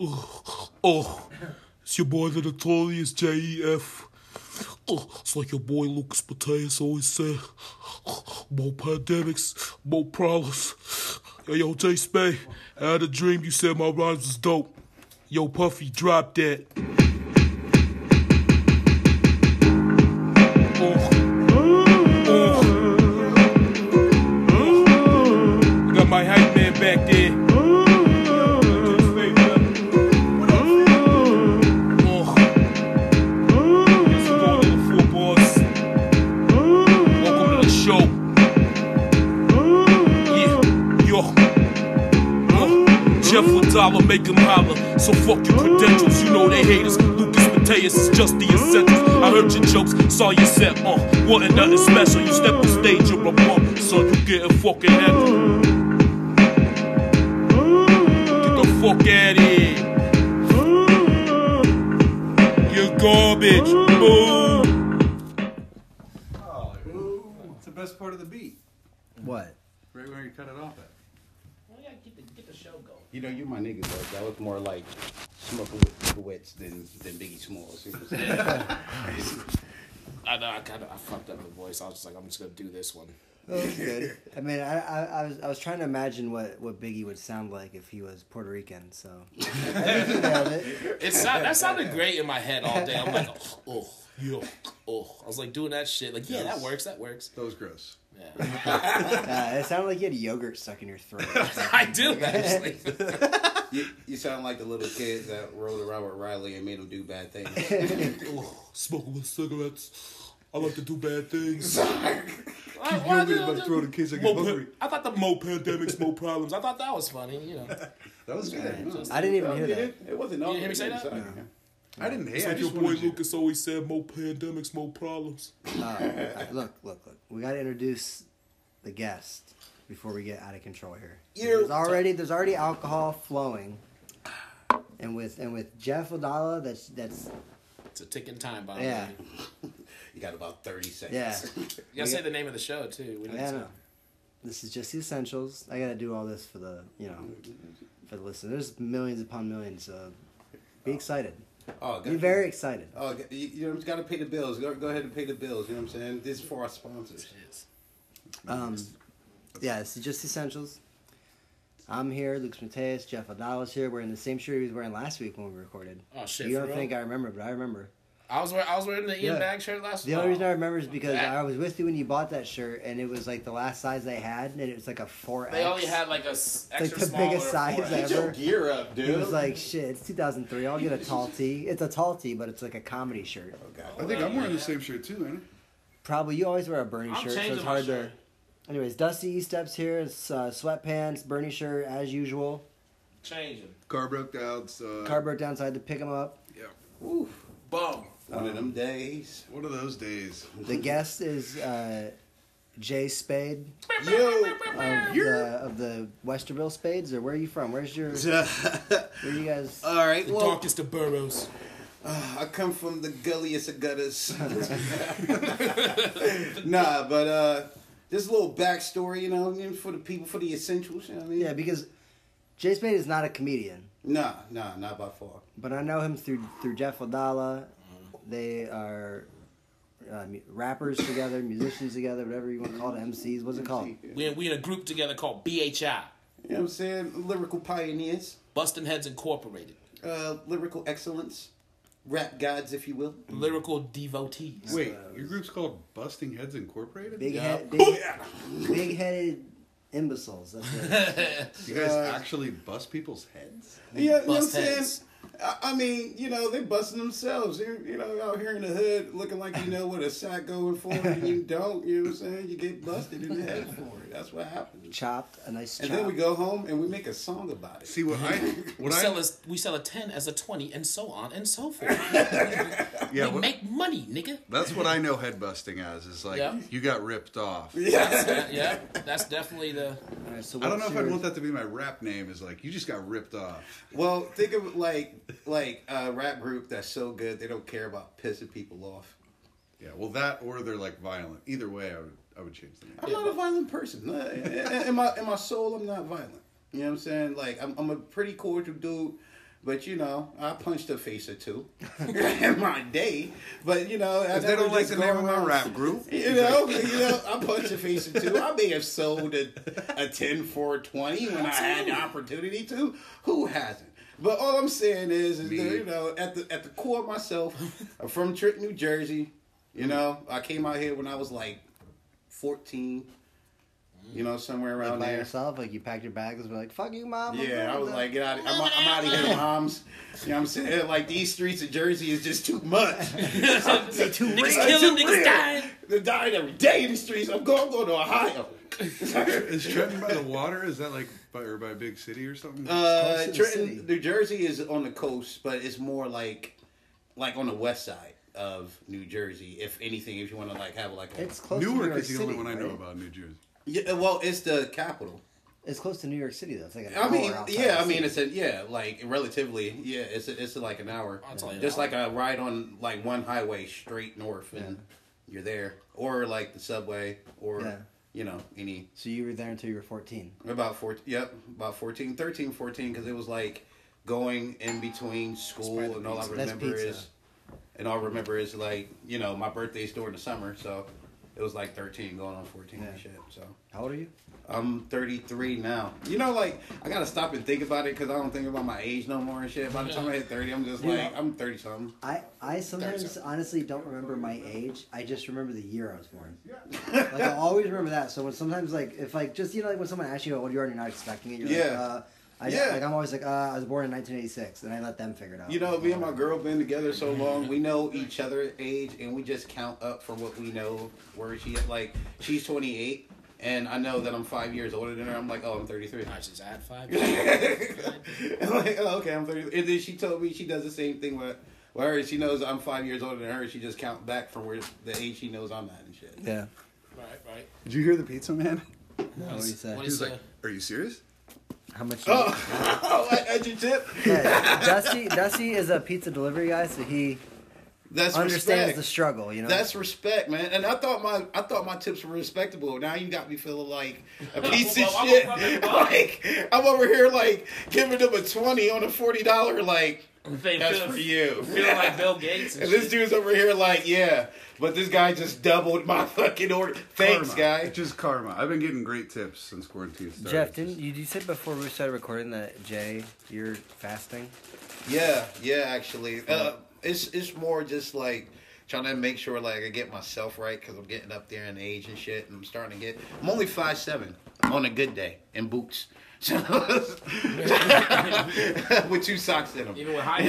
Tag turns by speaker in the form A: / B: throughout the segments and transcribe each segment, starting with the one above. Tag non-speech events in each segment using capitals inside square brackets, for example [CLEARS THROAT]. A: Oh, oh, it's your boy, the notorious JEF. E Oh, it's like your boy Lucas Mateus always said more pandemics, more problems. Yo, yo, J Spay, I had a dream you said my rhymes was dope. Yo, Puffy, drop that. Oh. Oh. I Got my hype man back there. Oh. It's a ball, little fool boss. Welcome to the show. Yeah, yo. Uh, Jeff with dollar, make him holler. So fuck your credentials, you know they haters. Lucas Mateus is just the essentials. I heard your jokes, saw your set, uh. Wasn't nothing special. You step on stage, you're a bum, so you getting fucking handled. Get the fuck out here. You're garbage, boo.
B: It's the best part of the beat,
C: What?
B: right where you cut it off at.
D: We gotta get the, get the show going.
E: You know, you my nigga, though. That was more like smoking with cigarettes than, than Biggie Smalls. You know what
D: [LAUGHS]
E: I'm saying?
D: I know I kind of I fucked up the voice. I was just like, I'm just gonna do this one.
C: good. I mean, I, I, I was I was trying to imagine what, what Biggie would sound like if he was Puerto Rican. So I think he nailed it.
D: It sound, that sounded great in my head all day. I'm [LAUGHS] like, oh, oh, yo, oh. I was like doing that shit. Like, yeah, that works. That works.
B: That was [LAUGHS] gross.
D: Yeah,
C: Uh, it sounded like you had yogurt stuck in your throat.
D: I do actually.
E: you, you sound like the little kids that rode around with Riley and made him do bad
C: [LAUGHS]
E: things.
A: Smoking with cigarettes. I like to do bad things.
D: Why- why
B: Yogurt
D: do-
B: about to throw the kids
A: More
B: against
A: pa-
B: hungry.
D: I thought the
A: more pandemics, more problems.
D: I thought that was funny. You
C: [LAUGHS]
D: know,
E: That was good. no.
C: I didn't even hear
E: it,
C: that.
E: It wasn't all.
D: You didn't hear me say
E: sorry.
B: I didn't hate.
A: It's
B: I
A: like your
B: just
A: boy
B: wanted you.
A: Lucas always said, more pandemics, more problems.
C: Uh, look, look, look. We got to introduce the guest before we get out of control here.
E: You're-
C: There's already there's already alcohol flowing, and with and with Jeff Odala, that's that's
D: it's a ticking time bomb.
C: yeah
D: baby.
E: You got about thirty [LAUGHS]
C: yeah.
E: seconds.
D: You gotta say the name of the show too. We need
C: Yeah, I
D: to-
C: know. This is just the essentials. I gotta do all this for the you know for the listeners. Millions upon millions. So be excited.
E: Oh,
C: Be very excited.
E: Oh, g- you, you just gotta pay the bills. Go, go ahead and pay the bills. You know what I'm saying? This is for our sponsors.
C: Um, yeah, this is just the essentials. I'm here, Luke Mateus, Jeff Adala's here. We're in the same shirt he was wearing last week when we recorded.
D: Oh shit!
C: you
D: for
C: don't
D: real?
C: think I remember, but I remember.
D: I was wearing I was wearing the Ian
C: Yeah.
D: Bag shirt last.
C: The only reason I remember is because
D: Oh, that-
C: I was with you when you bought that shirt, and it was like the last size they had, and it was like a four
D: they only had like a s-
C: like
D: extra
C: the
D: small
C: biggest
D: or a
C: size
D: 4X.
C: ever.
E: Get your gear up, dude.
C: It was like shit. It's 2003. I'll get a tall tee. It's a tall tee, but it's like a comedy shirt.
E: oh, God.
B: I think I'm wearing the same shirt too, ain't
C: Probably you always wear a Bernie
D: I'm
C: shirt, so it's
D: changing my
C: hard
D: shirt.
C: to. Anyways, Dusty E steps here. It's uh, sweatpants, Bernie shirt as usual.
D: Changing.
B: I? Car broke uh, down. So
C: Car broke down, so I had to pick him up.
B: Yeah.
D: Boom.
E: One of them
D: [LAUGHS]
E: days.
B: One of those days.
C: The guest is uh, Jay Spade
E: Yo.
C: of the, of the Westerville Spades. Or where are you from? Where's your? Where you guys?
E: All right.
A: The
E: Well,
A: darkest of burrows.
E: I come from the gulliest of
D: [LAUGHS]
E: gutters. [LAUGHS] nah, but uh, this little backstory, you know, what I mean, for the people, for the essentials, you know what I mean?
C: Yeah, because Jay Spade is not a comedian,
E: Nah, nah, not by far.
C: but I know him through through Jeff Wadala. They are. Uh, mu- rappers together, musicians together, whatever you want to call it, MCs. What's it called?
E: You know
D: We we in a group together called BHI,
E: what I'm saying? Lyrical pioneers,
D: Bustin' Heads Incorporated,
E: uh, lyrical excellence, rap gods, if you will.
C: Mm.
D: lyrical devotees.
B: Wait, your group's called Busting Heads Incorporated.
C: Big
D: Yeah.
C: head, big, big headed imbeciles. That's
E: [LAUGHS]
C: it.
B: you guys actually bust people's heads?
E: Yeah, you know what I'm
D: Bust
E: saying?
D: heads.
E: I I mean, you know, they're busting themselves. They're, you know, out here in the hood looking like you know what a sack going for, and
D: [LAUGHS]
E: you don't. You know what I'm saying? You get busted in the head for it. That's what happens.
C: chopped, a nice chop.
E: And then we go home and we make a song about it. [LAUGHS]
B: See what [LAUGHS] I
D: We
B: what I
D: sell, a, we sell a 10 as a 20 and so on and so forth.
B: yeah.
D: we
B: what-
D: make money, nigga.
B: that's what I know head busting as is like
D: Yeah.
B: you got ripped off.
D: Yeah, yeah, that's definitely the.
C: All right, so
B: I don't know
C: what's
B: if I'd
C: your-
B: want that to be my rap name. Is like you just got ripped off.
E: Well, think of it like like a rap group that's so good they don't care about pissing people off.
B: Yeah, well, that or they're like violent. Either way, I would I would change the name.
E: I'm not a violent person. Uh, In in my in my soul, I'm not violent. You know what I'm saying? Like I'm, I'm a pretty cordial dude, But you know, I punched a face or two [LAUGHS] in my day. But you know, I
B: If they
E: never
B: don't like
E: just
B: the
E: go
B: name of my
E: around-
B: rap group,
E: [LAUGHS] You know, you know, I punched a face or two. I may have sold a, a 10 for 20 when I had the opportunity to. Who hasn't? But all I'm saying is, is that, you know, at the at the core of myself, I'm from Trenton, New Jersey. You know, I came out here when I was like 14. You know, somewhere around
C: by
E: there.
C: yourself, like you packed your bags and were like, "Fuck you, mom." I'm
E: Yeah, I
C: going
E: was
C: to-
E: like, get out! Of, I'm, I'm out of
C: [LAUGHS]
E: here, moms. You know what I'm saying? Like these streets of Jersey is just too much.
C: [LAUGHS] They too
D: Niggas
C: rich.
E: It's
D: killing,
E: too
D: niggas
E: real.
D: dying.
E: They're dying every day in the streets. I'm going, I'm going to
C: [LAUGHS]
E: Ohio.
B: is Trenton by the water? Is that like by or by a big city or something?
E: Uh,
C: to the city.
E: Trenton, New Jersey is on the coast, but it's more like like on the west side of New Jersey. If anything, if you want to like have like a
C: It's close to New
B: Newark
C: York
B: is the
C: City,
B: only one I know
C: right?
B: about in New Jersey.
E: yeah, well, it's the capital.
C: It's close to New York City though. It's like an
E: I mean,
C: hour outside
E: yeah,
C: the
E: I mean,
C: city.
E: it's a yeah, like relatively, yeah, it's a, it's a, like an hour,
D: I'll tell you
E: just like
D: that.
E: a ride on like one highway straight north, and you're there, or like the subway, or
C: Yeah.
E: you know any
C: So you were there until you were 14.
E: about 14 yep about 14 13 14 because it was like going in between school
D: Spread the
E: and all i
D: pizza.
C: That's
E: remember
C: pizza.
E: is and all i remember is like you know my birthday's during the summer so it was like 13 going on 14
C: Yeah.
E: and shit so
C: How old are you?
E: i'm 33 now you know like i gotta stop and think about it because i don't think about my age no more and shit by the time i hit 30 i'm just like i'm 30 something
C: I, I sometimes honestly don't remember my age. I just remember the year I was born. [LAUGHS] like I always remember that. So when sometimes like if like just you know like when someone asks you how old you are and you're not expecting it, you're like,
E: Yeah.
C: uh, I,
E: Yeah.
C: like I'm always like uh, I was born in 1986 and I let them figure it out.
E: You know, me and my girl been together so long, we know each other age, and we just count up from what we know. Where she like, she's 28, and I know that I'm five years older than her. I'm like, oh, I'm 33.
D: Gosh, is that five?
E: [LAUGHS] I'm like, oh, okay, I'm 33. And then she told me she does the same thing with, with her. She knows I'm five years older than her. She just count back from where the age she knows I'm at and shit. [LAUGHS]
C: Yeah.
D: Right, right.
B: Did you hear the pizza man?
C: What do you say?
D: What
B: He was
D: is that?
B: like, "Are you serious?"
C: How much?
E: oh, at, at your tip. [LAUGHS]
C: yeah, Dusty Dusty is a pizza delivery guy, so he
E: That's
C: understands
E: respect.
C: the struggle. You know.
E: That's respect, man. And I thought my I thought my tips were respectable. Now you got me feeling like a piece of
D: Well, I'm
E: shit. [LAUGHS]
D: a brother.
E: Like I'm over here like giving them a twenty on a forty dollar. Like
D: They
E: that's
D: feel,
E: for you.
D: feel like Bill Gates
E: [LAUGHS]
D: and,
E: And this
D: shit.
E: dude's over here like yeah, but this guy just doubled my [LAUGHS] fucking order. Thanks,
B: Karma.
E: guy.
B: It's just karma. I've been getting great tips since quarantine started.
C: Jeff, didn't you, you said before we started recording that Jay,
E: [LAUGHS]
C: you're fasting?
E: Yeah, yeah, actually, uh, it's it's more just like trying to make sure like I get myself right because I'm getting up there in age and shit, and I'm starting to get. I'm only five seven on a good day in boots, [LAUGHS] so [LAUGHS] with two socks in them, [LAUGHS]
D: [LAUGHS] Even with high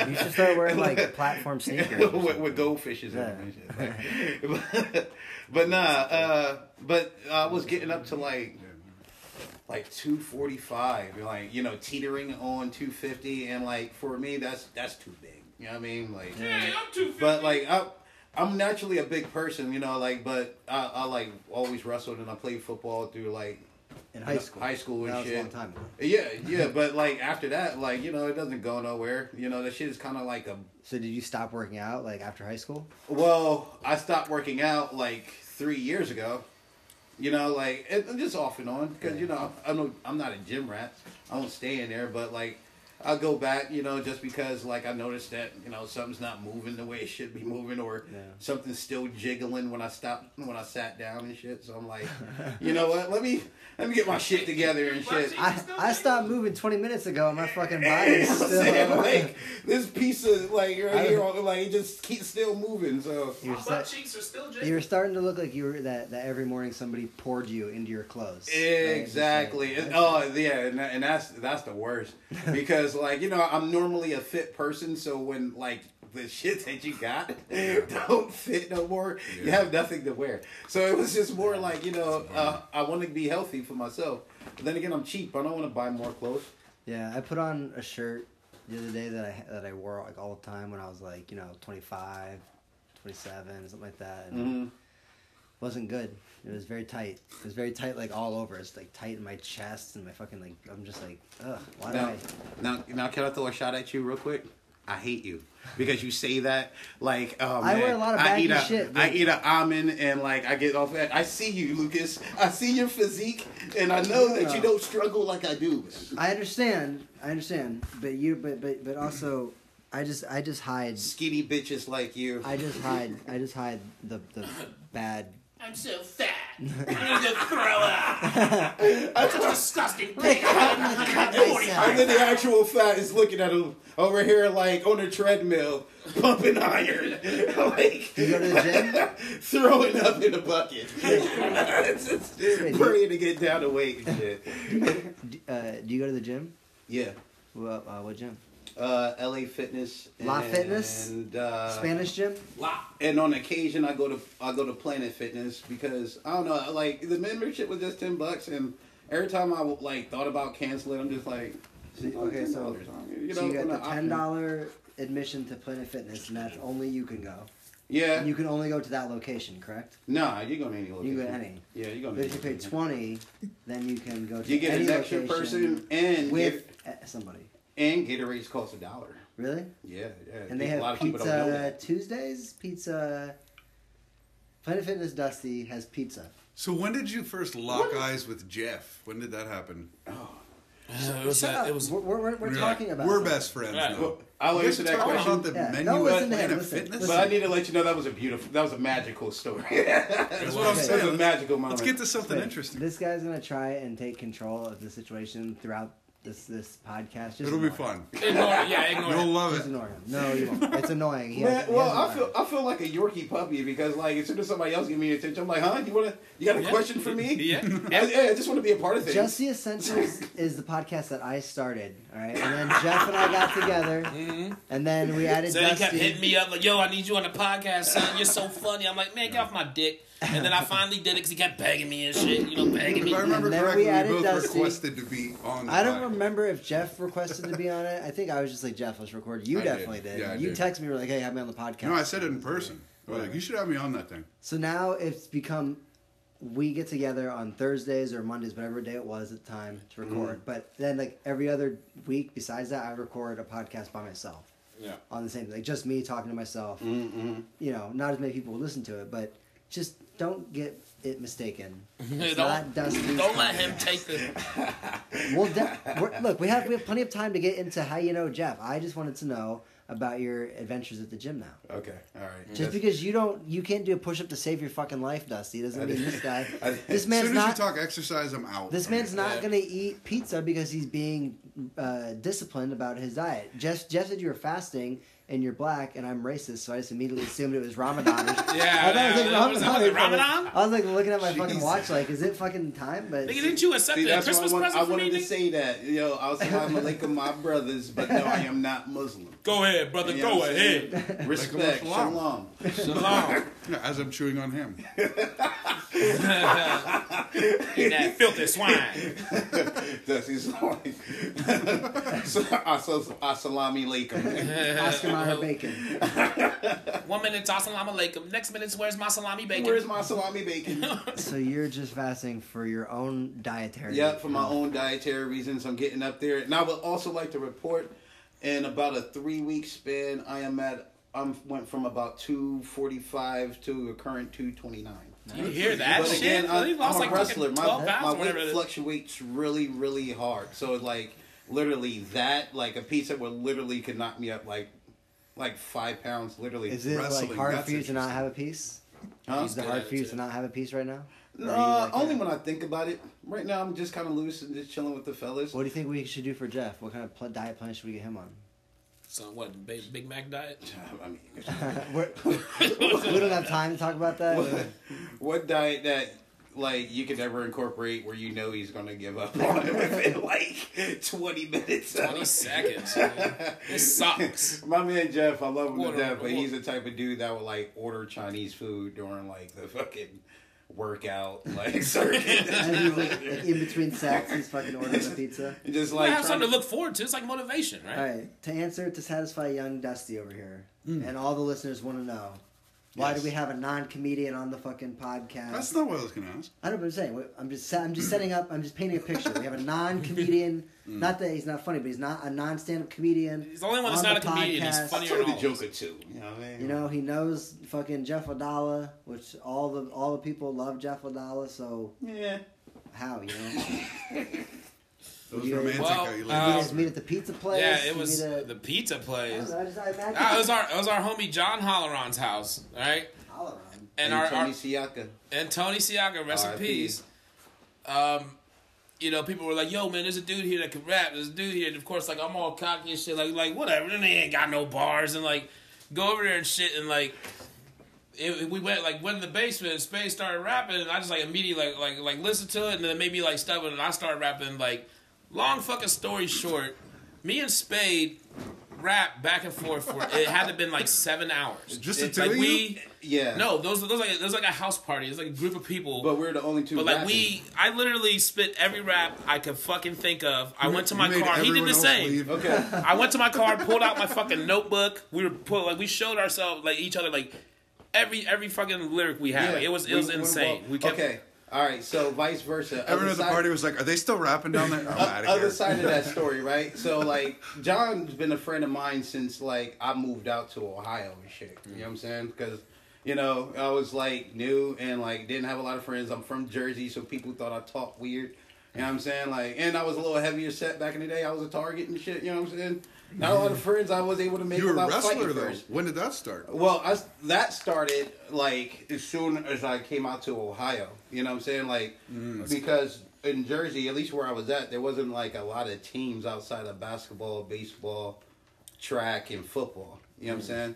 D: heels.
C: You should start wearing like platform sneakers.
E: with, with goldfishes in them. And shit. [LAUGHS] But, but nah, uh, but I was getting up to like. Like two forty five, like you know, teetering on two fifty, and like for me, that's that's too big. You know what I mean? Like,
D: Hey, I'm too fit.
E: but like I, I'm naturally a big person, you know. Like, but I, I like always wrestled and I played football through like
C: In high school.
E: high school and
C: that was
E: shit.
C: a long time ago.
E: Yeah, yeah. but like after that, like you know, it doesn't go nowhere. You know, that shit is kind of like a.
C: So did you stop working out like after high school?
E: Well, I stopped working out like three years ago. You know, like it, just off and on because you know I'm no, I'm not a gym rat. I don't stay in there, but like I'll go back. You know, just because like I noticed that you know something's not moving the way it should be moving, or
C: Yeah.
E: something's still jiggling when I stop when I sat down and shit. So I'm like, you know what? Let me let me get my shit together and shit.
C: I, I stopped moving 20 minutes ago and my fucking
E: [LAUGHS]
C: body
E: You
C: is
E: know what I'm
C: still.
E: saying?
C: [LAUGHS]
E: like this piece of like right
C: I-
E: here, like it just keeps still moving. So
C: You're,
D: My
C: sta-
D: cheeks are still
C: you
D: jiggling.
C: were starting to look like you were that, that every morning somebody poured you into your clothes. Right? Just like-
E: Exactly. And- oh yeah, and, that- and that's that's the worst because like you know I'm normally a fit person, so when like the [LAUGHS] shit that you got don't fit no more, you have nothing to wear. So it was just more like you know uh, I want to be healthy for myself. But then again, I'm cheap. I don't want to buy more clothes.
C: Yeah, I put on a shirt the other day that I that I wore like all the time when I was like you know 25, 27, something like that, and
D: Mm-hmm.
C: it wasn't good. It was very tight. It was very tight like all over. It's like tight in my chest and my fucking like I'm just like ugh. Why do
E: Now,
C: I?
E: now, now, can I throw a shot at you real quick? I hate you because you say that like oh,
C: I
E: man,
C: wear a lot of
E: I eat
C: baggy
E: a,
C: shit,
E: I
C: dude.
E: eat an almond and like I get off that. I see you, Lucas. I see your physique, and I know that you don't struggle like I do.
C: I understand. I understand. But you. But but but also, I just I just hide.
E: Skinny bitches like you.
C: I just hide. I just hide the the bad.
D: I'm so fat. I'm gonna throw up. I'm such a disgusting pig.
E: And then the actual fat is looking at him over here, like on a treadmill, pumping iron, [LAUGHS] like
C: You go to the gym.
E: [LAUGHS] throwing up in a bucket, [LAUGHS] Just praying to get down to weight and shit.
C: D- Uh, do you go to the gym?
E: Yeah,
C: What, uh, what gym?
E: uh, LA Fitness,
C: La
E: and,
C: Fitness?
E: uh,
C: Spanish gym.
E: and on occasion I go to I go to Planet Fitness because I don't know, like the membership was just ten bucks, and every time I like thought about canceling, I'm just like,
C: Okay, so
E: you know,
C: so you got
E: on
C: the
E: an
C: ten
E: option.
C: dollar admission to Planet Fitness, and that's only you can go.
E: yeah,
C: And you can only go to that location, correct?
E: Nah, you're gonna need a little
C: You
E: bit.
C: got any.
E: Yeah, you're gonna
C: But
E: need
C: if you
E: a
C: pay
E: little bit.
C: twenty, then you can go to
E: You get
C: any
E: an extra
C: location
E: person and
C: with
E: Gat-
C: uh, somebody.
E: and Gatorades cost a dollar.
C: Really?
E: Yeah, yeah.
C: And they
E: a lot
C: have
E: of people don't know
C: pizza
E: that.
C: Tuesdays. Pizza. Planet Fitness Dusty has pizza.
B: So when did you first lock eyes with Jeff? When did that happen?
D: Uh, It was,
C: Shut
D: a,
C: up.
D: it was
C: we're we're, we're, we're
B: We're
C: talking
B: like,
C: about.
B: we're
C: something.
B: best friends
D: Yeah.
B: now.
E: I'll
B: You guys
E: answer
B: are
E: that
B: talking
E: question.
B: about the
C: Yeah,
B: menu
C: no,
B: at
C: listen to him,
B: Planet
C: listen,
B: Fitness.
E: But I need to let you know that was a beautiful, that was a magical story. [LAUGHS] That's
B: what I'm saying.
E: That was a magical moment.
B: Let's get to something
C: Wait,
B: interesting.
C: This guy's gonna try and take control of the situation throughout this this podcast. Just
B: It'll be
C: ignore
B: fun.
C: him.
D: ignore, it. yeah, ignore.
B: You'll
D: it.
B: love
C: Just
B: it.
C: ignore him. No, you won't. It's annoying. He
E: Man,
C: has- he
E: well,
C: has
E: I
C: a
E: feel I feel like a Yorkie puppy because like as soon as somebody else give me attention, I'm like, huh? You wanna? You got a
D: Yeah.
E: question for me?
D: [LAUGHS] Yeah.
E: [LAUGHS] I, yeah. I just want to be a part of things.
C: Just the Essentials is the podcast that I started, all right? And then Jeff and I got together,
E: Mm-hmm.
C: and then we added
D: So he
C: Dusty.
D: kept hitting me up like, "Yo, I need you on the podcast, son. You're so funny." I'm like, "Man, get off my dick." And then I finally did it because he kept begging me and shit. You know, begging
B: If
D: me.
B: I remember
C: then we
B: correctly, we,
C: added
B: both
C: Dusty.
B: requested to be on. The
C: I don't
B: podcast.
C: remember if Jeff requested to be on it. I think I was just like, Jeff, let's record. You
B: I did.
C: definitely did.
B: Yeah, I
C: you
B: did.
C: texted me, were like, hey, have me on the podcast.
B: No, I said it in person. I was like, you should have me on that thing.
C: So now it's become we get together on Thursdays or Mondays, whatever day it was at the time to
B: Mm-hmm.
C: record. But then like every other week besides that, I record a podcast by myself.
E: Yeah.
C: On the same like just me talking to myself.
B: Mm-hmm.
C: You know, not as many people will listen to it, but just don't get
B: [LAUGHS]
C: it mistaken. It's
D: Don't-
C: not Dusty's
D: Don't let him
C: podcast.
D: take the.
E: [LAUGHS]
C: Well, de- we're, look, we have we have plenty of time to get into how you know Jeff. I just wanted to know about your adventures at the gym now.
E: Okay. All right.
C: Just
E: That's-
C: because you don't, you can't do a push up to save your fucking life, Dusty. Doesn't mean this
B: [LAUGHS]
C: guy.
E: I-
C: This
B: As
C: man's
B: soon
C: not.
B: as you talk exercise, I'm out.
C: this man's not gonna eat pizza because he's being uh, disciplined about his diet. Jeff, Jeff said you were fasting and you're black, and I'm racist, so I just immediately assumed it was Ramadan.
D: [LAUGHS] Yeah,
C: I thought it was like
D: yeah, was it- was it Ramadan?
C: I was like looking at my fucking
B: Jesus.
C: watch, like, is it fucking time? But
D: Nigga, didn't you accept
E: See,
D: a
E: that's
D: Christmas
E: why I, want, I
D: present from
E: wanted
D: me?
E: to
D: nigga?
E: say that. Yo, I'll say I'm Alaikum, my brothers, but no, I am not Muslim.
D: Go ahead, brother.
E: You know
D: go
E: what I'm saying?
D: ahead.
E: Respect.
B: Shalom.
E: Shalom. [LAUGHS]
D: Shalom.
B: Yeah, as I'm chewing on him.
D: Eat that
E: [LAUGHS]
D: filthy swine.
E: That's his line. [LAUGHS] so, [LAUGHS] assal- Assalamu
D: [LAUGHS]
E: alaikum.
C: Oscar Mayer bacon.
D: One minute's assalamu alaikum. Next minute's where's my salami bacon?
E: Where's my salami
D: [LAUGHS]
E: bacon?
C: So you're just fasting for your own dietary.
E: Yep, for my own dietary reasons, I'm getting up there. And I would also like to report, in about a three week span, I am at I'm went from about two forty five to a current two twenty nine.
D: You hear that
E: but
D: shit?
E: again, I,
D: Really?
E: am
D: Lost
E: a
D: like fucking
E: wrestler. My,
D: 12 pounds
E: my
D: or whatever it
E: weight
D: is.
E: fluctuates really, really hard. So like literally that, like a pizza would literally could knock me up like like five pounds, literally.
C: Is it
B: Wrestling,
C: like hard
B: that's
C: for you to not
B: interesting.
C: have a piece?
E: Huh?
C: Is it
D: good
C: hard
D: at
C: for you
D: it,
C: to
D: too.
C: not have a piece right now? Or are you
E: Uh,
C: like
E: only
C: that?
E: when I think about it. Right now, I'm just kind of loose and just chilling with the fellas.
C: What do you think we should do for Jeff? What kind of pl- diet plan should we get him on? [LAUGHS]
D: So what? Big, Big Mac diet?
E: I mean,
C: We're- [LAUGHS] we don't have time to talk about that.
E: what diet that like you could ever incorporate where you know he's gonna give up on him within like 20 minutes? [LAUGHS]
D: 20 seconds. man. This sucks.
E: My man Jeff, I love him
D: Order-
E: to death, but
D: order-
E: he's the type of dude that would like order Chinese food during like the fucking workout [LAUGHS] like circuit.
D: [LAUGHS]
C: And he's like, like, in between sets, he's fucking ordering a pizza.
E: just
D: I
E: like
D: have
E: trying
D: something to look forward to. It's like motivation, right?
C: All right, to answer to satisfy young Dusty over here, and all the listeners want to know Why
B: Yes.
C: do we have a non-comedian on the fucking podcast?
B: That's not what I was gonna ask.
C: I don't know what I'm saying. I'm just I'm just setting up. I'm just painting a picture. We have a non-comedian.
B: [LAUGHS] Mm.
C: Not that he's not funny, but he's not a non-stand-up comedian.
D: He's the only one that's
C: on
D: not
C: the
D: a comedian. He's
C: podcast.
D: funnier
E: Tell
D: than
E: me
D: all
E: the
D: of us.
E: Joker too. You know what I mean?
C: You know he knows fucking Jeff Adala, which all the all the people love Jeff Adala. So
E: Yeah.
C: how
D: [LAUGHS]
C: you know?
B: Those
C: Yeah.
B: romantic
D: Well,
B: how you
C: you
D: um,
B: like
C: guys meet at the pizza place.
D: Yeah, it
C: You
D: was
C: meet at-
D: the pizza
C: I
D: place.
C: don't know, I just, I imagine.
D: Ah, it was our it was our homie John Holleran's house, all right?
C: all around.
D: And our, our
E: Tony Siaka.
D: and Tony Siaka, rest in
E: R.I.P..
D: peace. Um, you know, people were like, "Yo, man, there's a dude here that can rap. There's a dude here." And of course, like I'm all cocky and shit. Like, like whatever. Then he ain't got no bars, and like go over there and shit, and like. It, it- we went like went in the basement. and Spain started rapping, and I just like immediately like like like listened to it, and then it made me like stubborn, and I started rapping like long fucking story short. Me and Spade rap back and forth for it had to been like seven hours.
B: Just to
D: Like,
B: tell you?
D: we
E: Yeah.
D: no, those those like those like a house party. It's like a group of people.
E: But
D: But,
E: we're the only two.
D: like
E: rapping.
D: we, I literally spit every rap I could fucking think of. I went to my
B: You made
D: car. He did
B: everyone
D: the
B: else
D: same.
B: leave.
E: Okay.
D: [LAUGHS] I went to my car, pulled out my fucking notebook. We were pull, like we showed ourselves like each other like every every fucking lyric we had. Like, it was it
E: we-
D: was
E: we-
D: insane. We kept
E: okay. All right. So vice versa.
B: Everyone at
E: Other
B: the
E: side-
B: party was like, "Are they still rapping down there?" I'm out
E: other
B: of here.
E: side of that story, right? So like John's been a friend of mine since like I moved out to Ohio and shit. You know what I'm saying? Because you know I was like new and like didn't have a lot of friends. I'm from Jersey, so people thought I talked weird. You know what I'm saying? Like, and I was a little heavier set back in the day. I was a target and shit. You know what I'm saying? Not a lot of friends I was able to make.
B: You were a
E: without fighting
B: wrestler though.
E: first.
B: When did that start?
E: Well, I, s- that started like as soon as I came out to Ohio. You know what I'm saying? Like because in Jersey, at least where I was at, there wasn't like a lot of teams outside of basketball, baseball, track, and football. You know
B: Mm.
E: what I'm saying?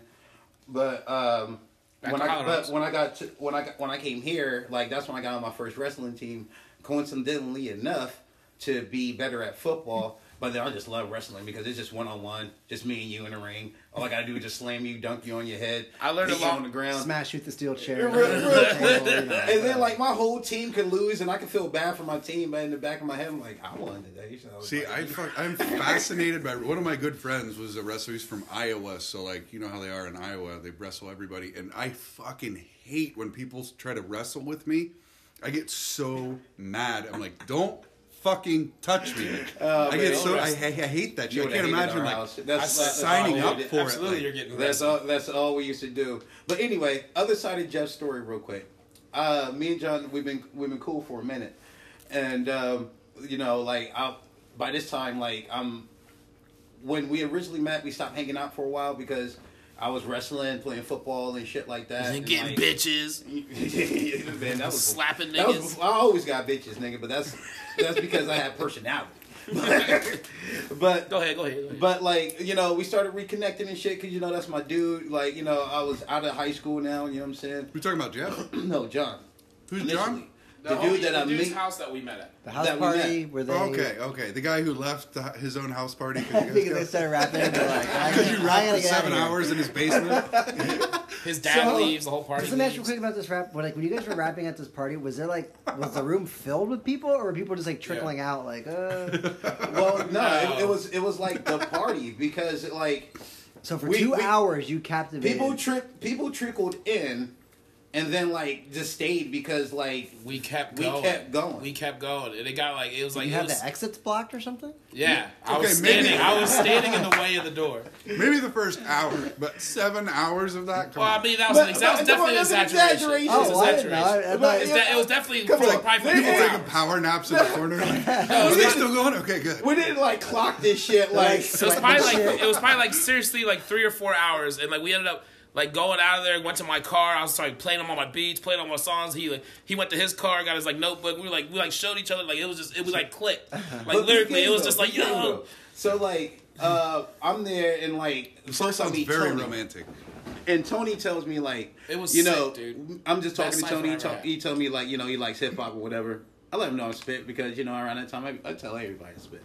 E: But um,
D: Back
E: when
D: to
E: I
D: Colorado.
E: but when I got to, when I got, when I came here, like that's when I got on my first wrestling team. Coincidentally enough, to be better at football. But then I just love wrestling because it's just one on one, just me and you in the ring. All I gotta do is just slam you, dunk you on your head.
D: I learned a
E: hit you
D: lot-
E: on the ground.
C: Smash with the steel chair.
B: [LAUGHS]
E: Real- real-
C: You know.
E: And then like my whole team could lose, and I could feel bad for my team. But in the back of my head, I'm like, I won today. So I was
B: See,
E: like,
B: I fuck-
E: [LAUGHS]
B: I'm fascinated by one of my good friends was a wrestler. He's from Iowa, so like you know how they are in Iowa, they wrestle everybody, and I fucking hate when people try to wrestle with me. I get so mad. I'm like, don't fucking touch me.
E: Oh,
B: I get so I, I, I hate that shit.
E: You
B: I can't
E: would hate it in
B: imagine
E: our
B: like
E: house. That's-
B: us
E: that's
B: signing
E: all
B: up
E: we did.
B: for
D: absolutely
B: it.
D: you're
B: like,
D: getting
E: That's
D: that's
E: all. That's all we used to do. But anyway, other side of Jeff's story, real quick. Uh, me and John, we've been we've been cool for a minute, and um, you know, like I, by this time, like I'm. When we originally met, we stopped hanging out for a while because I was wrestling, playing football, and shit like that.
D: and getting
E: like,
D: bitches.
E: [LAUGHS] man, that was
D: Slapping
E: that was
D: niggas.
E: before- I always got bitches, nigga, but that's that's because I had personality. [LAUGHS] but
D: Go ahead, go ahead. Go ahead.
E: but like you know, we started reconnecting and shit because you know that's my dude. Like you know, I was out of high school now. You know what I'm saying? [CLEARS THROAT]
B: We're talking about Jeff.
E: no, John.
B: Who's
E: Initially.
B: John?
E: The, dude that I
D: dude's
E: meet.
D: house that we met at.
C: the house
E: that we
C: party
E: met.
C: where they
B: Oh, Okay, okay. The guy who left the, his own house party
E: [LAUGHS]
C: I think they
B: because
C: started rapping. They're
B: [LAUGHS]
C: like, I
B: you
C: gotta-
B: rapped for
C: I gotta get out of
B: seven
C: here.
B: hours in his
E: [LAUGHS]
B: basement.
D: His dad
C: So,
D: leaves the whole party.
C: Just let me ask you
D: leaves.
C: quick about this rap. When, like when you guys were rapping at this party, was there like was the room filled with people, or were people just like trickling out? Like,
D: [LAUGHS]
C: uh...
E: Well, no,
D: Oh.
E: It, it was it was like the party because like
C: so for
E: We-
C: two
E: we-
C: hours you captivated.
E: people tri- people trickled in, and then like just stayed because like
D: We kept
E: We
D: going.
E: kept going.
D: We kept going, and it got like it was like
C: you
D: it
C: had
D: was-
C: the exits blocked or something.
D: Yeah, I was
B: Okay, maybe-
D: standing.
E: [LAUGHS]
D: I was standing in the way of the door.
B: Maybe the first hour, but seven hours of that. Come
D: Well,
B: on.
D: I mean, that was,
E: But-
D: an ex- that was
E: but-
D: definitely an
E: that's an
D: exaggeration.
E: exaggeration.
D: It
E: Oh,
D: was
E: well,
C: I
D: an
C: didn't know. I- I
D: exaggeration.
C: thought-
E: But-
D: It's de- It was definitely
E: Come
D: for
E: on,
D: probably
E: they-
D: for
B: People
D: four
B: taking
D: hours.
B: power naps in the
C: [LAUGHS]
B: corner. Like, Are they still going? Okay, good.
E: we didn't like clock this
D: [LAUGHS]
E: shit like
D: So it was probably like it was probably like seriously like three or four hours, and like we ended up like going out of there. Went to my car. I was like playing on all my beats, playing on my songs. He like he went to his car, got his like notebook. We were like we like showed each other like it was just it was
E: [LAUGHS]
D: like clicked. Like
E: But
D: lyrically,
E: we
D: it was
E: did,
D: just
E: though.
D: like
E: We did,
D: yo.
E: though. So like, uh, I'm there and like
B: This all
E: first I
B: sounds
E: meet
B: very
E: Tony,
B: romantic.
E: and Tony tells me like,
D: It was
E: you
D: sick,
E: know,
D: dude.
E: I'm just talking
D: Best
E: to
D: life
E: Tony.
D: I
E: He,
D: ever
E: tell-
D: had.
E: he told me like, you know, he likes hip hop or whatever. I let him know I spit because you know around that time I, I tell everybody I spit,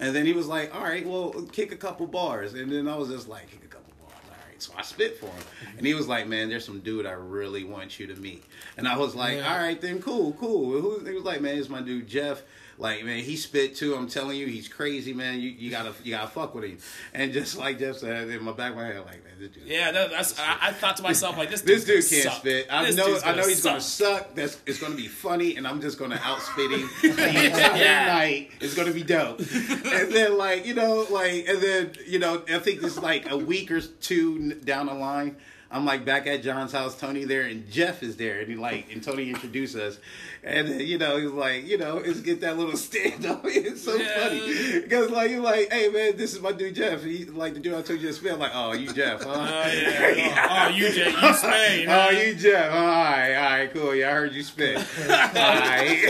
E: and then he was like, all right, well, kick a couple bars, and then I was just like, kick a couple bars. all right. So I spit for him, and he was like, "Man, there's some dude I really want you to meet." And I was like,
D: Yeah.
E: "All right, then, cool, cool." Who? He was like, "Man, it's my dude Jeff. Like man, he spit too. I'm telling you, he's crazy, man. You you gotta you gotta fuck with him. And just like Jeff said, in my back of my head, like man, this dude.
D: Yeah, that, that's. I, I thought to myself like this.
E: This
D: dude
E: dude can't
D: suck.
E: spit. I
D: This
E: know.
D: dude's
E: I know he's gonna
D: suck.
E: suck. That's it's gonna be funny, and I'm just gonna outspit
D: [LAUGHS]
E: him the entire
D: Yeah.
E: night. It's gonna be dope. and then like you know, like and then you know, I think this is like a week or two n- down the line. I'm like back at John's house, Tony there, and Jeff is there, and he like and Tony introduced us, and then, you know he's like, you know, it's get that little [LAUGHS] stand up. It's so
D: Yeah.
E: funny because like you're like, hey man, this is my dude Jeff. He like the dude I told you to spit. I'm like, oh, you Jeff, huh? [LAUGHS]
D: Oh, yeah. oh, you just you Spain.
E: Oh, you Jeff. Oh, all right, all right, cool. Yeah, I heard you
D: [LAUGHS]
E: spit. all right. [LAUGHS]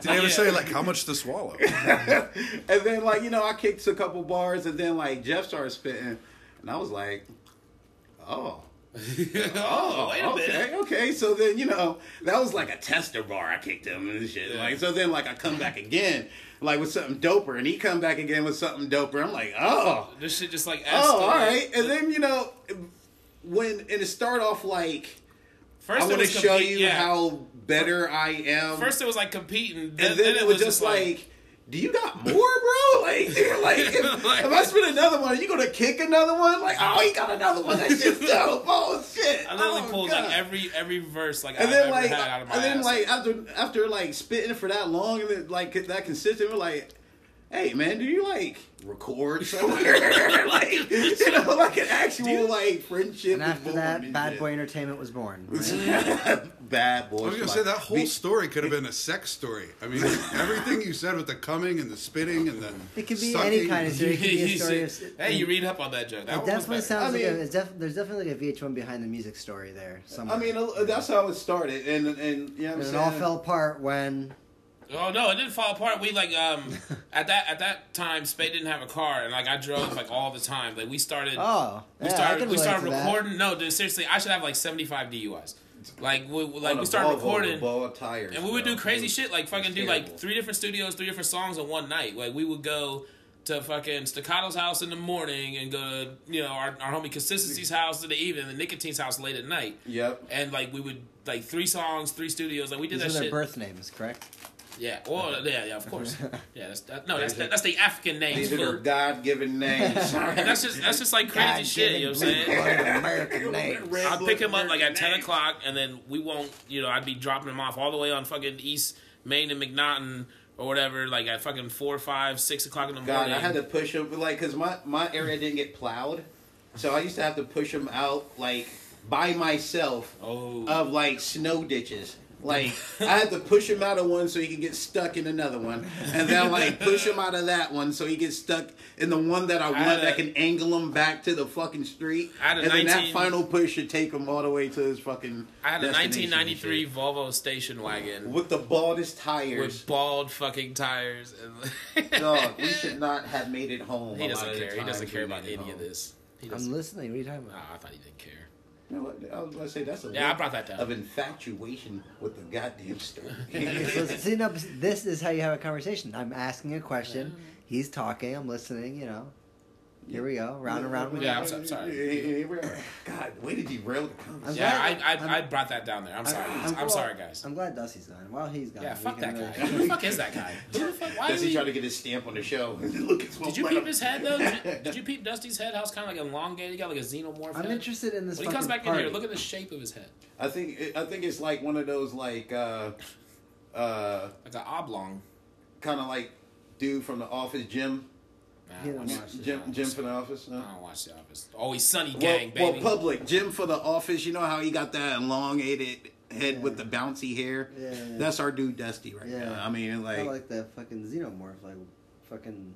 D: Did
B: They ever say like how much to [LAUGHS] swallow?
E: and then, like, you know, I kicked a couple bars, and then, like, Jeff started spitting, and I was like,
D: [LAUGHS]
E: oh.
D: Oh, wait a minute.
E: okay, okay. So then, you know, that was like a tester bar. I kicked him and shit. Like, so then, like, I come back again, like with something doper, and he come back again with something doper. I'm like, oh,
D: This shit just like.
E: oh, all right. And then, you know, when and it start off like
D: First,
E: I
D: it
E: want to
D: was
E: show
D: compete-
E: you
D: yeah.
E: how better I am.
D: First, it was like competing. Then,
E: and then, it was just like, do you got more, bro? Like, they're
D: [LAUGHS]
E: like if, if I spit another one, are you gonna kick another one? Like, oh, he got another one. That's
D: [LAUGHS]
E: just dope. Oh shit!
D: I literally
E: Oh,
D: pulled
E: God.
D: like every every verse like
E: And
D: I've
E: then
D: ever
E: like,
D: had out of my
E: and then
D: ass.
E: like after after like spitting for that long and then, like that consistent, we're like, hey man, do you like record somewhere? [LAUGHS]
B: [LAUGHS]
E: like, you know, like an actual like friendship.
C: And
E: was
C: after
E: born
C: that,
E: and
C: Bad
E: shit.
C: Boy Entertainment was born. right?
E: [LAUGHS] bad boy.
B: I was gonna say that whole story could have been a sex story. I mean, [LAUGHS] everything you said with the coming and the spitting and the
C: It could be
B: sucking.
C: any kind of story. It
D: [LAUGHS]
C: could be a story of.
D: hey, you read up on that joke. That one
C: It
D: was
C: definitely
D: better.
C: sounds
E: I
C: like
E: mean-
C: a, it's def, there's definitely like a VH1 behind the music story there. Somewhere.
E: I mean, uh, that's how it started, and and yeah, you know what I'm
C: and it
E: saying?
C: all fell apart when
D: Oh no, it didn't fall apart. We like
E: [LAUGHS]
D: um at that at that time, Spade didn't have a car, and like I drove like all the time. Like we started.
C: oh
D: we
C: yeah, I
D: started.
C: can
D: We
C: relate
D: started
C: to that.
D: recording. No, dude, seriously, I should have like seventy five DUIs. Like we like
E: On
D: we
E: a
D: started
E: Volvo with
D: recording.
E: ball of tires,
D: And we would
E: bro.
D: do crazy
E: It was-
D: shit, like fucking
E: was
D: do
E: terrible.
D: like three different studios, three different songs in one night. Like we would go to fucking Staccato's house in the morning and go to, you know, our, our homie Consistency's house in the evening and Nicotine's house late at night.
E: Yep.
D: And like we would like three songs, three studios. Like we did
C: These were
D: that
C: their
D: shit.
C: birth names, correct?
D: yeah. Well, yeah, yeah, of
E: [LAUGHS]
D: course. yeah, that's that, no, that's that's the African names.
E: These are their
D: fool.
C: [LAUGHS]
E: God-given
D: [LAUGHS]
E: names.
D: And that's just that's just like crazy shit. You know what I'm saying? [LAUGHS]
C: American names.
D: I'll pick him up like at ten o'clock, and then we won't. You know, I'd be dropping him off all the way on fucking East Main and McNaughton or whatever, like at fucking four, five, six o'clock in the
E: God,
D: morning.
E: I had to push him like because my my area didn't get plowed, so I used to have to push him out like by myself
D: Oh.
E: of like snow ditches.
D: [LAUGHS]
E: Like I had to push him out of one so he could get stuck in another one, and then like push him out of that one so he gets stuck in the one that I want
D: had a-
E: that can angle him back to the fucking street,
D: I had a
E: and then
D: 19
E: that final push should take him all the way to his fucking.
D: I had a
E: destination and
D: 1993
E: shit.
D: Volvo station wagon
E: with the baldest
D: with
E: tires.
D: bald fucking tires. And [LAUGHS]
E: Dog, we should not have made it home.
D: he
E: a lot
D: doesn't
E: of the
D: care. He doesn't
E: times
D: care
E: we
D: about
E: made it
D: any
E: home.
D: of this. He
C: I'm
D: doesn't.
C: listening. What are you talking
D: Oh,
C: about?
D: I thought he didn't care.
E: You know what? I was gonna say that's a
D: Yeah, I
E: bit
D: brought that down.
E: of infatuation with the goddamn story.
C: So, see, no, this is how you have a conversation. I'm asking a question. He's talking. I'm listening. You know. Here we go. [LAUGHS] Round
E: [LAUGHS]
C: and round we
D: Yeah,
C: go.
D: I'm so- I'm sorry.
E: God, way to derail the
C: I'm
E: conversation.
D: Yeah, I,
C: glad- I'm-
D: I, I brought that down there. I'm sorry.
C: I'm-
D: I'm,
C: I'm
D: sorry, guys.
C: I'm glad Dusty's gone. While he's gone,
D: yeah,
C: we
D: fuck
C: can uh,
D: that
C: [LAUGHS]
D: guy.
C: really-
D: Who the fuck is that guy? Who the fuck? Why
E: Does
D: is
E: he
D: he?
E: trying to get his stamp on the show? [LAUGHS] Look, it's
D: Did you peep his head though? Did you, did you peep Dusty's head? How it's kind of like elongated. He got like a xenomorph.
C: I'm
D: head?
C: interested in this.
D: When he comes
C: fucking
D: back
C: party.
D: in here, look at the shape of his head,
E: [LAUGHS] I think it, I think it's like one of those like uh, uh,
D: like an oblong.
E: kind of like dude from the office gym,
D: Nah,
C: Yeah,
D: I don't
C: I'm-
D: watch The
E: gym,
D: Office.
E: gym from the office. No?
D: I don't watch The Office. Always Sunny
E: Well,
D: Gang,
E: well,
D: baby.
E: public Jim for the office. You know how he got that elongated head with
C: Yeah.
E: the bouncy hair.
C: Yeah, yeah, yeah.
E: That's our dude Dusty right
C: Yeah.
E: now. I mean,
C: I
E: like,
C: like the fucking xenomorph, like fucking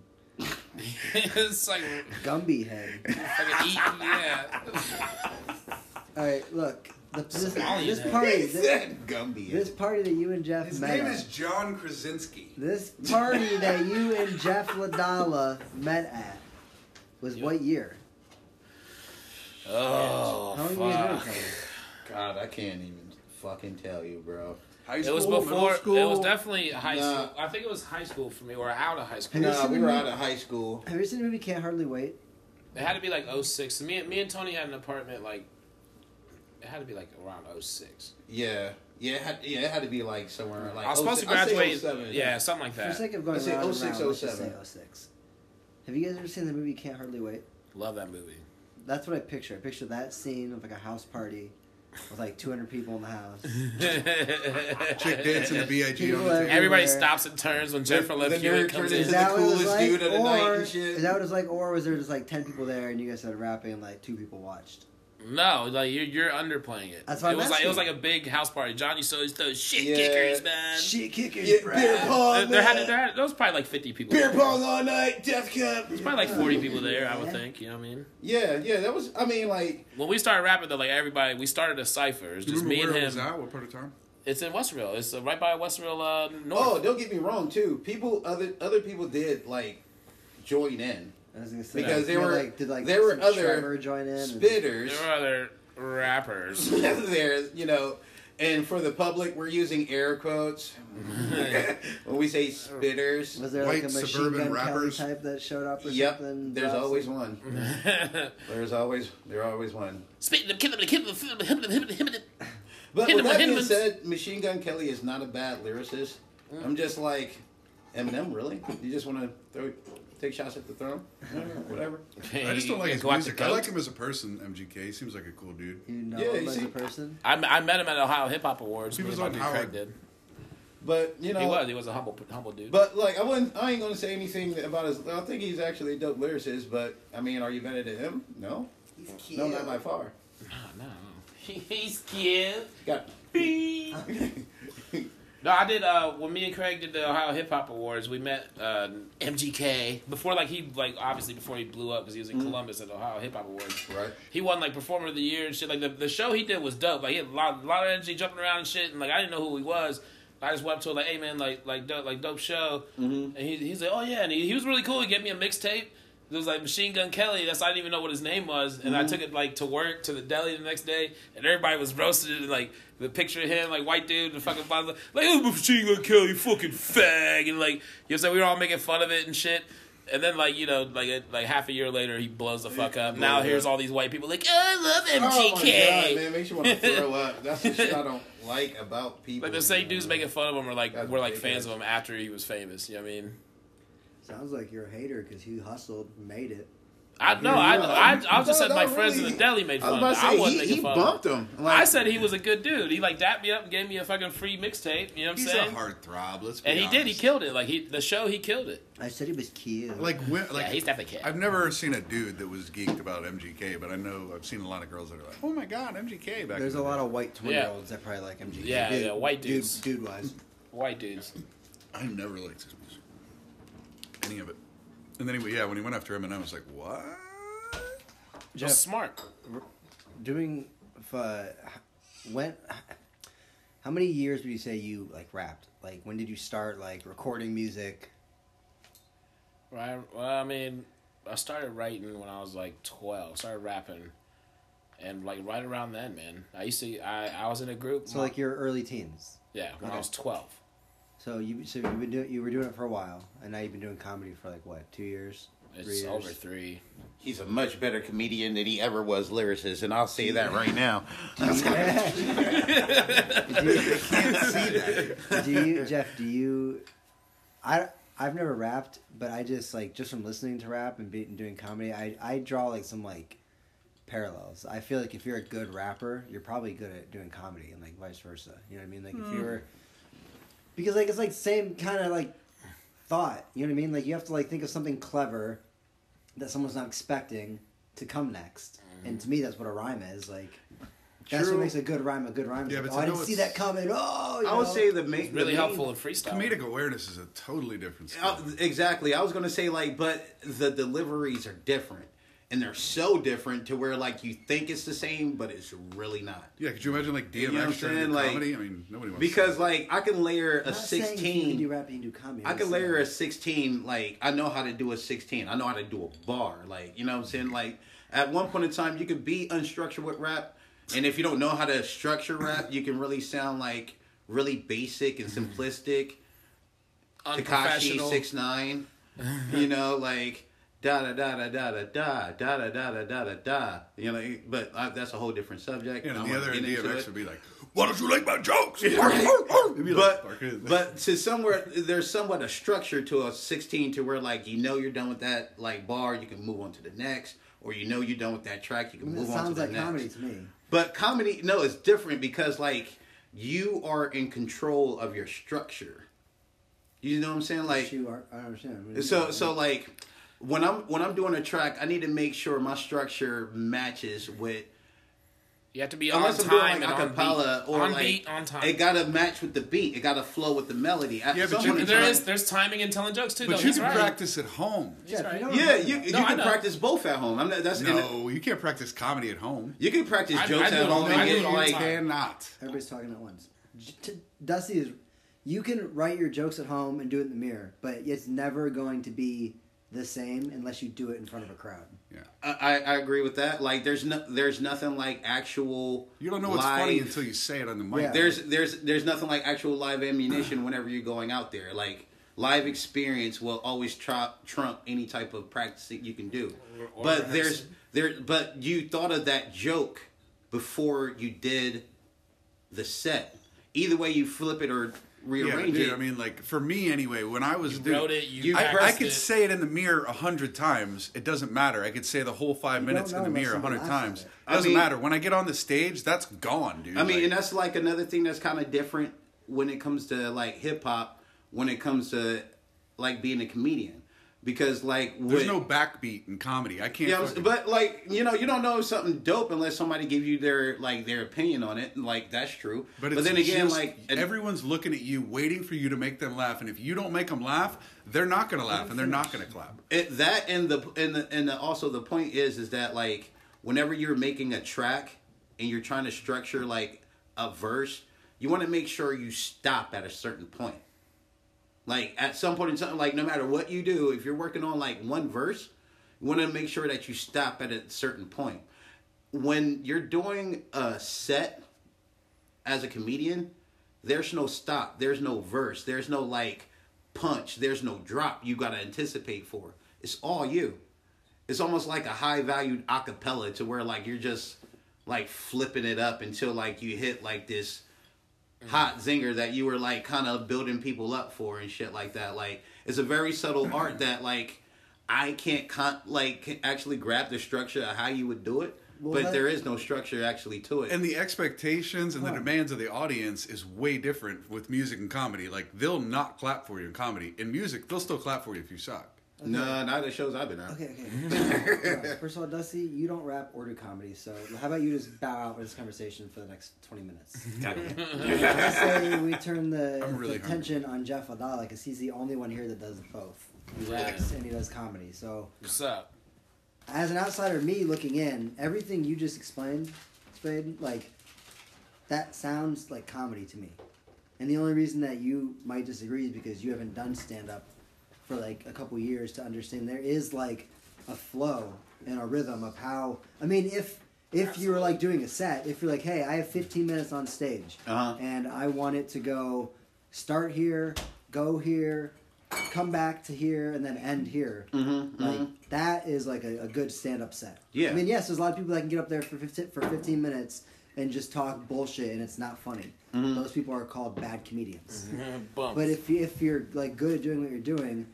D: [LAUGHS] it's like
C: Gumby head. [LAUGHS]
D: fucking eat. Yeah,
C: All right, look. The, this,
D: Somalian
C: this
D: head.
C: party,
E: he
C: this,
E: said Gumby.
C: this party that you and Jeff
B: His
C: met.
B: name
C: at-
B: is John Krasinski.
C: this party that you and Jeff Ladala met at was what year?
D: Oh,
C: How long you guys known each
D: fuck.
C: other?
E: God, I can't even fucking tell you, bro.
B: High
D: It was
B: school,
D: before.
B: middle school.
D: It was definitely high
E: Nah.
D: school. I think it was high school for me, or out of high school.
C: Nah.
E: No, we were out of high school.
C: Have you seen the movie Can't Hardly Wait?
D: It had to be like 06. Me, and- me and Tony had an apartment like. It had to be like around 06.
E: Yeah, Yeah, it had, yeah, it had to be like somewhere like.
D: I was supposed to
E: 06 I say
D: graduate.
E: 07.
D: Yeah, something like
C: For the
D: that.
C: sake of going
E: I say
C: round and
E: 06,
C: round, let's just
E: 07.
C: say 06. Have you guys ever seen the movie Can't Hardly Wait?
D: Love that movie. [LAUGHS]
C: That's what I picture. I picture that scene of like a house party with like 200 people in the house.
B: [LAUGHS]
E: [LAUGHS]
B: Chick dancing the B.I.G. on
C: People
B: the table.
C: that-
D: Everybody
C: Everywhere.
D: stops and turns when Jennifer
E: the
D: Love
E: nerd
D: Hewitt comes
E: turned
D: in.
C: Is
E: into
C: that
E: the
C: what it was
E: coolest
C: like?
E: dude of the
C: or,
E: night and shit.
C: Is that what it was like? Or was there just like 10 people there and you guys started rapping and like two people watched?
D: No, like you're you're underplaying it.
C: That's what
D: it
C: I'm
D: was like. It
C: asking.
D: was like a big house party. John used to always throw shit
E: Yeah.
D: kickers, man.
C: Shit kickers,
E: Yeah,
C: bruh.
E: beer pong.
D: There, there had
E: man.
D: there had, there was probably like fifty people.
E: beer
D: there.
E: pong all night, death cup.
D: There's probably like forty people there. I would think. You know what I mean?
E: Yeah, yeah, that was. I mean, like
D: When we started rapping, though, like everybody, we started a cipher. It's
B: Do you
D: just me
B: remember
D: and
B: where it was
D: him.
B: at? What part of town?
D: It's in Westerville. It's uh, right by Westerville uh, North.
E: Oh, don't get me wrong too. People other other people did like join in
C: I was gonna say,
E: because
C: like,
E: they
C: you know,
E: were
C: like, did like
E: there were
C: some Trevor
E: other
C: join in? and-
E: spitters
D: There were other
E: [LAUGHS]
D: rappers.
E: there, you know. And for the public, we're using air quotes when we say spitters.
C: Was there
B: White
C: like a machine
B: suburban
C: gun Kelly
B: rappers.
C: type that showed up or
E: Yep,
C: something?
E: there's
C: Drops-
E: always one. There's always there always one.
D: Spitting them, killing them, killing them, killing them, killing them, killing them, killing them.
E: But
D: Hit
E: with
D: him,
E: that
D: hit him
E: being
D: with-
E: said, Machine Gun Kelly is not a bad lyricist. I'm just like, Eminem, really? You just want to throw, take shots at the throne, whatever.
B: I just don't like
D: Hey,
B: his
D: go out the
B: music. I
D: goat.
B: like him as a person, MGK. He seems like a cool dude.
C: You know
E: Yeah,
C: him
E: you
C: as
E: see-
C: a person?
D: I, I met him at Ohio Hip Hop Awards.
B: He
D: me
B: was
D: and my
B: on
D: dude
B: Howard.
D: Craig did.
E: But you know,
D: He was. He was a humble, humble dude.
E: But like, I wouldn't. I ain't gonna say anything about his. I think he's actually a dope lyricist. But I mean, are you better than him? No, no, not by far.
D: no, no. [LAUGHS] He's
B: [LAUGHS]
D: cute.
E: Got
D: No, I did. Uh, when me and Craig did the Ohio Hip Hop Awards, we met uh, MGK before, like he, like obviously before he blew up because he was
B: Mm.
D: in Columbus at the Ohio Hip Hop Awards.
E: right.
D: He won like Performer of the Year and shit. Like the, the show he did was dope. Like he had a lot, lot of energy jumping around and shit. And like I didn't know who he was. I just went up to him like, hey man, like like dope, like dope show. And he, he's like, oh yeah, and he, he was really cool. He gave me a mixtape. It was like Machine Gun Kelly. That's I didn't even know what his name was, and I took it like to work to the deli the next day, and everybody was roasted. And, like the picture of him, like white dude, the fucking father, like oh, Machine Gun Kelly, you fucking fag, and like you know, what I'm saying? we were all making fun of it and shit. And then, like you know, like a, like half a year later, he blows the fuck up. Now here's all these white people like, oh, I love
E: Oh
D: MGK.
E: my god, man, makes you want
D: [LAUGHS]
E: to throw up. That's the shit I don't like about people.
D: Like the same dudes making fun of him, or like
E: That's
D: were like
E: big
D: fans of
E: ass.
D: him after he was famous. You know what I mean?
C: Sounds like you're a hater because he hustled, made it.
D: I no, I, I, I, just
E: No,
D: said my
E: not
D: friends
E: really.
D: in the deli made
E: I
D: fun.
E: was about
D: of him.
E: to say
D: I wasn't
E: he,
D: making
E: he
D: fun. of him.
E: bumped him. Like,
D: I said he was a good dude. He like dapped me up and gave me a fucking free mixtape. You know what I'm
B: He's a
D: saying?
B: hard throb. Let's be
D: and he did. He
B: honest.
D: killed it. Like he, the show, he killed it.
C: I said he was cute.
B: Like, wi- like
D: yeah, he's definitely killed.
B: I've never seen a dude that was geeked about MGK, but I know I've seen a lot of girls that are like, "Oh my god, MGK!" Back
C: There's
B: in the
C: a lot
B: day.
C: of white 20 year olds that probably like MGK.
D: Yeah,
C: dude,
D: yeah, white dudes.
C: Dude, dude wise.
D: White dudes.
B: I never liked his music, any of it. And then he, yeah, when he went after Eminem, I was like, "What?"
D: Just
C: Jeff,
D: smart.
C: [LAUGHS] doing. If, uh, when. How many years would you say you like rapped? Like, when did you start like recording music?
D: Right. Well, I mean, I started writing when I was like twelve. Started rapping, and like right around then, man. I used to. I I was in a group.
C: So like your early teens.
D: yeah, when I
C: okay.
D: was twelve.
C: So you so you've been doing you were doing it for a while, and now you've been doing comedy for like what two years?
D: It's
C: three years?
D: over three.
E: he's a much better comedian than he ever was lyricist, and I'll say that right now.
C: [LAUGHS]
D: [LAUGHS]
C: do you Jeff? Do you? I I've never rapped, but I just like just from listening to rap and, be, and doing comedy, I I draw like some like parallels. I feel like if you're a good rapper, you're probably good at doing comedy, and like vice versa. You know what I mean? Like
E: Hmm.
C: if you were, because like it's like same kind of like thought. You know what I mean? Like you have to like think of something clever that someone's not expecting to come next.
E: Hmm.
C: And to me, that's what a rhyme is like. That's
B: True.
C: what makes a good rhyme a good rhyme.
B: Yeah,
C: Like,
B: but
C: oh,
B: to
C: I
B: know
C: didn't see
B: it's-
C: that coming. Oh, you
E: I would
C: know?
E: say the main
D: Really
E: the main-
D: helpful in freestyle.
B: Comedic awareness is a totally different.
E: Uh,
B: Stuff.
E: exactly. I was gonna say like, but the deliveries are different, and they're so different to where like you think it's the same, but it's really not.
B: Yeah, could you imagine like DMX
E: You know what I'm
B: trying to
E: saying?
B: do
E: Like,
B: comedy? I mean, nobody wants
E: Because
B: to.
E: like I can layer
C: I'm
E: a
C: not saying if You can do
E: sixteen.
C: rap and you do comedy.
E: I
C: I'm
E: can
C: saying-
E: layer a sixteen. Like I know how to do a sixteen. I know how to do a bar. Like you know what I'm saying. Like at one point in time, you could be unstructured with rap, and if you don't know how to structure rap, you can really sound like really basic and simplistic. Takashi
D: unprofessional.
B: [LAUGHS]
E: six nine. You know, like da da da da da da da da da da da da da da. You know, but I, that's a whole different subject.
B: You know,
E: I'm
B: the
E: gonna
B: other
E: get into
B: DMX
E: it.
B: would be like, "Why don't you like my jokes?" It'd be like,
E: but,
B: "Fuck it." [LAUGHS]
E: but to somewhere there's somewhat a structure to a 16 to where like you know you're done with that like bar you can move on to the next or you know you're done with that track you can
C: That
E: move on to
C: sounds
E: the
C: like
E: next
C: comedy to me.
E: but comedy no it's different because like you are in control of your structure you know what i'm saying like
C: You are, I understand. What do you
E: so
C: mean?
E: so like when I'm when I'm doing a track, I need to make sure my structure matches with
D: You have to be on
E: unless I'm doing
D: time
E: like
D: and on
E: acapella
D: beat.
E: or
D: on
E: like
D: beat, on time.
E: it gotta match with the beat. It gotta flow with the melody. I-
B: Yeah, but
E: someone
B: you
E: is
B: can-
D: there
E: trying-
D: is there's timing and telling jokes too.
B: but
D: though.
B: you
D: That's
B: can
D: right.
B: practice at home.
C: yeah, if you don't
E: Yeah,
C: remember
E: you
C: that.
E: you
D: No, I
E: can
D: know.
E: practice both at home. I'm not, that's and
B: No, you can't practice comedy at home.
E: you can practice
D: I-
E: jokes
D: I do
E: at
D: it all
E: home.
D: the
E: and
D: time.
E: get,
D: I do it all the
E: like,
D: time.
B: Cannot.
C: Everybody's talking at once. J- to- Dusty is. You can write your jokes at home and do it in the mirror, but it's never going to be the same unless you do it in front of a crowd.
B: Yeah.
E: I, I I agree with that. Like there's no there's nothing like actual.
B: You don't know what's funny
E: live-
B: until you say it on the mic.
C: Yeah.
E: there's there's there's nothing like actual live ammunition whenever you're going out there. Like live experience will always trump trump any type of practice that you can do.
B: or
E: But there's
B: rehearsal.
E: there but you thought of that joke before you did the set. Either way you flip it or
B: yeah,
E: rearrange
B: dude.
E: it.
B: I mean, like for me anyway, when I was
D: You
B: dude,
D: wrote it. You,
E: you-
D: practiced
B: I, I could
D: it.
B: say it in the mirror a hundred times. It doesn't matter. I could say the whole five minutes in
C: know
B: the
C: unless
B: mirror a
C: somebody
B: hundred
C: laughs at
B: times.
C: it.
B: It doesn't
E: I mean-
B: matter. When I get on the stage, that's gone, dude.
E: I mean,
B: Like,
E: and that's like another thing that's kind of different when it comes to like hip hop, when it comes to like being a comedian, because like
B: there's
E: with-
B: no backbeat in comedy. I can't.
E: Yeah, I'm-
B: fucking-
E: but like you know, you don't know if something dope unless somebody give you their like their opinion on it. and, Like that's true. But,
B: it's
E: then again,
B: just-
E: like and-
B: everyone's looking at you, waiting for you to make them laugh, and if you don't make them laugh, they're not going to laugh and they're not going to clap.
E: it, that and the and the and the, also the point is is that like whenever you're making a track and you're trying to structure like a verse, you want to make sure you stop at a certain point. Like at some point in time, like no matter what you do, if you're working on like one verse, you want to make sure that you stop at a certain point. When you're doing a set as a comedian, there's no stop, there's no verse, there's no like punch, there's no drop you got to anticipate for. It's all you. It's almost like a high valued acapella to where like you're just like flipping it up until like you hit like this hot zinger that you were like kind of building people up for and shit like that. Like it's a very
C: [CLEARS THROAT]
E: subtle art that like I can't con- like actually grab the structure of how you would do it,
C: Well,
E: but
C: that-
E: there is no structure actually to it.
B: And the expectations and the demands of the audience is way different with music and comedy. Like they'll not clap for you in comedy. In music, they'll still clap for you if you suck.
E: No, not the shows I've been at.
C: Okay,
E: [LAUGHS]
C: okay. Alright, First of all, Dusty, you don't rap or do comedy, so how about you just bow out of this conversation for the next 20 minutes? I say we turn
E: [LAUGHS]
C: the,
B: I'm really
C: the attention on Jeff Adala because he's the only one here that does both. He
D: Yeah.
C: raps and he does comedy. So,
D: What's up?
C: as an outsider, me looking in, everything you just explained, Spade, like, that sounds like comedy to me. And the only reason that you might disagree is because you haven't done stand up for like a couple years to understand there is like a flow and a rhythm of how I mean if if you were like doing a set, if you're like, hey, I have 15 minutes on stage
E: Uh-huh.
C: and I want it to go start here, go here, come back to here, and then end here. Like that is like a, a good stand up set.
E: Yeah.
C: I mean, yes, there's a lot of people that can get up there for 15, for 15 minutes and just talk bullshit and it's not funny.
E: Mm-hmm.
C: Those people are called bad comedians.
D: Mm-hmm. Bump.
C: But if you, if you're like good at doing what you're doing,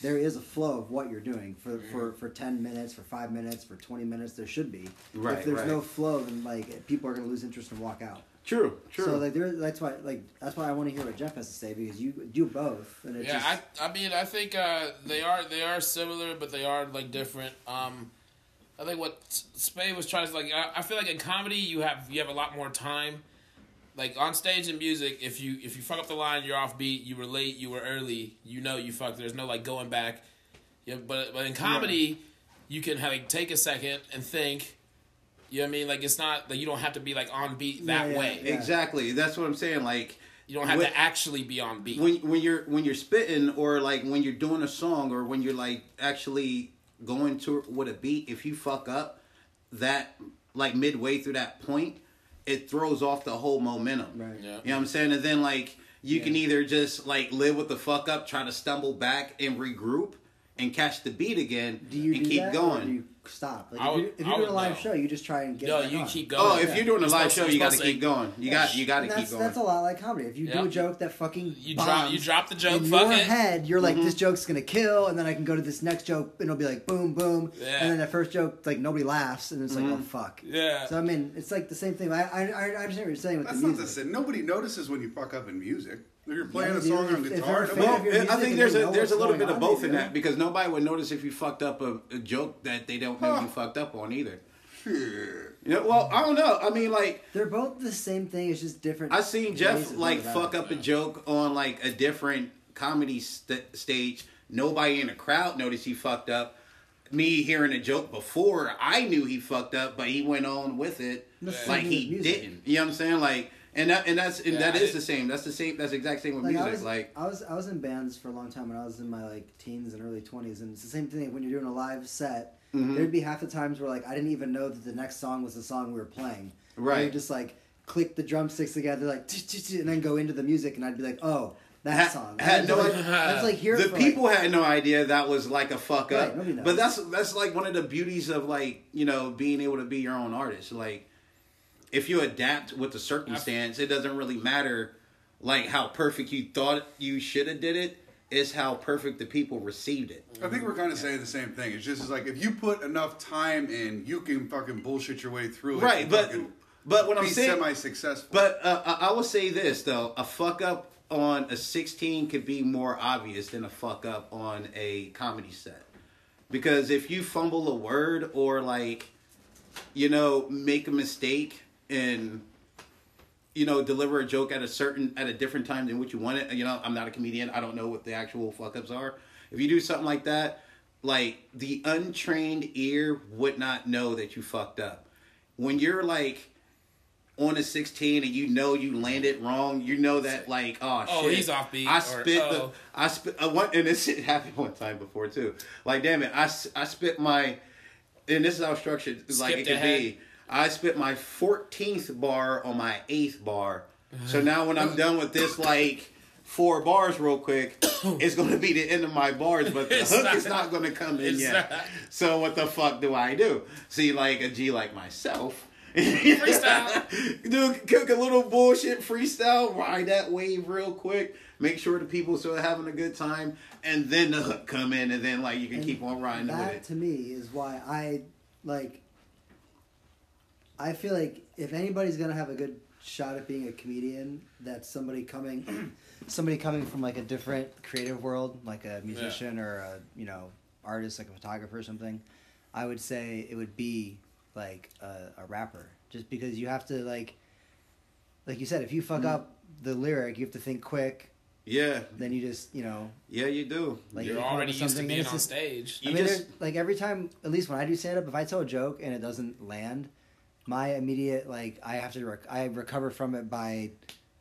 C: there is a flow of what you're doing for
D: Mm-hmm.
C: for, for ten minutes, for five minutes, for twenty minutes. There should be.
E: Right,
C: If there's
E: right.
C: no flow, then like people are gonna lose interest and walk out.
E: True, true.
C: So like there, that's why like that's why I want to hear what Jeff has to say because you do both and it
D: yeah,
C: just
D: I, I mean, I think uh, they are they are similar, but they are like different. Um, I think what S- Spade was trying to like, I, I feel like in comedy you have you have a lot more time. Like on stage in music, if you if you fuck up the line, you're off beat, you were late, you were early, you know you fucked. There's no like going back. Yeah, but but in comedy, you can like take a second and think. You know what I mean? Like it's not like you don't have to be like on beat that
C: Yeah, yeah,
D: way.
C: yeah.
E: exactly. That's what I'm saying. Like
D: You don't have
E: When-
D: to actually be on beat.
E: when when you're when you're spitting or like when you're doing a song or when you're like actually going to with a beat, if you fuck up that like midway through that point, it throws off the whole momentum.
C: Right.
D: Yeah.
E: You know what I'm saying? And then like you can either just like live with the fuck up, try to stumble back and regroup, and catch the beat again
C: Do you
E: and
C: do
E: keep
C: that,
E: going.
C: Or do you stop? Like,
D: I
C: if,
D: would-
C: you, if
D: I
C: you're doing a
D: would
C: live
D: know.
C: show, you just try and get.
D: No,
C: back
D: you
C: on.
D: keep going.
E: oh, if you're doing a
D: You're
E: live
D: supposed
E: show,
D: to-
E: you got to
D: supposed to
E: keep going. You got you got to
C: And
E: keep
C: that's,
E: going.
C: That's a lot like comedy. If you
D: Yeah.
C: do a joke that fucking
D: You
C: bombs,
D: drop- you drop the joke,
C: In
D: fuck
C: your
D: it.
C: head, you're like,
E: Mm-hmm.
C: this joke's gonna kill, and then I can go to this next joke, and it'll be like boom, boom,
D: Yeah.
C: and then that first joke, like nobody laughs, and it's like,
E: Mm-hmm.
C: oh fuck.
D: Yeah.
C: So I mean, it's like the same thing. I I, I I understand what you're saying with
B: That's
C: the
B: not
C: music.
B: the sin. Nobody notices when you fuck up in music. If you're playing
C: Yeah,
B: a
C: dude,
B: song on
C: if- if
B: guitar,
C: they're a
B: nobody-
C: fan of your
E: Well, eh, I
C: music
E: think
C: and
E: there's
C: they
E: a
C: know
E: there's a
C: what's
E: little
C: going
E: bit of
C: on,
E: both
C: they
E: in
C: do.
E: that because nobody would notice if you fucked up a, a joke that they don't know you
B: Huh.
E: fucked up on either.
B: Shit.
E: You know, well, I don't know. I mean, like
C: They're both the same thing. It's just different.
E: I seen Jeff
C: ways of
E: like
C: doing it.
E: fuck up a joke on like a different comedy st- stage. Nobody in the crowd noticed he fucked up. Me hearing a joke before I knew he fucked up, but he went on with it
C: That's
E: like
C: the
E: he
C: music.
E: didn't. You know what I'm saying? Like, and that and that's and
D: Yeah,
E: that
D: I
E: is the
D: didn't-
E: same. That's the same. That's the exact same with
C: Like
E: music.
C: I was,
E: like,
C: I was I was in bands for a long time when I was in my like teens and early twenties, and it's the same thing when you're doing a live set.
E: Mm-hmm.
C: There'd be half the times where like I didn't even know that the next song was the song we were playing. And
E: Right.
C: they'd just like click the drumsticks together, like "Tch, tch, tch," and then go into the music, and I'd be like, oh, that
E: Had-
C: song.
E: had
C: I
E: no
C: like,
E: idea.
C: I was like here
E: the
C: for, like-
E: people had no idea that was like a fuck
C: Right,
E: up.
C: nobody knows.
E: but that's that's like one of the beauties of like you know being able to be your own artist. Like if you adapt with the circumstance, it doesn't really matter like how perfect you thought you should have did it. It's how perfect the people received it.
B: I think we're kind of saying the same thing. It's just it's like if you put enough time in, you can fucking bullshit your way through it.
E: Right,
B: and
E: but
B: fucking
E: but what I'm
B: be
E: saying,
B: semi-successful.
E: but uh, I I will say this though: a fuck up on a 16 could be more obvious than a fuck up on a comedy set, because if you fumble a word or like, you know, make a mistake and you know deliver a joke at a certain at a different time than what you wanted. You know, I'm not a comedian. I don't know what the actual fuck ups are. If you do something like that, like the untrained ear would not know that you fucked up. When you're like on a 16 and you know you landed wrong, you know that like oh,
D: Oh,
E: shit,
D: he's offbeat,
E: I
D: or,
E: spit the
D: oh.
E: I spit uh, one and this [LAUGHS] shit happened one time before too. Like damn it, I s- I spit my and this is how structured like it
D: Skipped
E: could
D: ahead.
E: be. I spit my 14th bar on my 8th bar. So now when I'm done with this, like, four bars real
D: [COUGHS]
E: quick, it's going to be the end of my bars, but the
D: It's
E: hook
D: not-
E: is not going to come in
D: it's
E: yet.
D: not.
E: So what the fuck do I do? See, like, a G like myself. [LAUGHS]
D: Freestyle.
E: Dude, cook a little bullshit freestyle, ride that wave real quick, make sure the people still having a good time, and then the hook come in, and then, like, you can
C: And
E: keep on riding with
C: That
E: it.
C: to me is why I like. I feel like if anybody's gonna have a good shot at being a comedian, that's somebody coming, [CLEARS THROAT] somebody coming from like a different creative world, like a musician or a you know artist, like a photographer or something. I would say it would be like a, a rapper, just because you have to like, like you said, if you fuck
D: Mm.
C: up the lyric, you have to think quick.
E: Yeah,
C: Then you just you know
E: yeah, you do.
C: like
D: You're
C: you come up
D: already
C: with
D: used to
C: something,
D: being
C: it's
D: on
C: just-
D: stage.
E: You
C: I mean,
E: just-
C: there's- like every time, at least when I do stand up, if I tell a joke and it doesn't land, my immediate like I have to rec- I recover from it by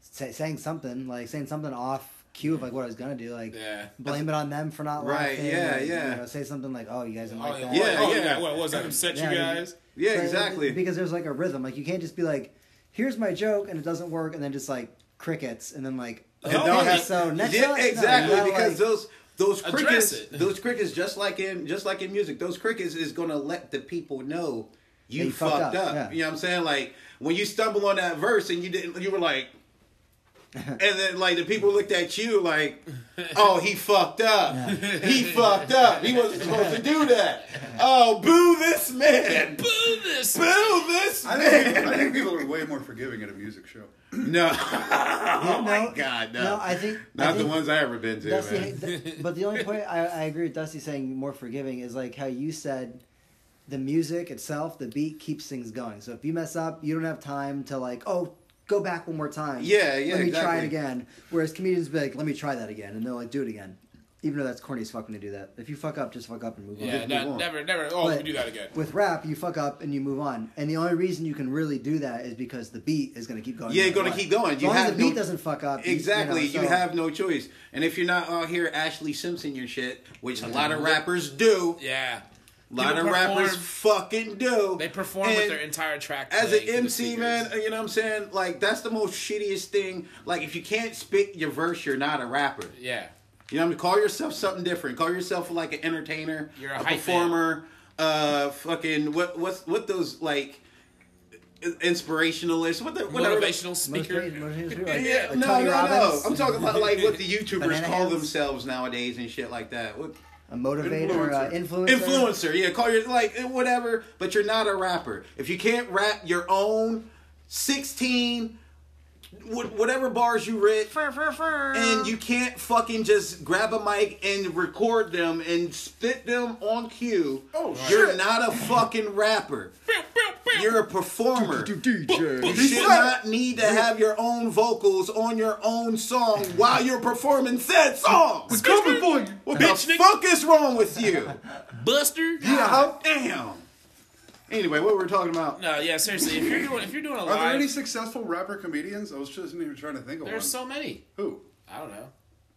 C: say, saying something like saying something off cue of like what I was gonna do, like
D: Yeah.
C: blame it on them for not
E: Right,
C: laughing,
E: yeah,
C: or, you
E: yeah.
C: know, say something like oh you guys didn't
D: Oh,
C: like
D: yeah.
C: that,
E: Yeah,
D: oh,
E: yeah.
D: What was I upset
C: Yeah,
D: you
C: I mean-
D: guys?
E: Yeah,
C: But-
E: exactly.
C: because there's like a rhythm, like you can't just be like here's my joke and it doesn't work and then just like crickets and then like
E: And
D: Oh,
E: don't
D: yeah.
E: have-
C: so next
E: yeah,
C: time- no, you
E: exactly
C: gotta,
E: because
C: like-
E: those those
D: Address
E: crickets
D: it.
E: those crickets just like in just like in music those crickets is gonna let the people know you,
C: That you
E: fucked,
C: fucked
E: up,
C: up, yeah.
E: you know what I'm saying like when you stumble on that verse and you didn't you were
C: [LAUGHS]
E: like and then like the people looked at you like oh he fucked up he fucked up he wasn't supposed to do that oh boo this man boo
D: Boo this.
E: this
B: I
E: man
B: think, people, I think people are way more forgiving at a music show.
E: no oh [LAUGHS] my
C: no,
E: god no,
C: no, I think I
E: not the
C: think-
E: ones I ever been to
C: Dusty,
E: man. [LAUGHS]
C: th- but the only point I, I agree with Dusty saying more forgiving is like how you said the music itself, the beat keeps things going. So if you mess up, you don't have time to like, oh, go back one more time.
E: Yeah, yeah,
C: Let me try
E: exactly.
C: it again. Whereas comedians be like, let me try that again, and they'll like do it again, even though that's corny as fuck when they do that. If you fuck up, just fuck up and move on.
D: Yeah, no,
E: on.
D: never, never. Oh,
C: But
D: we do that again.
C: With rap, you fuck up and you move on, and the only reason you can really do that is because the beat is going to keep going. no
E: Yeah,
C: matter
E: gonna
C: what.
E: keep going.
C: As
E: You
C: long as
E: have
C: the beat
E: no-
C: doesn't fuck up. you-
E: Exactly. You,
C: you, know, so-
E: have no choice. And if you're not out here Ashley Simpson your shit, which a lot of rappers do, a
D: Yeah.
E: lot
D: People
E: of rappers
D: perform-
E: fucking do.
D: They perform
E: And
D: with their entire track.
E: as
D: playing
E: an
D: to the
E: MC,
D: speakers.
E: man, you know what I'm saying? Like that's the most shittiest thing. Like if you can't spit your verse, you're not a rapper.
D: Yeah.
E: You know what I mean? Call yourself something different. Call yourself like an entertainer,
D: You're a hype man.
E: performer, uh, fucking what what's what those like inspirationalists, what the whatever they-
D: Motivational
C: Most
D: speaker.
C: people- most
E: [LAUGHS]
C: people, like,
E: yeah,
C: like
E: no,
C: Tony
E: no,
C: Robbins,
E: no. I'm talking about like what the YouTubers
C: Banana
E: call
C: hands.
E: themselves nowadays and shit like that. What,
C: a motivator, uh, influencer.
E: influencer, yeah, call your like eh, whatever, but you're not a rapper. If you can't rap your own 16, wh- whatever bars you rip, and you can't fucking just grab a mic and record them and spit them on cue,
B: Oh,
E: you're
B: shit.
E: not a fucking rapper. You're a performer. You
C: DJ.
E: should not need to have your own vocals on your own song while you're performing said song.
B: coming for you.
E: What
D: Bitch,
E: the
D: nigga.
E: fuck is wrong with you?
D: Buster.
E: Yeah, how damn. Anyway, what were we talking about?
D: No, yeah, seriously. If you're doing if you're doing a
B: Are there any
D: live,
B: successful rapper comedians? I was just even trying to think of one.
D: there's so many.
B: Who?
D: I don't know.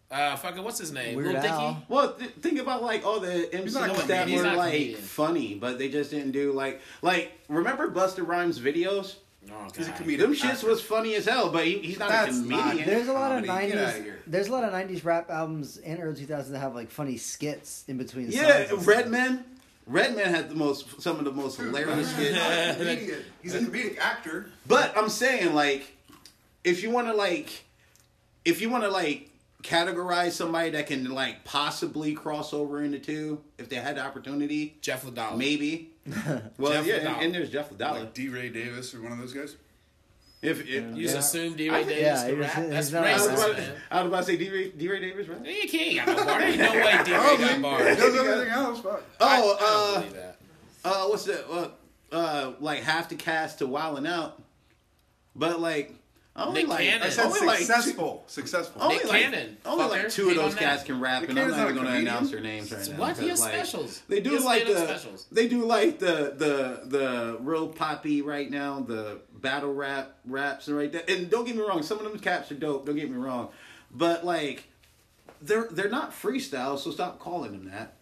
D: Uh, fucking what's his name?
C: Weird
D: Lil Dicky.
C: Al.
E: Well, th- think about like all the MCs
B: not a
E: that
B: comedian.
E: were
D: He's not a
E: like
D: comedian.
E: funny, but they just didn't do like like remember Buster Rhymes videos?
D: Oh,
B: He's a
D: God.
B: comedian.
E: Them shits was funny as hell, but he, he's not a
B: That's not-
E: comedian.
C: There's a lot of
B: Comedy, get outta
C: '90s.
B: here.
C: There's a lot of '90s rap albums and early 2000s that have like funny skits in between.
E: yeah,
C: songs and stuff.
E: Redman. Redman had the most some of the most hilarious shit.
B: [LAUGHS] He's
D: [LAUGHS]
B: a comedian. He's a comedic actor.
E: But I'm saying like, if you want to like, if you want to like categorize somebody that can like possibly cross over into two, if they had the opportunity,
D: Jeff LaDolla.
E: maybe. Well,
D: Jeff
E: yeah, and,
D: LaDolla.
E: and there's Jeff LaDolla.
B: Like D. Ray Davis or one of those guys.
E: if, if
D: You just assumed D.
E: I
D: Ray
E: think-
D: Davis
C: yeah,
D: could
C: he was-
D: rap?
C: he's
D: That's
C: not a
E: I was,
C: rapper.
D: racist,
E: about,
D: man.
E: I was about to say D. Ray, D. Ray Davis, right?
D: You can't. He got no bar. Ain't no way D. Ray got
B: Oh, He
D: bars.
B: does everything else. Fuck.
D: I don't
E: Oh,
D: believe that.
E: uh, uh, what's that? Uh, uh, like half the cast to Wildin' Out, but like only
D: Nick
E: like
D: Cannon.
B: I said
E: only like two-
B: successful. successful.
E: Only
D: Nick
E: like,
D: Cannon,
E: Only like
D: fucker.
E: two of
D: Hate
E: those
D: on
E: guys
D: that.
E: can rap,
B: Nick
E: and I'm
B: Cannon's
E: not
B: not a
E: even going to
B: comedian.
E: announce their names right now.
D: What? He
E: because,
D: has
E: like,
D: specials.
E: They do
D: He has
E: like
D: stand-up
E: the
D: specials.
E: they do like the the the real poppy right now, the battle rap raps and right there. And don't get me wrong, some of them caps are dope. Don't get me wrong, but like they're they're not freestyle, so stop calling them that.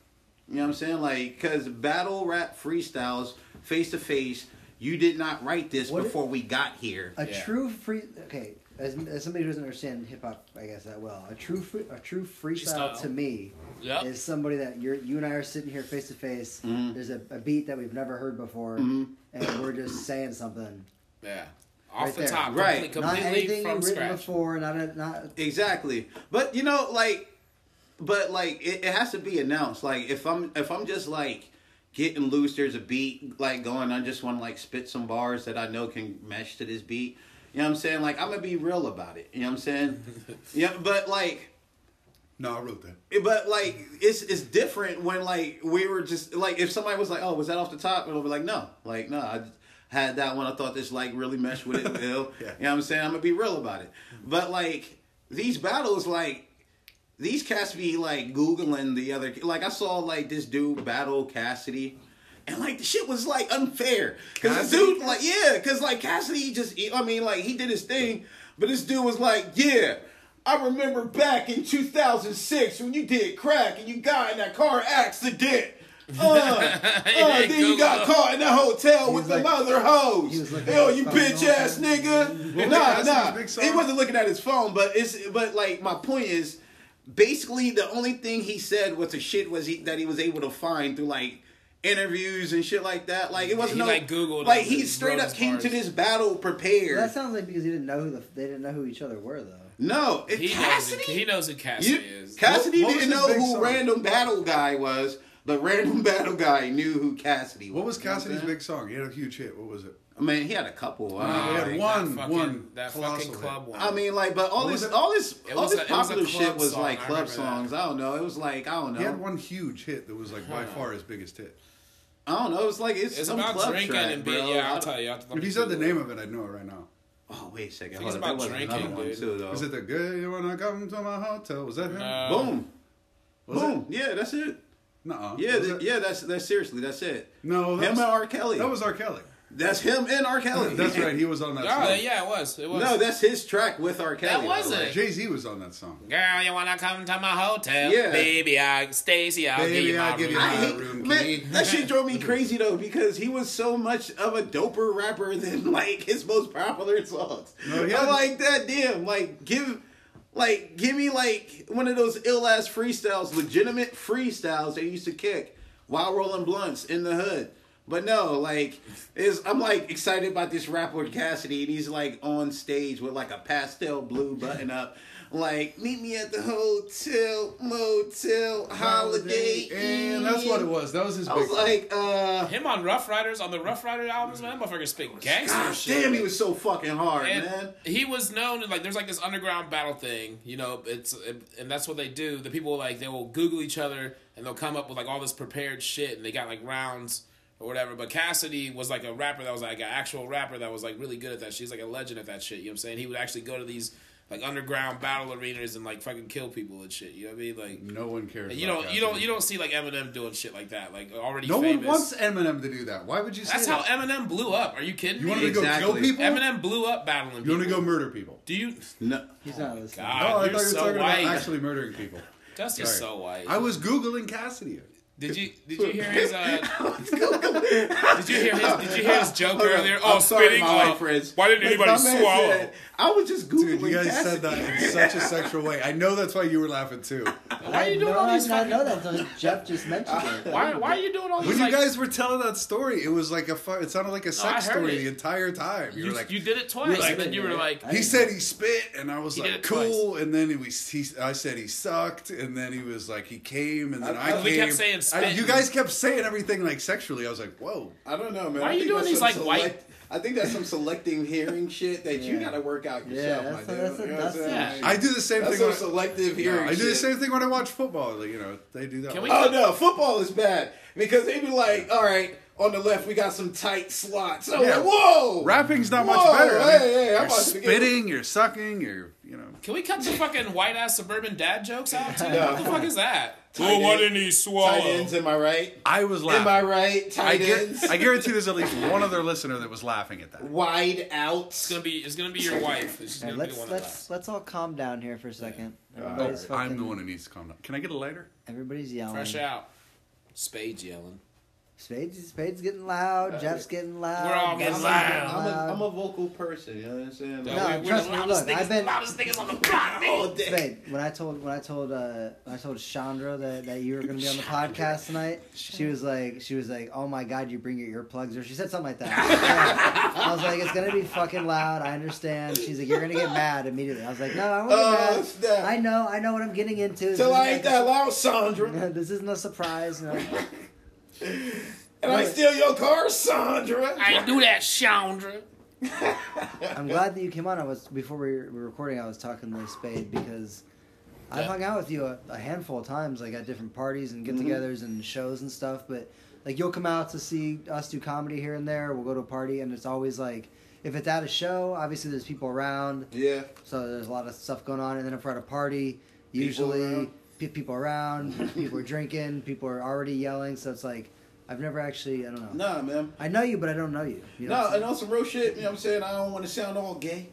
E: You know what I'm saying? Like, because battle rap freestyles, face to face, you did not write this
C: What-
E: before we got here.
C: A
D: Yeah.
C: true free okay, as, as somebody who doesn't understand hip hop, I guess that well. A true free, a true freestyle
D: Freestyle.
C: to me
D: Yep. Mm-hmm.
C: is somebody that you're you and I are sitting here face to face. There's a, a beat that we've never heard before, and we're just saying something.
D: Yeah. Off
C: Right
D: the
C: there.
D: top,
E: Right.
D: completely,
C: not
D: completely
C: anything
D: from
C: written
D: scratch.
C: before. Not a, not
E: Exactly. But you know, like, but like, it, it has to be announced. Like, if I'm if I'm just like getting loose, there's a beat like going. I just want to like spit some bars that I know can mesh to this beat. You know what I'm saying? Like, I'm gonna be real about it. You know what I'm saying? yeah. But like,
B: No, I wrote that.
E: but like, it's it's different when like we were just like if somebody was like, oh, was that off the top? And we'll be like, no, like no, I had that one. I thought this like really meshed with it. Bill.
B: Yeah.
E: You know what I'm saying? I'm gonna be real about it. But like these battles, like these cats be like googling the other. Like I saw like this dude battle Cassidy. And like the shit was like unfair, cause the
B: Cassidy?
E: dude like yeah, cause like Cassidy just he- I mean like he did his thing, but this dude was like yeah, I remember back in 2006 when you did crack and you got in that car
C: [LAUGHS]
E: accident, uh, uh,
D: did
E: then you
D: Google
E: got
D: him.
E: caught in that hotel with
C: was
E: the
C: like-
E: mother hoes.
C: he was like-
E: Yo, you bitch ass nigga. Nah,
B: Cassidy's
E: nah.
B: big
E: He
B: song?
E: wasn't looking at his phone, but it's but like my point is, basically the only thing he said was the shit was he that he was able to find through like interviews and shit like that. Like it wasn't no,
D: He, like, Googled
E: Like
D: it
E: he
D: and
E: straight
D: wrote
E: up
D: his
E: came to
D: bars.
E: this battle prepared.
C: that sounds like because he didn't know who the, they didn't know who each other were
D: Oh
C: though.
E: no, it,
D: He knows, who,
E: Cassidy.
D: he knows who Cassidy
E: you,
D: is.
E: Cassidy
B: What- what
E: didn't
B: was
E: know
B: his big
E: who
B: song?
E: random battle guy was, but random [LAUGHS] battle guy knew who Cassidy was.
B: What was
E: You know what I'm
B: Cassidy's
E: saying?
B: big song? He had a huge hit. What was it?
E: I mean, he had a couple. I
B: Wow.
E: mean,
B: he had
D: Like,
B: one-
D: that fucking,
B: one
D: that
B: colossal
D: fucking
B: hit.
D: club one.
E: I mean, like, but all
B: What was
E: this,
B: it?
E: all this,
D: It
E: all
D: was
E: this
D: a- it was a
E: popular shit
D: club
E: was
D: song,
E: like
D: I
E: club
D: remember that.
E: songs. I don't know. It was like I don't
B: He had
E: know.
B: one huge hit that was like by far his biggest hit.
E: I don't know. It was like it's,
D: it's
E: some
D: about
E: club
D: drinking
E: track,
D: and
E: bro.
D: being. Yeah, I'll
E: I-
D: tell you. I'll tell
B: If
D: you
B: he said the name of it, I'd know it right now.
E: Oh wait a second.
D: It's
E: Hold on. There
D: about
E: was another
D: drinking,
E: one
D: dude.
E: too, though.
B: Is it the good you wanna come to my hotel? Was that him?
D: No.
E: boom,
B: was
E: boom. Yeah, that's it.
B: No.
E: Yeah, th- yeah. That's that's seriously. That's it.
B: No, that
E: him
B: was-
E: and R. Kelly.
B: That was R. Kelly.
E: that's him and R. Kelly.
B: That's
E: [LAUGHS]
B: right. He was on that
D: Oh,
B: song.
D: yeah, it was. It was.
E: No, that's his track with R. Kelly. by the
D: was
E: way.
D: it.
B: Jay Z was on that song.
D: Girl, you wanna come to my hotel?
E: Yeah.
D: Baby, I Stacy, I'll
B: Baby,
D: give you my
B: I'll give you
D: room.
E: I
B: my-
E: hate,
B: room key.
E: man, that
B: [LAUGHS]
E: shit drove me crazy though because he was so much of a doper [LAUGHS] rapper than like his most popular songs.
B: No, he
E: I'm
B: had-
E: like that damn like give Like, give me like one of those ill ass freestyles, legitimate freestyles they used to kick while rolling blunts in the hood. But no, like, is I'm like excited about this rapper Cassidy, and he's like on stage with like a pastel blue button up, like meet me at the hotel, motel, holiday inn.
B: and that's what it was. That was his.
E: I was
B: big-
E: like, uh,
D: Him on Rough Riders on the Rough Rider albums, man, that motherfucker spit gangster
E: God
D: shit.
E: damn, he was so fucking hard,
D: and
E: man.
D: he was known like there's like this underground battle thing, you know. It's and that's what they do. The people like they will Google each other and they'll come up with like all this prepared shit, and they got like rounds or whatever. But Cassidy was like a rapper that was like an actual rapper that was like really good at that. She's like a legend at that shit. You know what I'm saying? He would actually go to these like underground battle arenas and like fucking kill people and shit. You know what I mean? Like.
B: no one cares.
D: You
B: about
D: don't, you don't,
B: Cassidy.
D: you don't see like Eminem doing shit like that. Like already
B: No
D: famous.
B: one wants Eminem to do that. Why would you say
D: That's how
B: that?
D: Eminem blew up. Are you kidding
B: You
D: me?
B: want to
E: Exactly.
B: go kill people?
D: Eminem blew up battling.
B: You want to
D: people.
B: go murder people?
D: Do you?
E: [LAUGHS] No,
C: He's not listening.
D: God.
B: Oh, I
D: Ah, you're
B: thought you were
D: so
B: talking
D: white.
B: about actually murdering
D: [LAUGHS]
B: people.
D: Dusty's
B: Sorry.
D: so white.
B: I was googling Cassidy.
D: did you did you hear
E: [LAUGHS]
D: his uh, did you hear his did you hear his joke
E: Hold on.
D: earlier? Oh,
E: I'm sorry,
D: spitting
E: my white
D: off.
E: friends.
D: Why didn't
E: Like,
D: anybody
E: my man
D: swallow?
E: said, I was just googling.
B: Dude, you guys said that
E: Cassidy.
B: in such a sexual way. I know that's why you were laughing
D: [LAUGHS]
B: too.
D: why are you doing
C: no,
D: all
C: I
D: these
C: did not
D: fucking?
C: know that until [LAUGHS] Jeff just
D: [LAUGHS]
C: mentioned it.
D: Why why are you doing all these?
B: When you
D: like-
B: guys were telling that story, it was like a fu- it sounded like a
D: I
B: sex
D: heard
B: story
D: it.
B: the entire time. You,
D: you,
B: were like,
D: you did it twice,
B: like-
D: and then you were like,
C: I-
B: he said he spit, and I was
D: He did
B: like,
D: it
B: cool. And then he was, he, I said he sucked, and then he was like, he came, and then I,
E: I-
B: came.
D: we kept saying
B: I- you
D: spit.
B: guys kept saying everything like sexually. I was like, whoa.
E: I don't know, man.
D: Why
E: I
D: are you
E: think
D: doing
E: that's
D: these,
E: some
D: like, white-
E: I think that's some selecting hearing shit that you
C: Yeah.
E: got to work out
C: Yeah,
E: yourself,
C: that's
E: my
C: a-
E: dude.
C: that's a-
E: you know
C: that's
E: what I'm
D: a-
E: saying?
D: Yeah.
B: I do the same
E: That's
B: thing.
E: some
B: When,
E: selective
B: No,
E: hearing.
B: I do the
E: shit.
B: same thing when I watch football. like, You know, they do that.
D: Can we-
E: Oh no, football is bad because they be like, all right, on the left we got some tight slots. Oh,
B: Yeah.
E: whoa,
B: Rapping's not
E: Whoa,
B: much better. I mean,
E: hey, hey, I'm
B: you're
E: about to get-
B: spitting, you're sucking, you're you know.
D: can we cut the fucking white ass suburban dad jokes out too?
E: Yeah.
D: What the fuck is that?
E: Well, why didn't
D: he
E: Tight ends, am I right?
B: I was
E: Am I right? Tight ends,
B: I guarantee there's at least one other listener that was laughing at that.
E: wide out.
D: It's gonna be it's gonna be your wife. It's just
C: All
D: gonna
C: right,
D: be the
C: let's
D: one that laughs.
C: let's let's all calm down here for a second. Everybody's
E: Alright,
C: fucking.
B: I'm the one who needs to calm down. Can I get a lighter?
C: Everybody's yelling.
D: Fresh out. Spades yelling.
C: Spades Spades getting loud. Jeff's getting loud.
D: We're all getting
C: Dusty's
D: loud.
E: I'm a, I'm a vocal person. You know what I'm saying?
D: No,
E: Like,
D: we're,
C: No,
D: we're
C: trust
D: the
C: me,
D: loudest
C: look, I've
D: niggas,
C: been-
D: loudest niggas on the block. nigga.
E: all day.
C: Babe, when I told when I told uh, when I told Chandra that, that you were gonna be on the podcast tonight, she was like she was like, "Oh my god, you bring your earplugs," or she said something
E: [LAUGHS]
C: like that. Yeah. I was like, "It's gonna be fucking loud." I understand. She's like, "You're gonna get mad immediately." I was like, "No, I
E: Oh,
C: won't get
E: snap.
C: mad. I know, I know what I'm getting into. This
E: Till I ain't
C: isn't
E: that
C: like
E: loud,
C: a-
E: Sandra.
C: [LAUGHS] this isn't a surprise." You know?
E: And I steal your car, Sandra.
D: I ain't do that, Chandra.
C: I'm glad that you came on. I was before we were recording. I was talking to Spade because I've
D: Yeah.
C: hung out with you a, a handful of times, like at different parties and
E: Mm-hmm.
C: get-togethers and shows and stuff. But like you'll come out to see us do comedy here and there. We'll go to a party, and it's always like if it's at a show, obviously there's people around,
E: Yeah.
C: so there's a lot of stuff going on. And then if we're at a party,
E: People
C: usually
E: around.
C: pe- people around,
E: [LAUGHS]
C: people are drinking, people are already yelling. So it's like I've never actually I don't know.
E: Nah, man.
C: I know you, but I don't know you. you know what
E: No,
C: I'm
E: and on some real shit, you know what I'm saying? I don't want to sound all gay.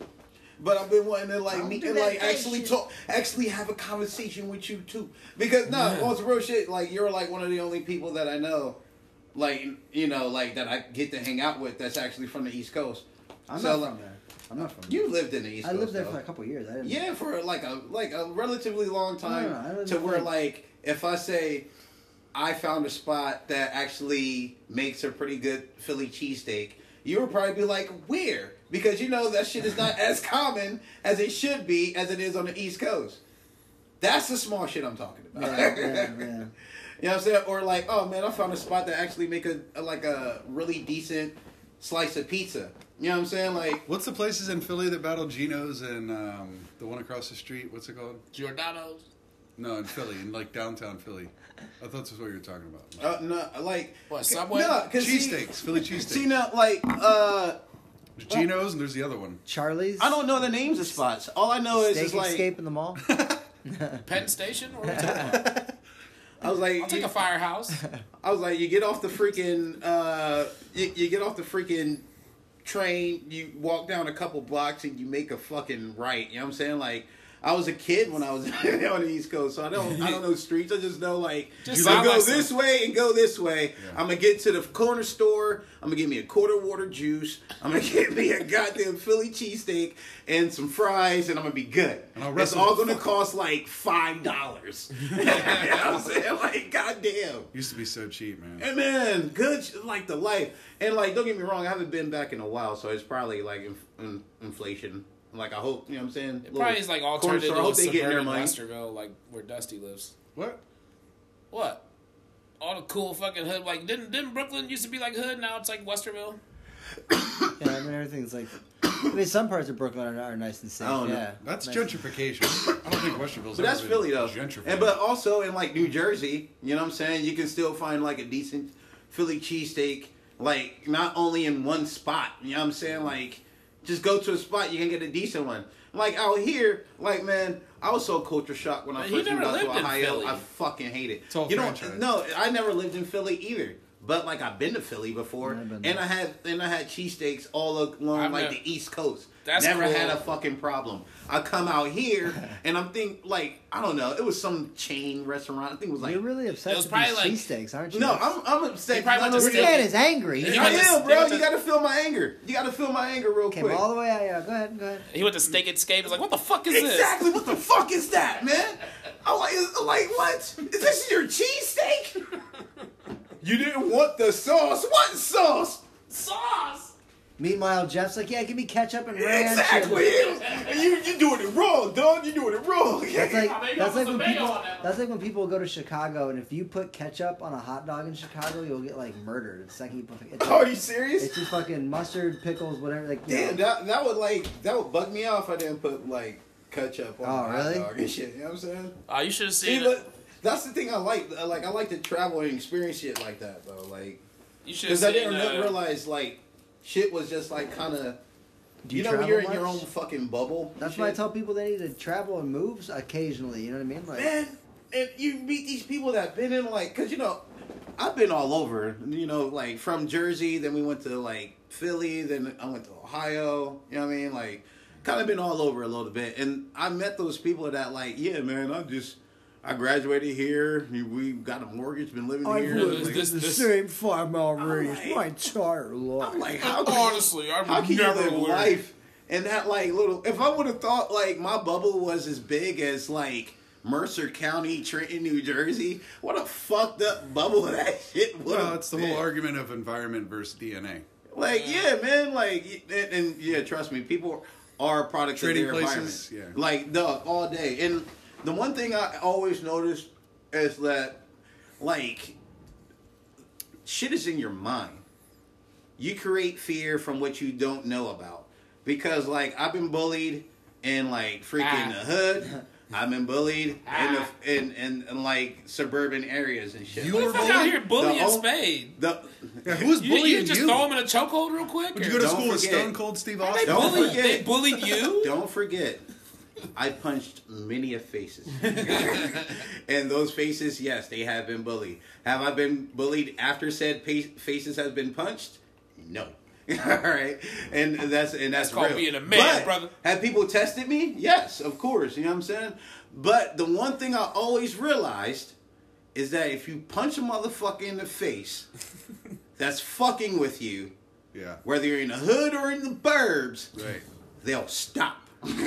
E: But I've been wanting to like
C: Don't
E: meet
C: do
E: and
C: that
E: like
C: gay
E: actually
C: shit.
E: talk actually have a conversation with you too. Because no, on some real shit, like you're like one of the only people that I know, like you know, like that I get to hang out with that's actually from the East Coast.
C: I'm
E: So,
C: not
E: like,
C: from there. I'm not from there.
E: You lived in the East
C: I
E: Coast.
C: lived there
E: though.
C: for a couple years. I didn't.
E: Yeah, for like a like a relatively long time
C: No, no, no, I don't
E: to where
C: think-
E: like if I say I found a spot that actually makes a pretty good Philly cheesesteak, you would probably be like, "Where?" Because you know that shit is not as common as it should be as it is on the East Coast. That's the small shit I'm talking about.
C: [LAUGHS]
E: [LAUGHS]
C: Yeah, yeah, yeah.
E: You know what I'm saying? Or like, oh man, I found a spot that actually make a, a like a really decent slice of pizza. You know what I'm saying? Like,
B: What's the places in Philly that battle Geno's and um, the one across the street? What's it called?
D: Giordano's.
B: No, in Philly, in like downtown Philly. I thought that's what you were talking about.
E: uh, no, like
D: What, Subway?
E: No, 'cause see-
B: Cheesesteaks, Philly cheesesteaks.
E: See now, like uh,
B: There's Geno's and there's the other one.
C: Charlie's.
E: I don't know the names of spots. All I know is
C: Steak
E: it's like
C: escape in the mall.
D: Penn Station?
C: [LAUGHS]
D: What are we talking about?
E: I was
D: I'll
E: like
D: take
E: you, [LAUGHS]
D: a firehouse.
E: I was like you get off the freaking uh, you, you get off the freaking train, you walk down a couple blocks and you make a fucking right. You know what I'm saying? Like I was a kid when I was [LAUGHS] on the East Coast, so I don't I don't know streets. I just know like
D: Just
E: if I
D: sound
E: go
D: like some-
E: this way and go this way, I'm gonna get to the corner store. I'm gonna get me a quarter water juice. I'm gonna [LAUGHS] get me a goddamn Philly cheesesteak and some fries, and I'm gonna be good.
B: And I'll
E: it's
B: wrestle
E: all
B: the
E: gonna cost like five dollars. [LAUGHS] you know what I'm saying like goddamn.
B: Used to be so cheap, man.
E: And man, good, sh- like the life. And like, don't get me wrong, I haven't been back in a while, so it's probably like inf- in- inflation. Like, I hope, you know what I'm saying? Little
D: Probably is like
E: corner
D: alternative
E: store,
D: to suburban Westerville, like where Dusty lives.
B: What?
D: What? All the cool fucking hood. Like didn't didn't Brooklyn used to be like hood? Now it's like Westerville.
C: Yeah, I mean everything's like. I mean, some parts of Brooklyn are, are nice and safe.
E: I don't know.
C: yeah,
B: That's
C: nice.
B: gentrification. I don't think Westerville's. ever
E: But that's
B: been
E: Philly, though.
B: Gentrified.
E: And but also in like New Jersey, you know what I'm saying? You can still find like a decent Philly cheesesteak, like not only in one spot. You know what I'm saying? Like, just go to a spot, you can get a decent one. Like out here, like man, I was so culture shocked when I
D: But he
E: first
D: never
E: moved out to
D: lived in
E: Ohio.
D: Philly.
E: I fucking hate it.
B: all
E: you know,
B: franchise.
E: no, I never lived in Philly either. But like I've been to Philly before,
C: Yeah, I've been
E: and
C: there.
E: I had and I had cheesesteaks all along
D: I've
E: like
D: nev-
E: the East Coast.
D: That's
E: never
D: cool.
E: had a fucking problem. I come out
C: [LAUGHS]
E: here and I'm think like I don't know. It was some chain restaurant. I think it was like
C: You're really
D: It was
C: obsessed with
D: probably
C: these
D: like-
C: cheesesteaks, aren't you?
E: no. I'm I'm upset.
D: He probably went
E: I
D: to
C: this
E: know-
D: steak-
C: man is angry.
D: He
E: I
D: went to-
E: am,
D: he
E: bro.
D: went to-
E: You gotta feel my anger. You gotta feel my anger real
C: Came
E: quick.
C: all the way out. Yeah, go ahead, go ahead.
D: He went to Steak and Scape. He's like, what the fuck is
E: Exactly. What
C: [LAUGHS]
E: the fuck is that, man? I'm like, I'm like what? Is this your cheesesteak? you didn't want the sauce. What sauce?
D: this? Sauce.
C: Meanwhile, Jeff's like, yeah, give me ketchup and ranch.
E: Exactly.
C: And
E: You you doing it wrong, dog. You doing it wrong.
C: that's
D: Maybe
C: like
D: I'll
C: that's
D: put
C: like
D: some
C: when
D: mayo
C: people
D: on that one.
C: that's like when people go to Chicago and if you put ketchup on a hot dog in Chicago, you'll get like murdered. The second you put it's,
E: Are you serious?
C: it's just fucking mustard, pickles, whatever. Like you
E: Oh, Damn,
C: know.
E: that, that would like that would bug me out if I didn't put like ketchup on
C: Oh,
E: my hot
C: really?
E: dog and shit. You know what I'm saying?
D: Oh, you should have
E: See,
D: seen.
E: but that's the thing I like. I like I like to travel and experience shit like that though. Like
D: you should have
E: because I
D: seen.
E: didn't
D: uh,
E: realize like shit was just like kind of.
C: Do
E: You,
C: you
E: know when
C: travel
E: you're in your own
C: much?
E: fucking bubble. and
C: That's why I
E: shit?
C: tell people they need to travel and move occasionally. You know what I mean? Like
E: man, and you meet these people that been in like, cause you know, I've been all over. You know, like from Jersey, then we went to like Philly, then I went to Ohio. You know what I mean? Like, kind of been all over a little bit, and I met those people that like, yeah, man, I just. I graduated here. We got a mortgage. Been
C: Oh,
E: living here.
D: lived
E: like-
D: this- this-
C: five mile
E: like-
C: entire life.
E: I'm like, how can
D: Honestly, I would
E: how can
D: never
E: you live
D: would.
E: life and that like little? If I would have thought like my bubble was as big as like Mercer County, Trenton, New Jersey, what a fucked up bubble [LAUGHS] that shit was.
B: well, it's the whole argument of environment versus DNA.
E: Like, yeah, man, like, y- and, and yeah, trust me, people are products
B: Trading
E: of their
B: places,
E: environment.
B: yeah.
E: Like, dog, all day. And the one thing I always notice is that, like, shit is in your mind. You create fear from what you don't know about. Because, like, I've been bullied in, like, freaking
D: Ah.
E: the
D: [LAUGHS]
E: hood. I've been bullied
D: Ah.
E: in, the, in, in, in, like, suburban areas and shit.
B: You
E: Like,
B: were
D: the fuck out
B: bullied?
D: here bullying
E: The whole-
D: Spade.
E: the, [LAUGHS]
B: Yeah, who was
D: You,
B: bullying
D: you
B: you?
D: just throw him in a chokehold real quick.
B: Did
D: or-
B: you go to
E: Don't
B: school with
E: forget.
B: Stone Cold Steve
D: they
B: Austin?
E: Don't
D: bullied.
E: forget.
D: They bullied you.
E: [LAUGHS] Don't forget, I punched many of
D: [LAUGHS]
E: faces. and those faces, yes, they have been bullied. Have I been bullied after said pa- faces have been punched? No. [LAUGHS] All right, and that's and that's,
D: called
E: real.
D: being a man,
E: But
D: brother.
E: Have people tested me? Yes, of course. You know what I'm saying. But the one thing I always realized is that if you punch a motherfucker in the
D: [LAUGHS]
E: face, that's fucking with you,
B: Yeah.
E: whether you're in the hood or in the burbs
B: Right.
E: they'll stop. [LAUGHS] That's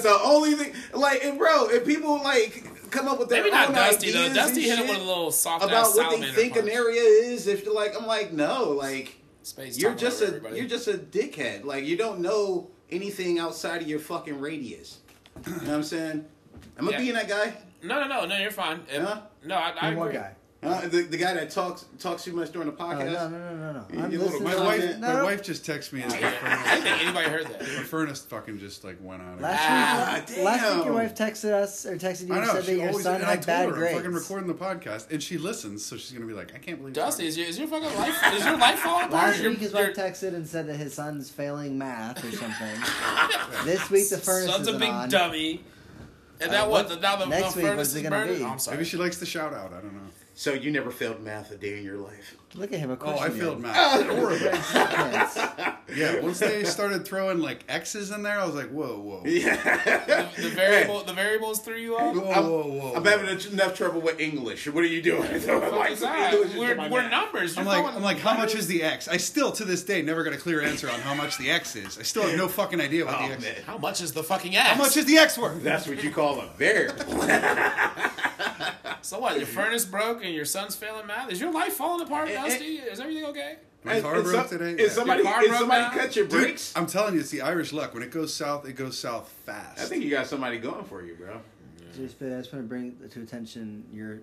E: the only thing. Like, and bro, if people like come up with their
D: [LAUGHS] Maybe
E: own
D: not Dusty though.
E: ideas
D: Dusty
E: and
D: hit him
E: shit
D: with a little soft
E: about
D: ass
E: what they
D: salamander
E: think
D: punch.
E: an area is. If like, I'm like, no, like
D: Spade's
E: you're
D: talking
E: just
D: over
E: a
D: everybody.
E: you're just a dickhead. Like you don't know anything outside of your fucking radius. [CLEARS THROAT] You know what I'm saying? Am I
D: Yeah.
E: being that guy?
D: no no no no. You're fine. It-
E: Huh?
D: No, I, I
C: One more
D: agree.
C: guy.
E: Huh? the, the guy that talks talks too much during the
C: Oh,
E: podcast.
C: no, no, no, no, no. I'm
E: You little-
C: listening.
B: My
C: to
E: Stop
B: wife,
E: it.
C: it.
B: my
C: No, no.
B: wife just texted me. And the
D: I didn't
B: furnace,
D: think anybody heard
C: [LAUGHS]
D: that.
B: the furnace fucking just like went on. it.
E: Ah,
C: Last week, last week your
E: damn.
C: wife texted us or texted you
B: I
C: and
B: know.
C: said that
B: She
C: your
B: always.
C: son
B: And I
C: had
B: told
C: bad
B: her I'm
C: grades.
B: fucking recording the podcast, and she listens, so she's gonna be like, I can't believe.
D: Dusty, is your, is your fucking life is your life falling apart?
C: Last
D: Your-
C: week his
D: your
C: wife texted and said that his son's failing math or
B: [LAUGHS]
C: something. this week the furnace
D: son's a
C: isn't
D: big
C: on.
D: dummy. And that
C: Uh,
D: what
C: what-
D: the now the,
C: next
D: the
C: week,
D: furnace
C: what's it
D: is
C: gonna
D: burning.
C: be?
D: Oh, I'm sorry.
B: Maybe she likes the shout out. I don't know.
E: So you never failed math a day in your life. [LAUGHS]
C: Look at him. Of
B: Oh,
C: course
B: I [LAUGHS]
C: you
B: failed
C: did.
B: math. Horrible.
C: Yes.
B: Yeah, once they started throwing like X's in there, I was like, whoa, whoa.
E: Yeah.
D: [LAUGHS] The variable, the variables threw you
B: Whoa,
D: off.
B: whoa, whoa.
E: I'm having enough trouble with English. What are you [LAUGHS] doing? I'm like,
D: It's not.
E: English is
D: We're,
E: my
D: we're
E: math.
D: numbers.
B: I'm
D: You're
B: like,
D: going-
B: I'm like, how much is the X? I still, to this day, never got a clear answer on how much the X is. I still have no fucking idea what
E: Oh,
B: the X
E: man.
B: is.
D: how much is the fucking ass?
B: How much is the X worth?
E: That's what you call a variable.
D: So what? [LAUGHS] Your furnace broke and your son's failing math. Is your life falling apart, Dusty? Is everything okay?
B: My car
E: And- and
B: broke
E: some-
B: today.
E: and
B: Yeah.
E: somebody,
D: Your car
E: and
D: broke
E: somebody
D: down?
E: cut your
B: Dude,
E: brakes.
B: I'm telling you, it's the Irish luck. When it goes south, it goes south fast.
E: I think you got somebody going for you, bro.
C: Just, but I just want to bring to attention your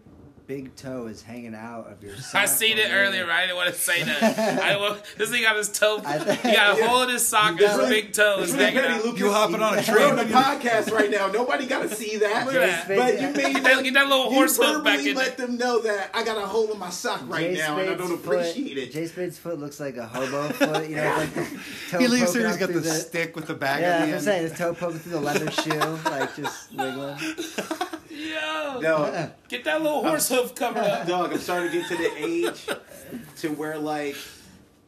C: big toe is hanging out of your.
D: I
C: sock
D: seen it
C: already.
D: earlier. Right? I didn't want to say that.
C: [LAUGHS]
D: I wa- this thing got his toe. He
C: I-
D: got a hole in his sock. His
E: really-
D: big
C: [LAUGHS]
D: toe is
E: really
D: hanging
E: petty,
D: out.
E: Lucas.
B: You hopping
E: [LAUGHS]
B: on a
E: We're
B: train.
E: on the podcast right now. Nobody got to see that.
D: Look at that.
E: But you made
D: Get that, get that little
E: you
D: horse hoof back
E: verbally
D: in
E: let
D: there.
E: them know that I got a hole in my sock right
C: Jay
E: now, and I don't
C: Spade's
E: appreciate
C: foot,
E: it.
C: Jay Spade's foot looks like a hobo foot. You know, like the [LAUGHS] toe
B: he leaves
C: poking
B: here. He's
C: out
B: got the,
C: through
B: stick with the bag.
C: Yeah,
B: on
C: that's
B: the
C: what I'm
B: end.
C: saying his toe poking through the leather shoe, like just wiggling.
D: Yo,
E: no,
D: get that little horse hoof covered
C: [LAUGHS]
D: up.
E: dog, I'm starting to get to the age to where like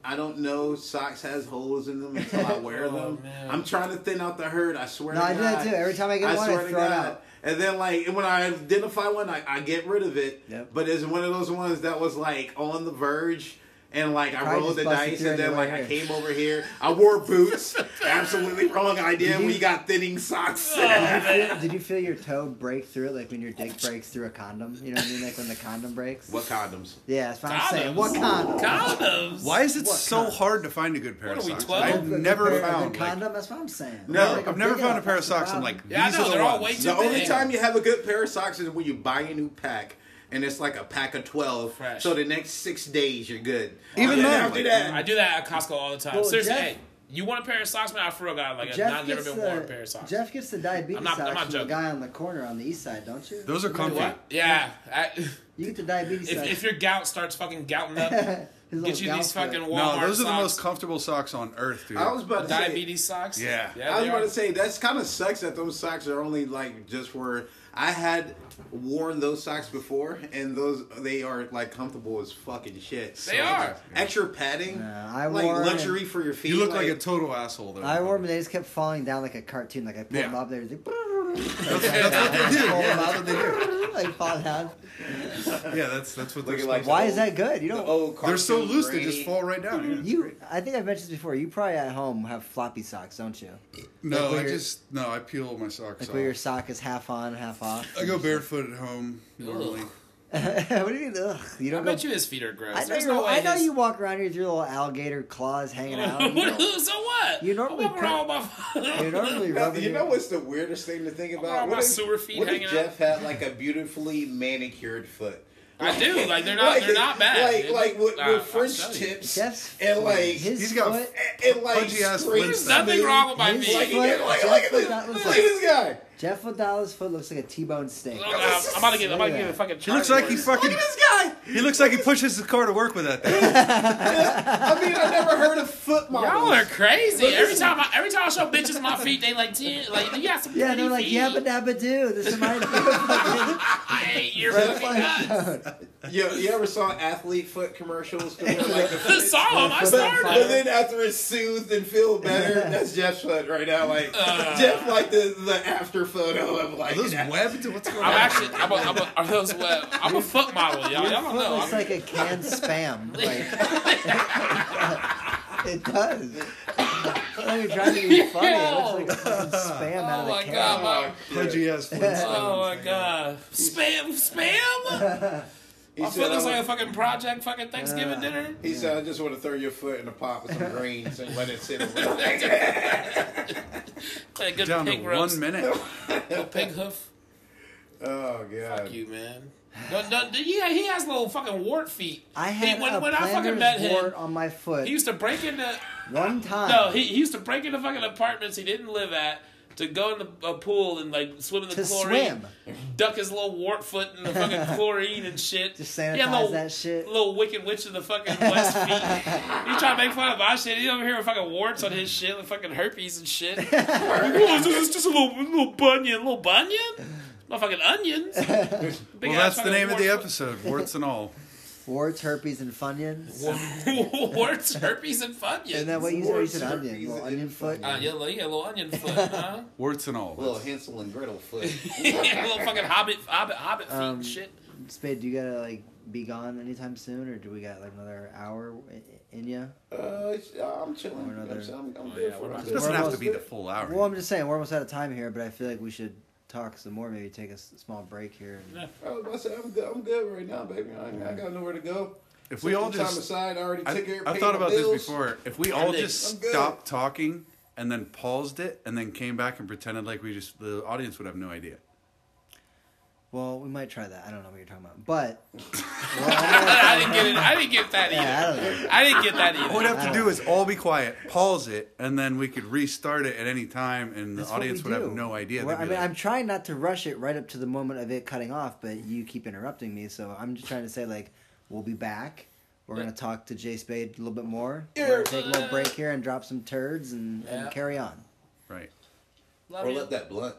E: I don't know socks has holes in them until I wear
D: Oh,
E: them.
D: man.
E: I'm trying to thin out the herd. I swear.
C: No,
E: to
C: I do
E: God.
C: that too. Every time I get one, I
E: swear to
C: throw it
E: God.
C: out.
E: And then like when I identify one, I, I get rid of it.
C: Yep.
E: But it's one of those ones that was like on the verge. And like I
C: Probably
E: rolled
C: just
E: the
C: busted
E: dice,
C: through
E: and then
C: anyway
E: like I
C: here.
E: came over here. I wore
D: [LAUGHS]
E: boots. Absolutely wrong idea. We got thinning socks.
D: Oh.
C: Did you feel your toe break through it, like when your dick breaks through a condom? You know what I mean, like when the condom breaks.
E: what condoms?
C: Yeah, that's what
D: Condoms.
C: I'm saying. What condom?
D: Condoms.
B: Why is it
C: What
B: so
C: kind?
B: hard to find a good pair
D: What
B: of
D: are we,
B: socks?
D: 12?
B: I've
C: Good
B: never
C: pair- good
B: found like,
C: condom. that's what I'm saying.
E: No,
C: Like,
B: I've
C: I'm
B: never
C: picking
B: found a
C: up
B: pair of
C: the
B: socks. I'm
C: problem.
B: like, these
D: Yeah, I know,
B: are the
D: they're all
B: ones.
D: way too
E: The only
D: big.
E: time you have a good pair of socks is when you buy a new pack, and it's like a pack of twelve.
D: Fresh.
E: So the next six days you're good.
B: Even
E: And
B: then,
E: after
B: like-
E: that,
D: I do that at Costco all the time.
C: Well,
D: Seriously,
C: Jeff-
D: hey, you want a pair of socks, man? I forgot. Like, I've
C: Jeff
D: not, never
C: gets,
D: been
C: the,
D: worn a pair of socks.
C: Jeff gets the diabetes
D: I'm not- I'm
C: socks
D: not
C: from the
D: joking.
C: guy on the corner on the east side, don't you?
B: Those are comfy.
D: What? Yeah. I,
C: You get the diabetes
D: if,
C: socks.
D: if your gout starts fucking gouting up,
C: [LAUGHS] His little
D: get you
C: gout
D: these
C: foot.
D: fucking Walmart
B: No, those are the most
D: socks.
B: comfortable socks on earth, dude.
E: I was about to say-
D: diabetes socks.
B: Yeah.
E: I was
D: they
E: about
B: E
D: are.
E: to say that's kind of sucks that those socks are only like just for. I had worn those socks before, and those they are like comfortable as fucking shit.
D: They are.
E: extra padding,
C: Nah, I
E: like
C: wore-
E: luxury for your feet.
B: you look like a total asshole, though.
C: I wore them, they just kept falling down like a cartoon. Like I pulled
B: Yeah.
C: them up, they were like, [LAUGHS]
B: that's what they do. Yeah, that's what they do.
C: like fall down.
B: Yeah, that's that's what they're
E: Looking
B: supposed
E: like
B: like.
C: Why is that good? You don't.
E: Oh,
B: They're so loose they just fall right down. Yeah.
C: You, I think I've mentioned this before. You probably at home have floppy socks, don't you?
B: No,
C: Like where
B: I
C: your-
B: just no, I peel my socks
C: Like where your
B: off.
C: sock is half on, half off.
B: I go barefoot at home normally.
D: Ugh.
C: [LAUGHS] what do you mean? Ugh, you
D: I
C: don't.
D: bet
C: go,
D: you his feet are gross.
C: I know,
D: There's
C: you,
D: no way
C: I know
D: his-
C: you walk around here with your little alligator claws
D: [LAUGHS]
C: hanging out. You don't-
D: so what?
C: You normally
D: I'm around my.
C: you normally
E: No,
C: rub
E: you know what's the weirdest thing to think about?
D: got my
E: What if-
D: sewer feet
E: what if
D: hanging out?
E: Jeff had like a beautifully manicured foot?
D: I do.
E: [LAUGHS]
D: Like they're not.
E: Like-
D: they're not bad.
E: Like
D: dude.
E: like with,
D: Nah, I'll
E: with French
D: tell you.
E: tips
C: Jeff's
E: and
C: foot,
E: like
C: his
B: He's got-
C: foot,
E: and, and like
B: Punchy ass
E: straight
B: Winston.
D: Nothing wrong with my
C: His
E: Like,
D: feet.
C: foot-
E: look, look, look at this,
C: That
E: look
C: looks like-
E: at this guy.
C: Jeff Wadala's foot looks like a T-bone steak.
D: Look, I'm, I'm about to get. I'm about to get a fucking.
B: He looks like he
E: Look
B: fucking.
E: at this guy.
B: He looks like he pushes his car to work with that thing.
E: I mean, I never heard of foot
D: Y'all
E: models.
D: are crazy.
E: Look,
D: Every
E: this-
D: time I every time I show bitches my feet, they like ten. Like you got some.
C: Yeah,
D: pretty
C: they're like
D: feet.
C: yabba dabba doo.
D: [LAUGHS]
C: This reminds me of fucking
D: I hate your
C: Red
D: fucking
C: Flag
D: nuts.
C: Road.
E: You, you ever saw athlete foot
D: [LAUGHS]
E: commercials? Where they're like,
D: I saw him. I
E: But,
D: started.
E: but then after it's soothed and feel better, that's Jeff's foot right now. Like
D: Uh.
E: Jeff, like the, the after photo of like
B: Are
D: [LAUGHS]
B: those webbed? What's going on?
D: I'm actually. I'm a. I'm a. Are those what? I'm a foot model, y'all. Y'all don't
C: Foot
D: know.
C: looks [LAUGHS]
D: I'm-
C: like a
D: [LAUGHS]
C: canned spam. Like, [LAUGHS] it does. [LAUGHS] I'm not even trying to be funny. It looks like a fucking spam out
D: Oh
C: of the
D: my
C: can.
D: god. my-
B: pudgy ass. Flintstone.
D: [LAUGHS] Oh my god. Spam. Spam.
E: He
D: My foot
E: said,
D: looks like a
E: I,
D: fucking project. Fucking Thanksgiving dinner.
E: [LAUGHS] he said, I just want to throw your foot in a pot
D: [LAUGHS]
E: with some greens and let it sit. Away.
D: Like a good
B: Down to
D: pig roast.
B: one
D: [LAUGHS]
B: minute.
D: A
E: [LAUGHS]
D: pig hoof.
E: Oh god.
D: Fuck you, man. No, no, yeah, he has little fucking wart feet.
C: I
D: He-
C: had
D: when,
C: a
D: when I fucking met
C: planner's
D: him,
C: wart on my foot
D: he used to break into
C: one time.
D: no, he, he used to break into fucking apartments he didn't live at to go in the a pool and like swim in the
C: to
D: chlorine,
C: swim.
D: duck his little wart foot in the
C: [LAUGHS]
D: fucking chlorine and shit.
C: Just
D: He had
C: sanitize
D: little,
C: that shit.
D: Little wicked witch of the fucking west
C: [LAUGHS]
D: feet. he trying to make fun of my shit. He over here with fucking warts on his shit,
C: [LAUGHS]
D: with fucking herpes and shit. what is this? It's just a little little bunion, little bunion. Motherfucking
C: [LAUGHS]
D: onions. Big
B: Well, that's
D: ass
B: the
D: fucking
B: name of the
D: warts-
B: episode, warts and all.
C: Warts, herpes, and funyuns.
D: [LAUGHS] warts, herpes, and
C: Isn't
D: funyuns.
C: that what you said? You said
E: Warts,
C: onion.
E: herpes,
C: Little
E: and
C: onion foot.
D: Uh, yeah, little- yeah, little onion
C: [LAUGHS]
D: foot, huh? [LAUGHS]
B: Warts and all.
E: Little Hansel and Gretel foot.
D: yeah, little fucking hobbit, hobbit, hobbit feet
C: Um,
D: and shit.
C: Spade, do you gotta like be gone anytime soon, or do we got like another hour i- in ya?
E: [LAUGHS] Uh, I'm chilling.
C: Or another-
E: I'm, I'm, I'm
D: Oh,
E: good
D: yeah,
E: for
D: we're
E: it.
B: It doesn't
C: We're
B: have to
C: almost-
B: be the full hour.
C: Well, I'm just saying we're almost out of time here, but I feel like we should talk some more. Maybe take a s- small break here. and-
D: Yeah.
E: I was about to say, I'm good. I'm good right now, baby. I, I got nowhere to go.
B: if we all
E: Took the
B: just,
E: time aside, I already
B: I,
E: took care.
B: I
E: paid
B: thought
E: my
B: about
E: bills.
B: this before. If we all
D: I'm
B: just
E: good.
B: stopped talking and then paused it and then came back and pretended like we just, the audience would have no idea.
C: Well, we might try that. I don't know what you're talking about, but
D: [LAUGHS] I didn't get it. I didn't get that either.
C: yeah, I don't know.
D: I didn't get that
B: All we'd
D: either.
B: have to do is all be quiet, pause it, and then we could restart it at any time, and the
C: That's what we
B: audience would have
C: do.
B: no idea.
C: Well,
B: They'd
C: I
B: be
C: mean,
B: like,
C: I'm trying not to rush it right up to the moment of it cutting off, but you keep interrupting me, so I'm just trying to say like we'll be back. We're gonna talk to Jay Spade a little bit more. We're gonna take a little break here and drop some turds and,
D: Yeah.
C: and carry on.
B: right.
D: Love
E: Or
D: you.
E: let that blunt.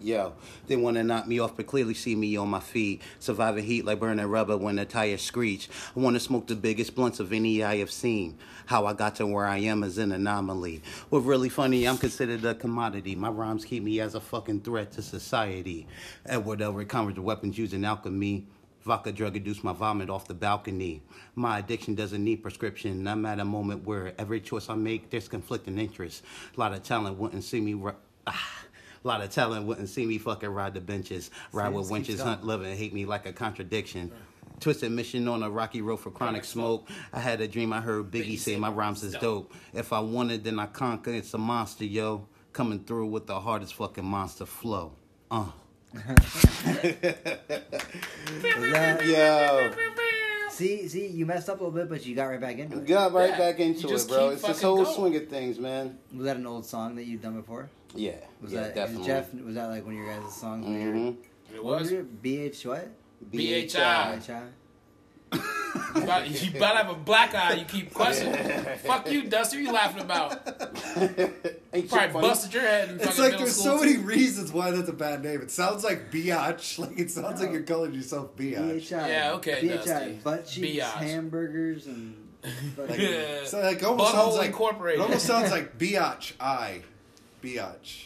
E: Yo, they want to knock me off, but clearly see me on my feet. Surviving heat like burning rubber when the tires screech. I want to smoke the biggest blunts of any I have seen. How I got to where I am is an anomaly. What really funny, I'm considered a commodity. My rhymes keep me as a fucking threat to society. Edward Elric, conjured weapons using alchemy. Vodka drug induced my vomit off the balcony. My addiction doesn't need prescription. I'm at a moment where every choice I make, there's conflicting interests. A lot of talent wouldn't see me. Ri- ah. A lot of talent wouldn't see me fucking ride the benches, ride with
C: See, this keeps
E: winches,
C: going.
E: hunt, love, and hate me like a contradiction. Twisted mission on a rocky road for chronic smoke. I had a dream I heard Biggie say my rhymes is dope. If I want it, then I conquer. It's a monster, yo. Coming through with the hardest fucking monster flow. Uh.
C: Was that-
E: Yo.
C: See, see, you messed up a little bit, but you got right back into it.
E: Got right
D: Yeah,
E: back
D: you
E: into
D: just
E: it, bro.
D: keep
E: It's this
D: fucking
E: whole
D: going.
E: swing of things, man.
C: Was that an old song that you'd done before?
E: Yeah,
C: Was
E: yeah,
C: that
E: definitely.
C: Jeff? Was that like one of your guys' songs? when you were-
E: Mhm.
D: It
C: What was
D: was. Ah.
C: your BH what?
D: BHI.
C: BHI.
D: You about, you about to have a black eye. You keep questioning. Fuck you, Dusty. What you
F: [LAUGHS]
D: laughing about? You
E: Ain't shit
D: probably
E: funny.
D: busted your head in
F: It's
D: fucking
F: like
D: middle
F: there's
D: school.
F: so many [LAUGHS] reasons why that's a bad name. It sounds like biatch. [LAUGHS] Like it sounds like you're calling yourself biatch.
C: BHI.
D: Yeah, okay,
C: BHI.
D: Dusty.
C: Butt cheeks,
D: Biatch. [LAUGHS]
C: hamburgers, and fucking-
D: Yeah.
F: So like almost
D: Butthole
F: sounds like
D: Incorporated.
F: It almost
D: [LAUGHS]
F: sounds like biatch. I biatch.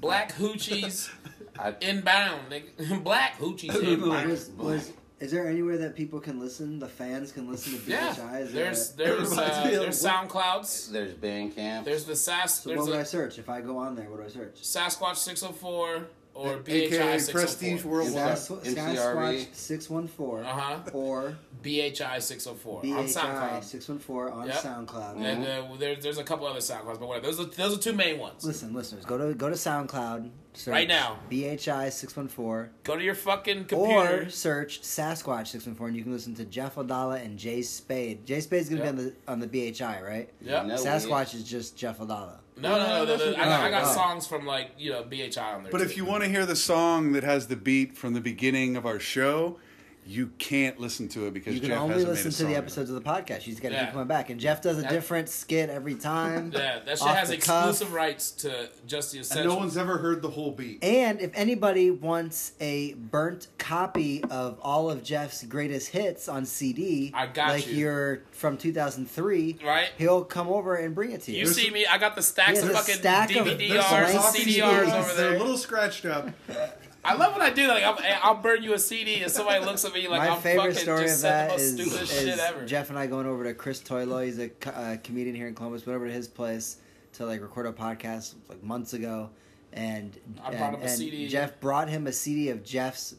D: Black hoochies
E: I-
D: inbound. nigga. [LAUGHS] Black hoochies inbound.
C: was, was, is there anywhere that people can listen? The fans can listen to BHI.
D: Yeah.
C: Is there
D: There's
C: [LAUGHS] a-
D: there's uh,
F: me of
D: there's SoundClouds.
E: There's Bandcamp.
D: There's the Sas.
C: so what
D: There's
C: would I
D: a
C: search if I go on there? What do I search?
D: Sasquatch 604 or BHI
F: AKA Prestige
D: 604.
F: Worldwide.
C: Sas-
E: that NCRB?
C: Sasquatch six one four
D: Uh-huh.
C: or
D: BHI 604 on
C: BHI
D: oh SoundCloud.
C: six one four on
D: Yep.
C: SoundCloud.
D: And uh, there, there's a couple other SoundClouds, but whatever. Those are, those are two main ones.
C: Listen, listeners, go to go to SoundCloud. Search
D: Right now.
C: BHI six one four.
D: Go to your fucking computer.
C: Or search Sasquatch six one four, and you can listen to Jeff Adala and Jay Spade. Jay Spade's gonna
D: Yeah.
C: be on the on the BHI, right?
D: Yep.
E: No,
C: Sasquatch is just Jeff Adala.
D: No, no, no. no, no, I, got, I got
C: Oh, oh.
D: songs from like you know BHI on there.
B: But
D: too.
B: if you want to hear the song that has the beat from the beginning of our show, you can't listen to it because
C: You can
B: Jeff
C: only
B: hasn't
C: listen
B: made a
C: to the
B: song.
C: episodes of the podcast. You just got to
D: Yeah.
C: keep coming back. And Jeff does a
D: That-
C: different skit every time.
D: yeah, that shit
C: Off
D: has
C: the cuff.
D: exclusive rights to just the
F: And
D: essential.
F: no one's ever heard the whole beat.
C: And if anybody wants a burnt copy of all of Jeff's greatest hits on CD,
D: I got
C: like
D: you.
C: are from 2003,
D: Right.
C: He'll come over and bring it to you.
D: you see me? I got the stacks
C: Yeah,
D: of
C: the
D: fucking
C: stack of-
F: There's some
D: DVDRs,
C: blank
F: talking
D: CDRs
F: CDs.
D: over
F: They're a
D: there.
F: little scratched up.
D: I love when I do. Like I'm, I'll burn you a CD, and somebody looks at me like
C: My
D: I'm
C: favorite
D: fucking
C: story
D: just
C: of
D: said the
C: that
D: most
C: is,
D: stupid
C: is
D: shit ever.
C: Jeff and I going over to Chris Toilo. He's a co- uh, comedian here in Columbus. Went over to his place to like record a podcast like months ago, and
D: I brought
C: and,
D: him a
C: and
D: CD.
C: Jeff brought him a CD of Jeff's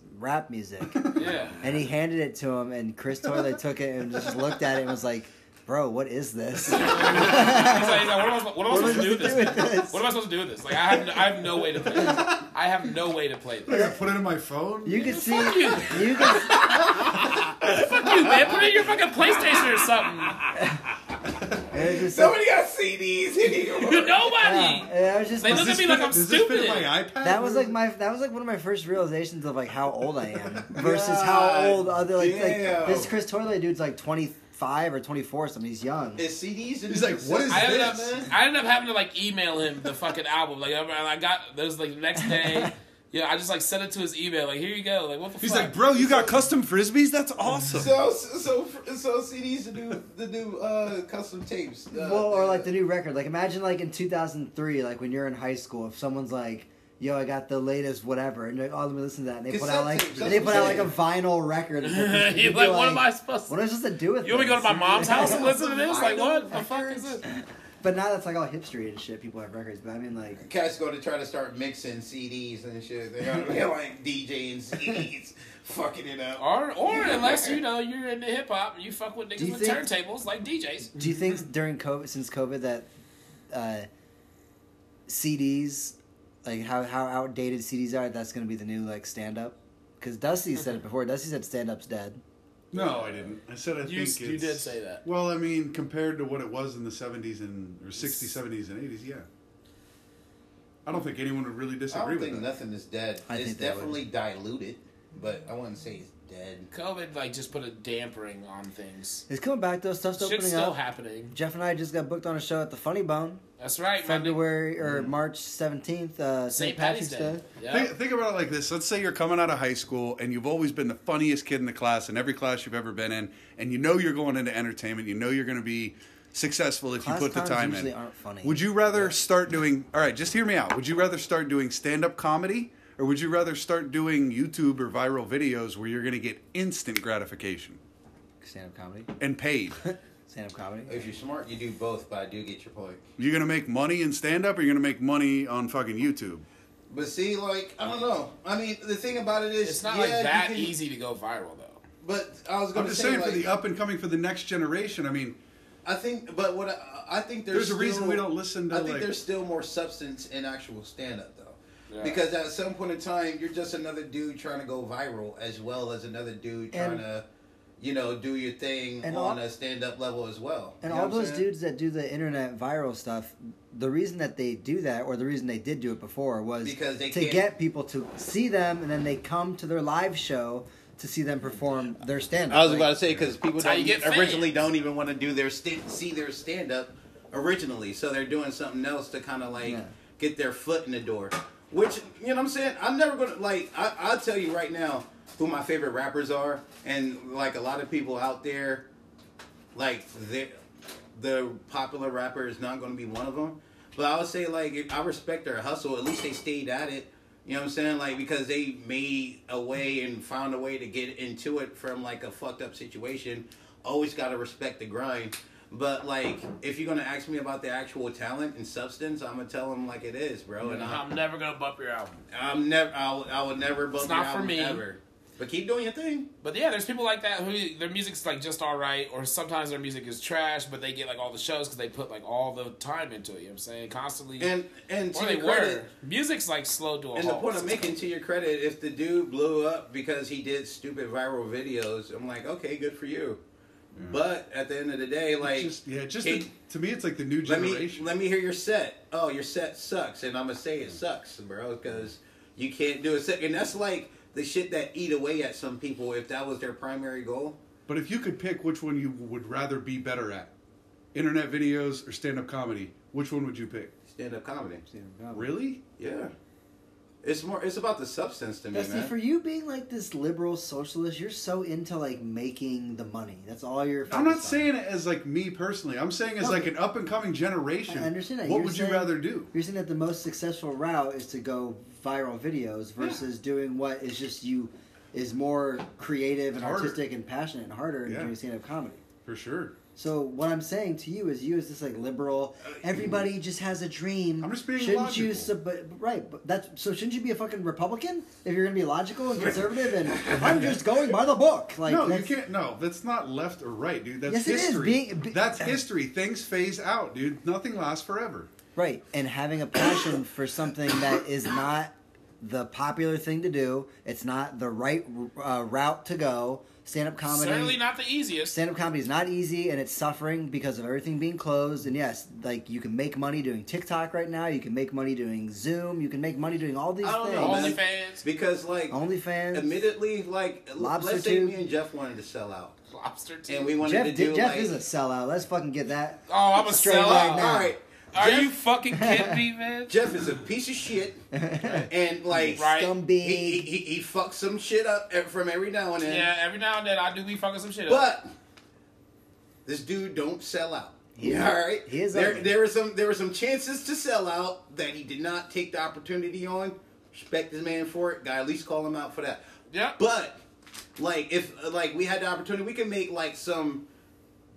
D: [LAUGHS]
C: rap music,
D: yeah.
C: and he handed it to him. And Chris Toilo took it and just looked at it and was like, "Bro, what is this? what
D: He's like, he's like, what [LAUGHS] am I, sp- what am I supposed to do with
C: is
D: this?
C: this?
D: What am I supposed to do with this? Like I have, no, I have no way to play. This. I have no way to
F: I
D: play this.
F: gotta put it in my phone.
C: You can see,
D: Fuck you.
C: you can
D: Fuck you, man. Put it in your fucking PlayStation or something.
C: It was just
E: Somebody got CDs here.
D: Nobody.
C: yeah, and I was just
D: They look
F: Does
D: at
F: this
D: me like
F: fit-
D: I'm
F: does this fit in
D: stupid.
F: my iPad?
C: that was like my that was like one of my first realizations of like how old I am versus how old other like, like
E: damn.
C: this Chris Toilet dude's like twenty five or twenty four or something. He's young.
E: It's CDs.
F: He's like, what is
D: I ended, up,
F: this?
D: I ended up having to like email him the fucking album. Like I, I got those like the next day. Yeah, I just like sent it to his email. Like, here you go. Like, what the
A: He's
D: fuck?
A: like, bro, you got custom frisbees? That's awesome.
E: So so so CDs to do the new uh, custom tapes. Uh,
C: Well, or like the new record. Like imagine like in 2003, like when you're in high school, if someone's like, "Yo, I got the latest whatever," and you're like, "Oh, let me listen to that," and they put
E: Cassette
C: out like
E: tapes,
C: and they
E: that's
C: put
E: what
C: out
E: I'm
C: like a vinyl record.
D: [LAUGHS]
C: and
D: You're
C: you'd be
D: like, what am I supposed to-
C: What am I supposed to do with?
D: you want me to go to
C: this?
D: my mom's house and
C: Yeah.
D: listen to this? Like,
E: Vinyl
D: what the fuck is this?
C: But now that's like all hipstery and shit. People have records, but I mean like.
E: Cats go to try to start mixing CDs and shit. They're gonna
C: [LAUGHS]
E: be like DJing CDs, [LAUGHS] fucking it up.
D: Or, or unless you know you're into hip hop and you fuck with niggas
C: you
D: with
C: think-
D: turntables like DJs.
C: Do you think during COVID, since COVID, that uh, CDs, like how, how outdated CDs are, that's going to be the new like stand up? Because Dusty said
D: Mm-hmm.
C: it before. Dusty said stand up's dead.
B: No, I didn't. I said I
D: You-
B: think
D: you
B: it's-
D: did say that.
B: Well, I mean, compared to what it was in the '70s and or '60s, '70s, and '80s, yeah. I don't think anyone would really
E: I
B: disagree
E: don't
B: with
E: think
B: that.
E: nothing is dead.
C: I
E: it's
C: think that would-
E: definitely diluted, but I wouldn't say it's dead.
D: COVID like just put a dampering on things.
C: It's coming back though. Stuff's
D: Shit's
C: opening
D: still
C: up.
D: happening.
C: Jeff and I just got booked on a show at the Funny Bone,
D: That's right, my nigga.
C: February or
B: Mm-hmm.
C: March seventeenth, uh, St. Patrick's Day.
D: Yeah.
B: Think, think about it like this. Let's say you're coming out of high school and you've always been the funniest kid in the class in every class you've ever been in, and you know you're going into entertainment. You know you're going to be successful if
C: Class
B: you put the
C: clowns
B: time
C: usually
B: in.
C: aren't funny.
B: Would you rather start doing? All right, just hear me out. Would you rather start doing stand-up comedy, or would you rather start doing YouTube or viral videos where you're going to get instant gratification
C: Stand up comedy.
B: and
C: [LAUGHS]
B: paid?
C: Stand up comedy.
E: If you're smart, you do both, but I do get your point.
B: You're gonna make money in stand up or you're gonna make money on fucking YouTube?
E: But see, like, I don't know. I mean, the thing about it is,
D: It's not
E: yeah,
D: like that
E: you can-
D: easy to go viral though.
E: But I was
B: I'm
E: going to
B: just
E: say,
B: saying
E: like,
B: for the up and coming for the next generation, I mean
E: I think, but what I, I think there's
B: There's a reason
E: still-
B: we don't listen to,
E: I think
B: like-
E: there's still more substance in actual stand up though,
D: Yeah.
E: because at some point in time you're just another dude trying to go viral as well as another dude trying
C: And-
E: to, you know, do your thing
C: And
E: on
C: all-
E: a stand up level as well.
C: And
E: You know
C: all
E: what I'm
C: those
E: saying?
C: dudes that do the internet viral stuff, the reason that they do that, or the reason they did do it before, was
E: Because they
C: to
E: can't-
C: get people to see them, and then they come to their live show to see them perform their stand up.
E: I was about to say because people
D: That's how
E: don't,
D: you get fans.
E: originally don't even want to do their st- see their stand up originally, so they're doing something else to kind of like
C: Yeah.
E: get their foot in the door. Which you know what I'm saying? I'm never gonna like. I, I'll tell you right now who my favorite rappers are, and like a lot of people out there, like the the popular rapper is not gonna be one of them. But I would say like I respect their hustle. At least they stayed at it. You know what I'm saying? Like because they made a way and found a way to get into it from like a fucked up situation. Always gotta respect the grind. But like, if you're gonna ask me about the actual talent and substance, I'm gonna tell them like it is, bro. And I'm,
D: I'm never gonna bump your album.
E: I'm never, I'll, I would never bump
D: not
E: your
D: for
E: album
D: me.
E: ever. But keep doing your thing.
D: But yeah, there's people like that who their music's like just all right, or sometimes their music is trash, but they get like all the shows because they put like all the time into it. You know what I'm saying? Constantly.
E: And and to
D: or they
E: your credit,
D: were. Music's like slow to a
E: and
B: Uh-huh.
E: the
D: halt.
E: point I'm making to your credit, if the dude blew up because he did stupid viral videos, I'm like, okay, good for you. But at the end of the day, like,
B: Mm. just yeah, just
E: Hey,
B: the, to me it's like the new
E: let
B: generation. Mm.
E: me let me hear your set. Oh, your set sucks, and I'm gonna say it sucks, bro, because you can't do a set. And that's like the shit that eat away at some people if that was their primary goal.
B: but if you could pick which one you would rather be better at, internet videos or stand up comedy, which one would you pick?
E: Stand up comedy.
B: Really?
E: Yeah, it's more. It's about the substance to me,
C: Dusty,
E: man.
C: for you being like this liberal socialist, you're so into like making the money. That's all you're.
B: I'm not
C: focused on.
B: saying it as like me personally. I'm saying as
C: No,
B: like
C: but-
B: an up and coming generation.
C: I understand that.
B: What
C: You're
B: would
C: saying-
B: you rather do?
C: You're saying that the most successful route is to go viral videos versus doing what is just you is more creative and
B: Harder.
C: artistic and passionate and harder and
B: Yeah.
C: doing stand up comedy.
B: For sure.
C: So what I'm saying to you is, you as this like liberal, everybody just has a dream.
B: Uh, I'm just being
C: shouldn't you
B: logical.
C: sub- but- right? But that's so. Shouldn't you be a fucking Republican if you're gonna be logical
B: [LAUGHS]
C: and conservative and I'm just going by the book? Like
B: no, you
C: that's-
B: can't. No, that's not left or right, dude. That's
C: Yes, it is.
B: history.
C: Being- be- uh,
B: that's history. Things phase out, dude. Nothing lasts forever.
C: Right, and having a passion for something that is not the popular thing to do, it's not the right uh, route to go. Stand up comedy.
D: Certainly not the easiest.
C: Stand up comedy is not easy and it's suffering because of everything being closed. And yes, like you can make money doing TikTok right now, you can make money doing Zoom, you can make money doing all these
E: I don't
C: things.
E: know, man.
D: OnlyFans,
E: because like,
C: OnlyFans.
E: admittedly, like,
C: Lobster
E: let's say
C: tube.
E: me and Jeff wanted to sell out,
D: lobster tea.
E: and we wanted
C: Jeff,
E: to
C: did-
E: do
C: Jeff
E: like,
C: is a sellout. Let's fucking get that.
D: oh, I'm a
C: Straight
D: sellout.
C: right now.
E: All right.
D: Are you fucking
E: [LAUGHS]
D: kidding me, man?
E: Jeff is a piece of
C: [LAUGHS]
E: shit, and like
D: Right.
E: he, he, he, he fucks some shit up ev- from every now and then.
D: Yeah, every now and then I do be fucking some shit up.
E: But this dude don't sell out.
C: Yeah.
E: All right.
C: He is
E: there,
C: ugly.
E: there were some there were some chances to sell out that he did not take the opportunity on. Respect this man for it. Guy, at least call him out for that.
D: Yeah.
E: But like if like we had the opportunity, we could make like some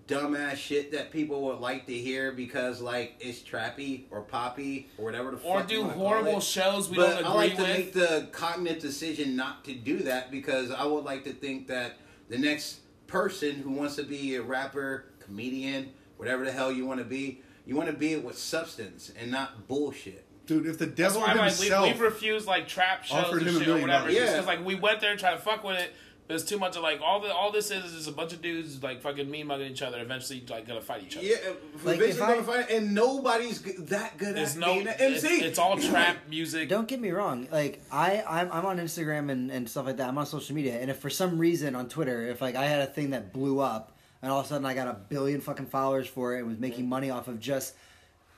E: dumbass shit that people would like to hear because like it's trappy or poppy or whatever the
D: or
E: fuck you
D: do
E: wanna call
D: horrible
E: it
D: shows we
E: but
D: don't
E: I
D: agree
E: like to
D: with.
E: make the cognitive decision not to do that because I would like to think that the next person who wants to be a rapper, comedian, whatever the hell you want to be, you want to be it with substance and not bullshit.
F: Dude, if the devil
D: I like we,
F: himself,
D: we refuse like trap shows
F: offered
D: and
F: him a
D: shit or
F: million
D: whatever.
F: dollars.
D: It's
E: Yeah.
D: just like we went there and tried to fuck with it. But it's too much of like all the all this is is a bunch of dudes like fucking mean mugging each other. Eventually, like gonna fight each other.
E: Yeah,
C: Like,
E: eventually
C: if
E: gonna
C: I-
E: find- and nobody's g- that good
D: There's
E: at
D: no.
E: being an
D: It's,
E: MC.
D: it's all trap music.
C: Don't get me wrong. Like I, I'm, I'm on Instagram and, and stuff like that. I'm on social media, and if for some reason on Twitter, if like I had a thing that blew up, and all of a sudden I got a billion fucking followers for it, and was making money off of just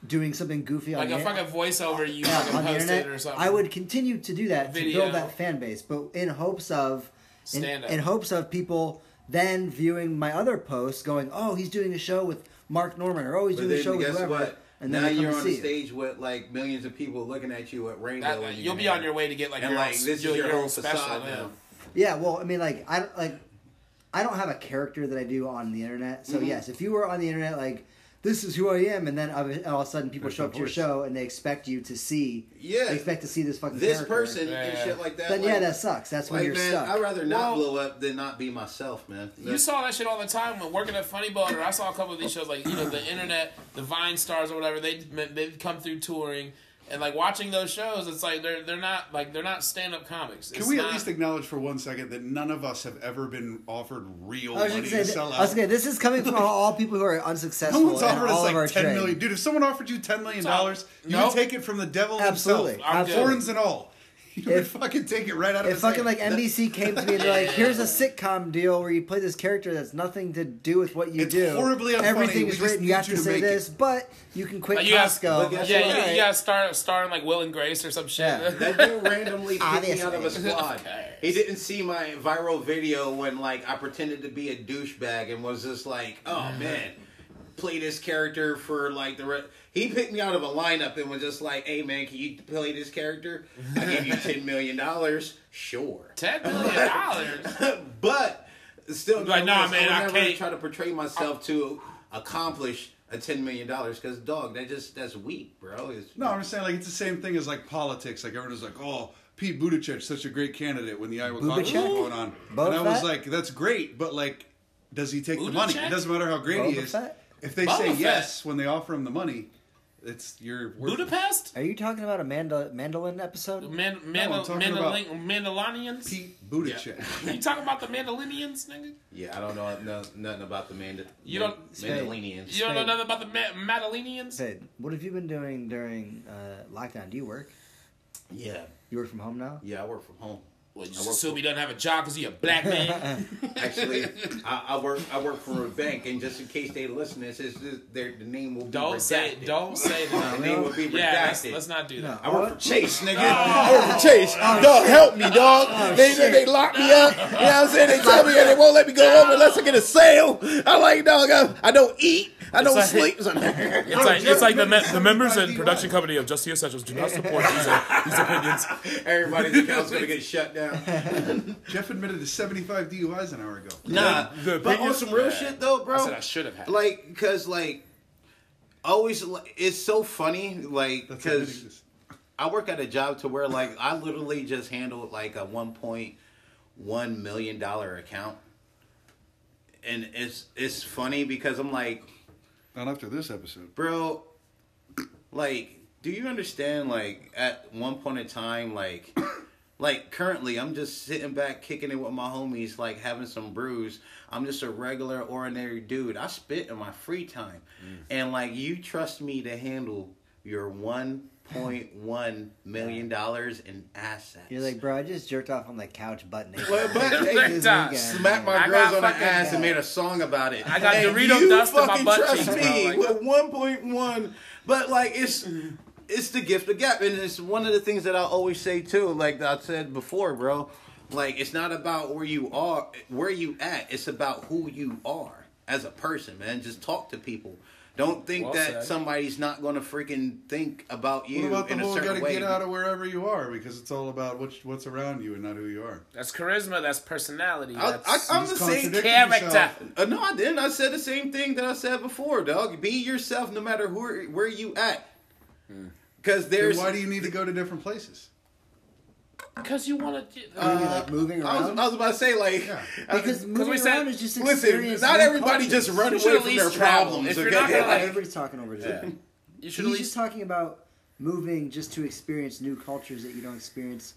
C: doing something goofy on
D: like
C: the
D: a
C: in-
D: fucking voiceover you
C: yeah,
D: fucking
C: on the
D: posted
C: internet,
D: or something.
C: I would continue to do that to
D: Video.
C: build that fan base, but in hopes of in,
D: Stand up.
C: in hopes of people then viewing my other posts, going, "Oh, he's doing a show with Mark Norman," or "Oh, he's
E: But
C: doing a
E: then
C: show with
E: guess
C: whoever."
E: what?
C: And then
E: now
C: they come
E: you're
C: to
E: on
C: see
E: the
C: you.
E: stage with like millions of people looking at you at rainbow.
D: That-
E: in
D: you'll be
E: hand.
D: on your way to get like
E: And
D: your
E: like
D: own,
E: this is
D: your,
E: your
D: your
E: own
D: own special.
E: facade
D: Yeah.
E: now.
C: Yeah, well, I mean, like I don't like I don't have a character that I do on the internet. So yes, if you were on the internet, like this is who I am, and then all of- all of a sudden people
F: There's
C: show
F: no
C: up to your
F: voice.
C: show and they expect you to see,
E: Yeah.
C: they expect to see this fucking
E: This
C: character,
E: person and
D: Yeah.
E: shit like that.
C: Then
E: like,
C: yeah, that sucks. That's when
E: Like,
C: you're
E: man,
C: stuck.
E: I'd rather not
D: Well-
E: blow up than not be myself, man.
D: You saw that shit all the time when working at Funny Bone, or I saw a couple of these shows, like you know, the internet, the Vine stars or whatever. They they've come through touring, and like watching those shows, it's like they're they're not like they're not stand up comics.
B: Can we at least acknowledge for one second that none of us have ever been offered real
C: I was
B: money
C: just
B: to
C: gonna say,
B: sell
C: I was
B: out?
C: gonna say, this is coming from all people who are
B: No
C: unsuccessful
B: one's
C: in
B: offered
C: all
B: us
C: of our
B: like ten
C: trade.
B: million, dude. If someone offered you ten million dollars, you
D: No.
B: would take it from the devil
C: Absolutely,
B: himself,
D: I'm good.
C: absolutely.
B: horns and all. [LAUGHS] You would
C: If-
B: fucking take it right out of
C: If
B: his
C: fucking
B: hand.
C: like NBC came to me and they're like, "Here's a sitcom deal where you play this character that's nothing to do with what you
B: It's
C: do.
B: horribly unfunny.
C: Everything
B: We
C: is
B: just
C: written.
B: need
C: You have
B: you
C: to
B: to
C: say
B: make it."
C: this, but you can quit
D: Like, you have-
C: Costco."
E: but guess
D: Yeah,
E: what?
D: you,
C: Alright.
D: you gotta start starring like Will and Grace or some shit.
C: Yeah.
E: That dude randomly picked me out of a
C: Obviously.
E: squad.
D: Okay.
E: He didn't see my viral video when like I pretended to be a douchebag and was just like, oh
D: Uh-huh.
E: man, play this character for like the. Re-. He picked me out of a lineup and was just like, hey man, can you play this character? I give you ten million dollars, sure,
D: [LAUGHS] Ten million dollars.
E: but still,
D: Like, nah,
E: nonetheless,
D: man, I
E: I, would never
D: can't-
E: try to portray myself to accomplish a ten million dollars because dog, that just that's weak, bro. It's,
B: No, I'm just saying like it's the same thing as like politics. Like everyone was like, "Oh, Pete Buttigieg, such a great candidate." When the Iowa caucus was
C: Buttigieg?
B: going on,
C: Boba
B: and I was
C: Fett?
B: like, "That's great," but like, does he take the money?
D: Buttigieg?
B: It doesn't matter how great he
C: Boba
B: is.
C: Fett?
B: If they
D: Boba
B: say
D: Fett.
B: yes when they offer him the money, it's your
D: Budapest.
C: Are you talking about a Manda- Mandolin episode?
D: Man,
B: No,
D: Mandal-
B: I'm talking about-
D: Mandaling- Mandalorians?
B: Pete Buttigieg.
D: You talking about the Mandalorians, nigga?
E: Yeah, I don't know no, nothing about the Mand-
D: You don't-
E: Mandalorians.
D: You don't know
C: Spade.
D: nothing about the Ma- Madalenians?
C: Hey, what have you been doing during uh, lockdown? Do you work?
E: Yeah,
C: You work from home now?
E: yeah, I work from home.
D: Well, you
E: I
D: just
E: work
D: assume he doesn't have a job because he a black man.
E: Actually, I, I work I work for a bank, and just in case they listen, it says this- their the name will be
D: don't
E: redacted.
D: say, don't say
E: The [LAUGHS]
D: that.
E: name will be redacted.
D: yeah, let's, let's not do
C: No.
D: that.
E: I work for Chase, nigga.
G: Over Chase,
E: Oh,
G: dog, help me, dog. they, they, they lock me up. You know what I'm saying? They tell me they won't let me go home unless I get a sale. I like, dog, I, I don't eat. I don't
D: like-
G: sleep.
D: It's like, it's like the, me- the members
F: and production
D: company of Just the Essentials do not [LAUGHS] support these, uh, these opinions.
E: [LAUGHS] Everybody's account's gonna get shut down.
B: Jeff admitted to 75 DUIs an hour ago.
E: [LAUGHS] Nah,
D: The
E: but on
D: biggest-
E: some real
D: Yeah.
E: shit though, bro.
D: I said I should have had it.
E: Like, cause like, always like, it's so funny, like,
B: That's how it
E: cause.
B: is.
E: I work at a job to where like I literally just handled like a one point one million dollar account. And it's it's funny because I'm like,
B: Not after this episode.
E: bro, like, do you understand like at one point in time, like like currently I'm just sitting back kicking it with my homies, like having some brews. I'm just a regular ordinary dude. I spit in my free time. And like you trust me to handle your one point one million dollars in assets.
C: You're like, bro, I just jerked off on the couch butt naked.
E: Well,
C: [LAUGHS]
E: but
C: This
E: they
C: weekend.
D: done.
E: Smacked my
D: I
E: girls
D: got
E: on the
D: fucking
E: ass and
D: [LAUGHS]
C: bad.
E: made a song about it.
D: I got
E: and
D: Dorito
E: you
D: dust in my
E: fucking
D: butt
E: trust
D: cheeks, bro,
E: me
D: like-
E: with 1.1 But like it's it's the gift of gap, and it's one of the things that I always say too. Like I said before, bro. Like it's not about where you are, where you at. It's about who you are as a person, man. Just talk to people. Don't think
D: Well
E: that
D: said.
E: somebody's not going to freaking think about you
B: What about the
E: in
B: whole
E: a
B: gotta
E: certain way.
B: get out of wherever you are because it's all about what's what's around you and not who you are.
D: That's charisma. That's personality.
E: I, I,
D: that's
E: I'm the
F: Just
E: same
F: contradicting
D: character.
F: yourself.
E: Uh, no, I didn't. I said the same thing that I said before, dog. Be yourself, no matter who where you at. Because
B: Then
E: there's.
B: why do you need to go to different places?
D: Because you uh, want to.
C: You mean, like moving
E: I was,
C: around?
E: I was about to say like, I-
C: because
D: we
C: moving
D: said-
C: around is just
E: listen,
C: experience.
E: not
C: new
E: everybody
C: cultures.
E: just run away
D: You should at
E: from their
D: least travel.
E: problems.
D: If
E: okay?
D: you're
E: [LAUGHS]
D: not gonna, like-
C: Everybody's talking over there.
D: You should at
C: He's
D: least.
C: just talking about moving just to experience new cultures that you don't experience.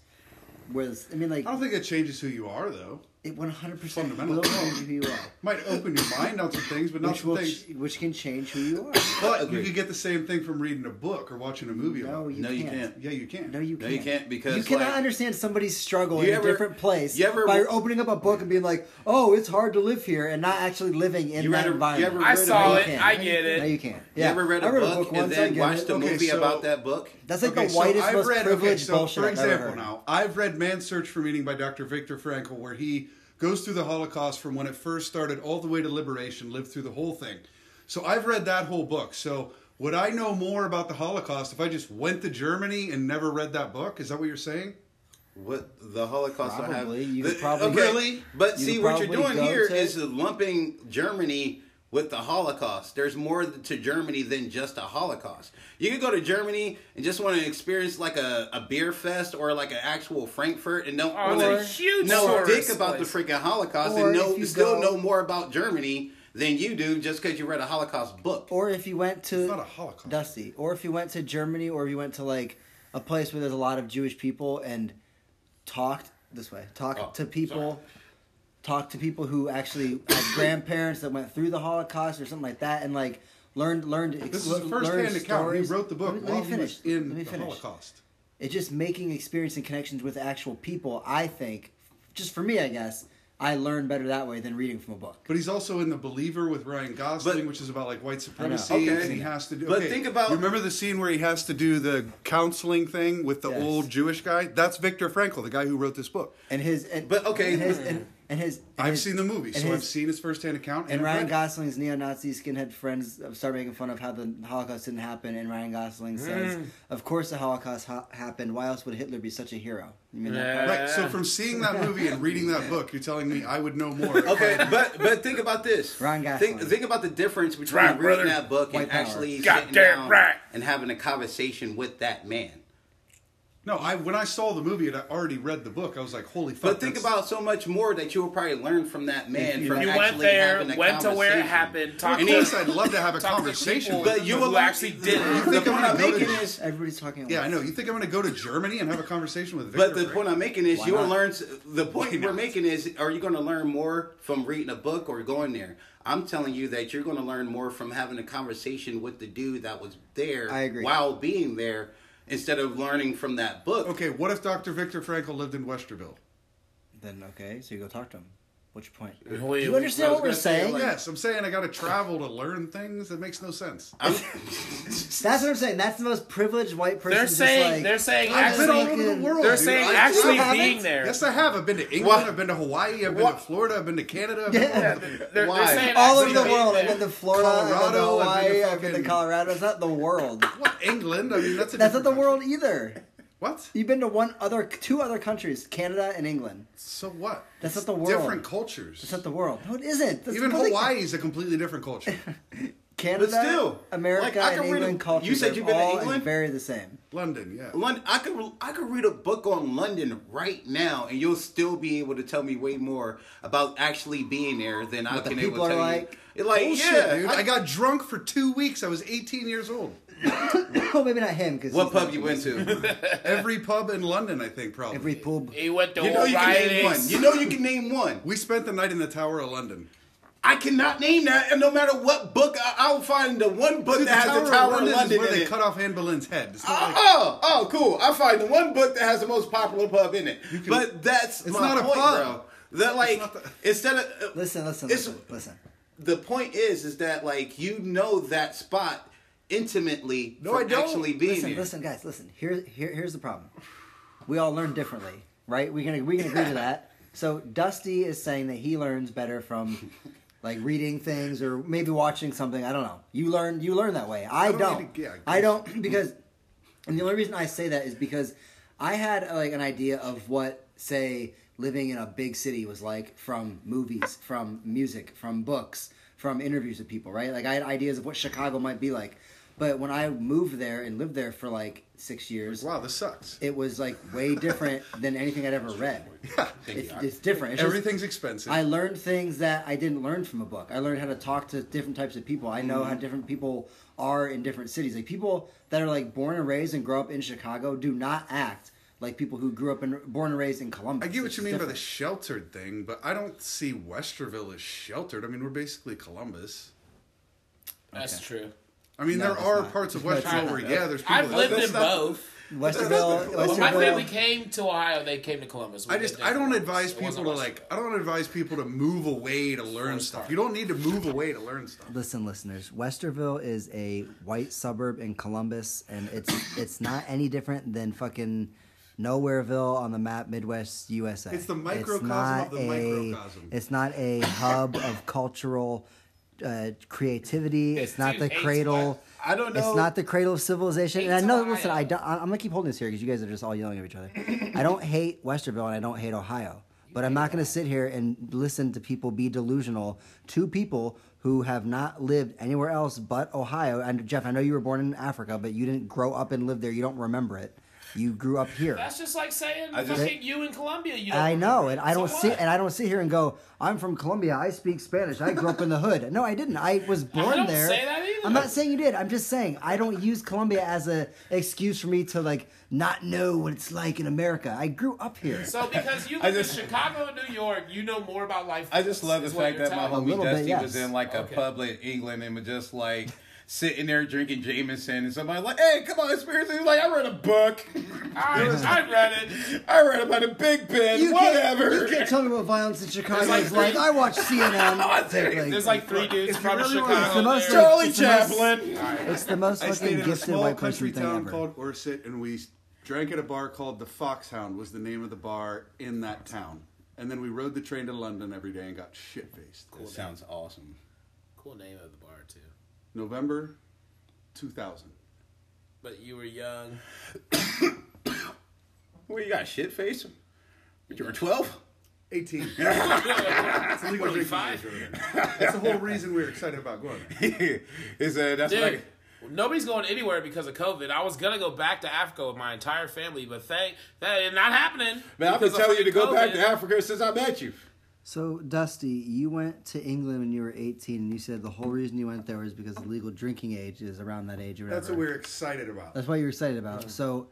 C: Whereas, I mean, like
B: I don't think it changes who you are though.
C: it 100 percent
B: Fundamental.
C: will change who you are,
B: Might open your mind on some things, but not
C: which
B: some
C: will
B: things.
C: ch- which can change who you are.
B: But you could get the same thing from reading a book or watching a movie.
C: No,
B: about it.
C: you
E: No, you
C: can't.
E: can't.
B: yeah, you can.
C: No, you
E: No,
C: can't.
E: you can't because,
C: you cannot
E: like-
C: understand somebody's struggle
E: You
C: in
E: ever-
C: a different place
E: you ever-
C: by opening up a book and being like, "Oh, it's hard to live here," and not actually living in
E: You
C: that
E: ever- you
C: environment.
E: ever-
D: I
E: read
D: saw
E: about
D: it.
C: it.
D: I get
C: no, you
D: it.
C: can't.
E: You
C: Yeah,
E: ever read a
C: I read
E: book,
C: a book
E: and
C: once. I
E: then
C: get
E: watched
C: it.
E: the
B: Okay,
E: movie
B: so-
E: about that book?
C: That's like the
B: so
C: whitest,
B: I've
C: most
B: read- okay,
C: privileged
B: so
C: bullshit
B: For
C: I've
B: example,
C: ever heard.
B: now I've read Man's Search for Meaning by Dr. Viktor Frankl, where he goes through the Holocaust from when it first started all the way to liberation, lived through the whole thing. So I've read that whole book. So would I know more about the Holocaust if I just went to Germany and never read that book? Is that what you're saying?
E: What the Holocaust? I have
C: Probably. You
E: the- uh,
C: could probably-
E: really, but
C: you
E: see
C: could
E: what you're
C: probably
E: doing
C: go
E: here
C: to-
E: is lumping Germany with the Holocaust. There's more to Germany than just a Holocaust. You could go to Germany and just want to experience like a, a beer fest or like an actual Frankfurt and don't
D: Oh,
E: want
D: it's
E: to
D: a huge
E: know
D: tourist
E: dick about
D: place.
E: the freaking Holocaust
C: Or
E: and know,
C: if you
E: still
C: go-
E: know more about Germany than you do just because you read a Holocaust book.
C: or if you went to
B: It's not a Holocaust.
C: Dusty, or if you went to Germany, or if you went to like a place where there's a lot of Jewish people and talked this way, talked
E: Oh,
C: to people, talked to people who actually had [COUGHS] grandparents that went through the Holocaust or something like that, and like learned learned. ex-
B: This is a
C: learned
B: first-hand account. He
C: stories.
B: wrote the book
C: Let me, let
B: while
C: me
B: he
C: finish.
B: was in
C: let me
B: the
C: finish.
B: Holocaust.
C: It's just making experience and connections with actual people. I think, just for me, I guess I learn better that way than reading from a book.
B: But he's also in The Believer with Ryan Gosling,
E: But-
B: which is about like white
C: know.
B: supremacy,
E: Okay.
B: and he has to do.
E: But
B: okay,
E: think about-
B: you remember the scene where he has to do the counseling thing with the
C: Yes.
B: old Jewish guy? That's Viktor Frankl, the guy who wrote this book.
C: And his, and,
E: But, okay.
C: and his, and, and his. and
B: I've
C: his-
B: seen the movie,
C: and
B: so I've
C: his-
B: seen his firsthand account.
C: And
B: I've
C: Ryan
B: read it.
C: Gosling's neo-Nazi skinhead friends uh, start making fun of how the Holocaust didn't happen, and Ryan Gosling says, "Of course the Holocaust ha- happened. Why else would Hitler be such a hero?" You mean
D: Yeah.
C: that?
B: Right. So from seeing that movie and reading that book, you're telling me I would know more.
E: [LAUGHS] Okay, but but think about this.
C: Ryan
E: think,
C: Gosling.
E: think about the difference between
D: right,
E: reading
D: brother.
E: that book and
C: White power.
E: actually sitting
D: Goddamn
E: down
D: right.
E: and having a conversation with that man.
B: No, I when I saw the movie and I already read the book, I was like, holy fuck.
E: But think
B: that's-
E: about so much more that you will probably learn from that man.
D: you
E: from
D: went
E: actually
D: there,
E: having a
D: went to where it
E: conversation.
D: happened, talked
E: And
D: to
E: he-
B: Yes, I'd love to have a
D: Talk to
B: conversation.
D: people.
B: But
E: But you
D: Who
E: will
D: actually did it. You
E: [LAUGHS] The
B: think
E: point
B: I'm
E: I'm
B: gonna
E: making
B: notice-
E: is,
C: Everybody's talking. At
B: yeah, I
C: once.
B: know. You think I'm going to go to Germany and have a conversation with Victor?
E: but the point I'm making is, you will learn. The point we're making is, are you going to learn more from reading a book or going there? I'm telling you that you're going to learn more from having a conversation with the dude that was there.
C: I agree.
E: While being there, instead of learning from that book.
B: okay, what if Dr. Victor Frankl lived in Westerville?
C: Then okay, so you go talk to him. What's your point? Do
D: Wait,
C: you understand
E: I
C: what
E: was
C: we're
E: gonna say,
C: saying?
E: like-
B: Yes, I'm saying I got to travel to learn things. That makes no sense.
E: I'm-
C: That's what I'm saying. That's the most privileged white person.
D: They're
C: just
D: saying.
C: like,
D: they're saying.
B: I've been all
D: Actually,
B: over the
C: thinking-
B: world.
D: they're
B: dude.
D: saying
B: I-
D: actually
B: I haven't.
D: being there.
B: Yes, I have. I've been to England. I've been to Hawaii. I've been to Florida. I've been to Canada. I've been to-
C: Yeah.
D: they're, they're
E: Why?
D: saying
C: all over
D: actually
C: the
D: being
C: world.
D: there.
C: I've been to Florida, I've been to
B: Colorado, I've been to
C: Hawaii, I've been to
B: fucking-
C: Colorado. It's not the world.
B: What England? I mean, that's a
C: That's not
B: different
C: the
B: country.
C: world either.
B: What?
C: You've been to one other, two other countries, Canada and England.
B: So what?
C: That's
B: It's
C: not the world.
B: Different cultures.
C: That's not the world. No, it isn't. That's
B: Even
C: completely-
B: Hawaii is a completely different
C: [LAUGHS]
B: culture.
C: Canada,
E: But still, like,
C: America,
E: I can read
C: and
E: a-
C: England culture.
E: you said you've been to England?
C: Very the same. [COUGHS]
B: London, yeah.
E: London, I could I could read a book on London right now, and you'll still be able to tell me way more about actually being there than I
C: What the
E: can able
C: people
E: to
C: are
E: tell
C: like.
E: you. Like,
B: Bullshit,
E: yeah,
B: dude.
E: I-
B: I got drunk for two weeks. I was 18 years
D: [LAUGHS]
B: old.
C: Well, maybe not him because
E: what pub you went to?
B: Every pub in London, I think, probably.
C: Every pub.
D: He went to
E: you know you can name one.
D: O'Reilly's.
E: You know you can name one.
B: we spent the night in the Tower of London.
E: I cannot name that, and no matter what book, I, I'll find the one book that has the Tower of London,
B: is where
E: in
B: they
E: it.
B: cut off Anne Boleyn's head. It's not, like,
E: Oh, oh, cool. I find the one book that has the most popular pub in it. but that's
B: It's
E: my
B: not a
E: point,
B: pub.
E: bro. That like
B: not the-
E: instead of uh,
C: Listen, listen,
E: It's-
C: listen, listen.
E: the point is is that like you know that spot intimately
F: No,
E: from
F: I don't.
E: actually being
C: listen,
E: there.
C: listen, guys, listen. Here, here, here's the problem. We all learn differently, right? We can we can agree to that. So Dusty is saying that he learns better from like reading things or maybe watching something. I don't know. You learn you learn that way. I,
B: don't
C: don't.
B: really- yeah,
C: I don't because, and the only reason I say that is because I had like an idea of what say living in a big city was like from movies, from music, from books, from interviews with people. Right? Like I had ideas of what Chicago might be like. But when I moved there and lived there for like six years,
B: Wow, this sucks.
C: it was like way different than anything I'd ever read. It's, it's different. It's just-
B: Everything's expensive.
C: I learned things that I didn't learn from a book. I learned how to talk to different types of people. I know how
B: Mm-hmm.
C: different people are in different cities. Like people that are like born and raised and grow up in Chicago do not act like people who grew up and born and raised in Columbus.
B: I get what
C: It's
B: you mean by the
C: different.
B: sheltered thing, but I don't see Westerville as sheltered. I mean, we're basically Columbus.
D: That's true.
B: I mean, there are parts of Westerville where, yeah, there's people.
D: I've
B: that-
D: lived
B: that's
D: in
B: not-
D: both.
C: Westerville.
D: When my family
C: Westerville.
D: came to Ohio, they came to Columbus. We
B: I
D: lived
B: just
D: in
B: I don't
D: Columbus.
B: advise
D: It
B: people
D: wasn't
B: to
D: West
B: like I don't advise people to move away to learn stuff. You don't need to move away to learn stuff.
C: Listen, listeners. Westerville is a white suburb in Columbus, and it's it's not any different than fucking Nowhereville on the map, Midwest USA.
B: It's the microcosm of
C: not
B: the microcosm.
C: It's not a hub of cultural uh, creativity. It's
D: This
C: not
D: dude
C: the
D: hates
C: cradle.
E: I don't know.
C: It's not the cradle of civilization. And I
D: Hates
C: know.
D: Ohio.
C: Listen, I don't, I- I'm gonna keep holding this here because you guys are just all yelling at each other. I don't hate Westerville and I don't hate Ohio, but I'm not gonna sit here and listen to people be delusional. Two people who have not lived anywhere else but Ohio. And Jeff, I know you were born in Africa, but you didn't grow up and live there. You don't remember it. You grew up here.
D: That's just like saying
E: I just-
D: fucking you in Colombia. You don't
C: I know,
D: remember.
C: and I
D: So
C: don't
D: what?
C: sit and I don't sit here and go. I'm from Colombia. I speak Spanish. I grew up in the hood. No, I didn't. I was born
D: don't
C: there.
D: say that either.
C: I'm not saying you did. I'm just saying I don't use Colombia as a excuse for me to like not know what it's like in America. I grew up here.
D: So because you
E: I
D: live in
E: just-
D: Chicago and New York, you know more about life.
E: I just love the
D: is what
E: fact
D: you're
E: that my
D: telling me.
E: homie
C: little bit,
E: Dusty
C: yes.
E: was in like a
D: Okay.
E: pub in England and was just like sitting there drinking Jameson and somebody like, hey, come on, experience. He's like, I read a book. [LAUGHS]
D: I, I read it.
E: I read about a Big Ben.
C: You can't-
E: whatever.
C: you can't tell me what violence in Chicago
D: There's like
C: is like.
D: three- Oh,
C: I
D: [LAUGHS]
C: watch CNN.
D: There's like three dudes
B: you
D: from
B: really
D: Chicago.
B: wanna- It's
C: the most-
D: there.
E: Charlie
C: It's the most-
E: Chaplin.
C: it's the most
B: I
C: fucking
B: stayed in a
C: gifted
B: small
C: white
B: country
C: person thing
B: town
C: ever.
B: called Orset, and we drank at a bar called the Foxhound. Was the name of the bar in that town. And then we rode the train to London every day and got shit faced.
E: That sounds awesome.
D: cool name of the bar too.
B: November, two thousand.
D: But you were [LAUGHS] young.
E: Well, you got shit face. But you were 12?
B: [LAUGHS] 18.
D: Dude,
B: It's a legal drinking age over there. That's the whole reason we were excited about going. there.
E: Is uh, that's like
D: nobody's going anywhere because of COVID. I was gonna go back to Africa with my entire family, but thank that is not happening.
E: man. I've been
D: because of
E: telling you to go back
D: COVID.
E: to Africa since I met you.
C: So Dusty, you went to England when you were 18, and you said the whole reason you went there was because the legal drinking age is around that age or whatever.
B: That's what we were excited about.
C: That's what you're excited about. So,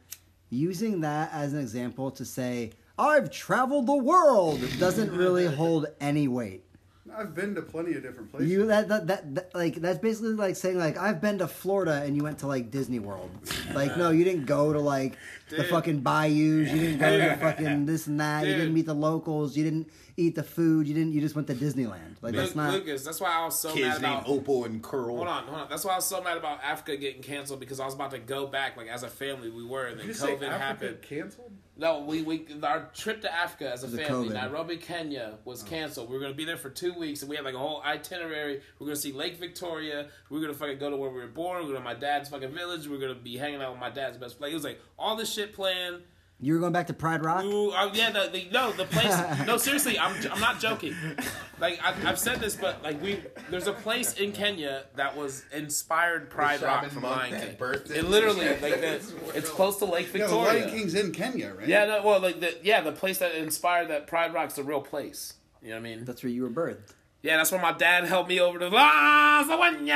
C: using that as an example to say, I've traveled the world doesn't really hold any weight.
B: I've been to plenty of different places.
C: You that, that that that like that's basically like saying like I've been to Florida and you went to like Disney World. Like no, you didn't go to like the fucking bayous. You didn't go to the fucking this and that. You
D: Dude.
C: didn't meet the locals. You didn't eat the food. You didn't. You just went to Disneyland. Like
D: Lu-
C: that's not.
D: Lucas. That's why I was so mad
E: Kids named
D: about.
E: Opal and Curl.
D: Hold on, hold on. That's why I was so mad about Africa getting canceled because I was about to go back, like as a family, we were, and then
B: Did you say
D: COVID
B: Africa
D: happened.
B: canceled?
D: No, we, we our trip to Africa as a
C: The
D: family,
C: COVID.
D: Nairobi, Kenya, was canceled. We were gonna be there for two weeks, and we had like a whole itinerary. We are gonna see Lake Victoria. We are gonna fucking go to where we were born. We are going to my dad's fucking village. We are gonna be hanging out with my dad's best friend. It was like all this shit planned.
C: You were going back to Pride Rock.
D: Ooh, uh, yeah, the, the, no, the place. No, seriously, I'm, I'm not joking. Like I've, I've said this, but like we, there's a place in Kenya that was inspired Pride
E: Shaman
D: Rock from
E: Monk
D: Lion
E: that
D: King.
E: birthed
D: It
E: it.
D: literally like the, it's close to Lake
B: Yeah, the
D: Victoria.
B: Lion King's in Kenya, right?
D: Oh, Yeah, no, well, like the yeah, the place that inspired that Pride Rock's the real place. You know what I mean?
C: That's where you were birthed.
D: Yeah, that's where my dad helped me over to La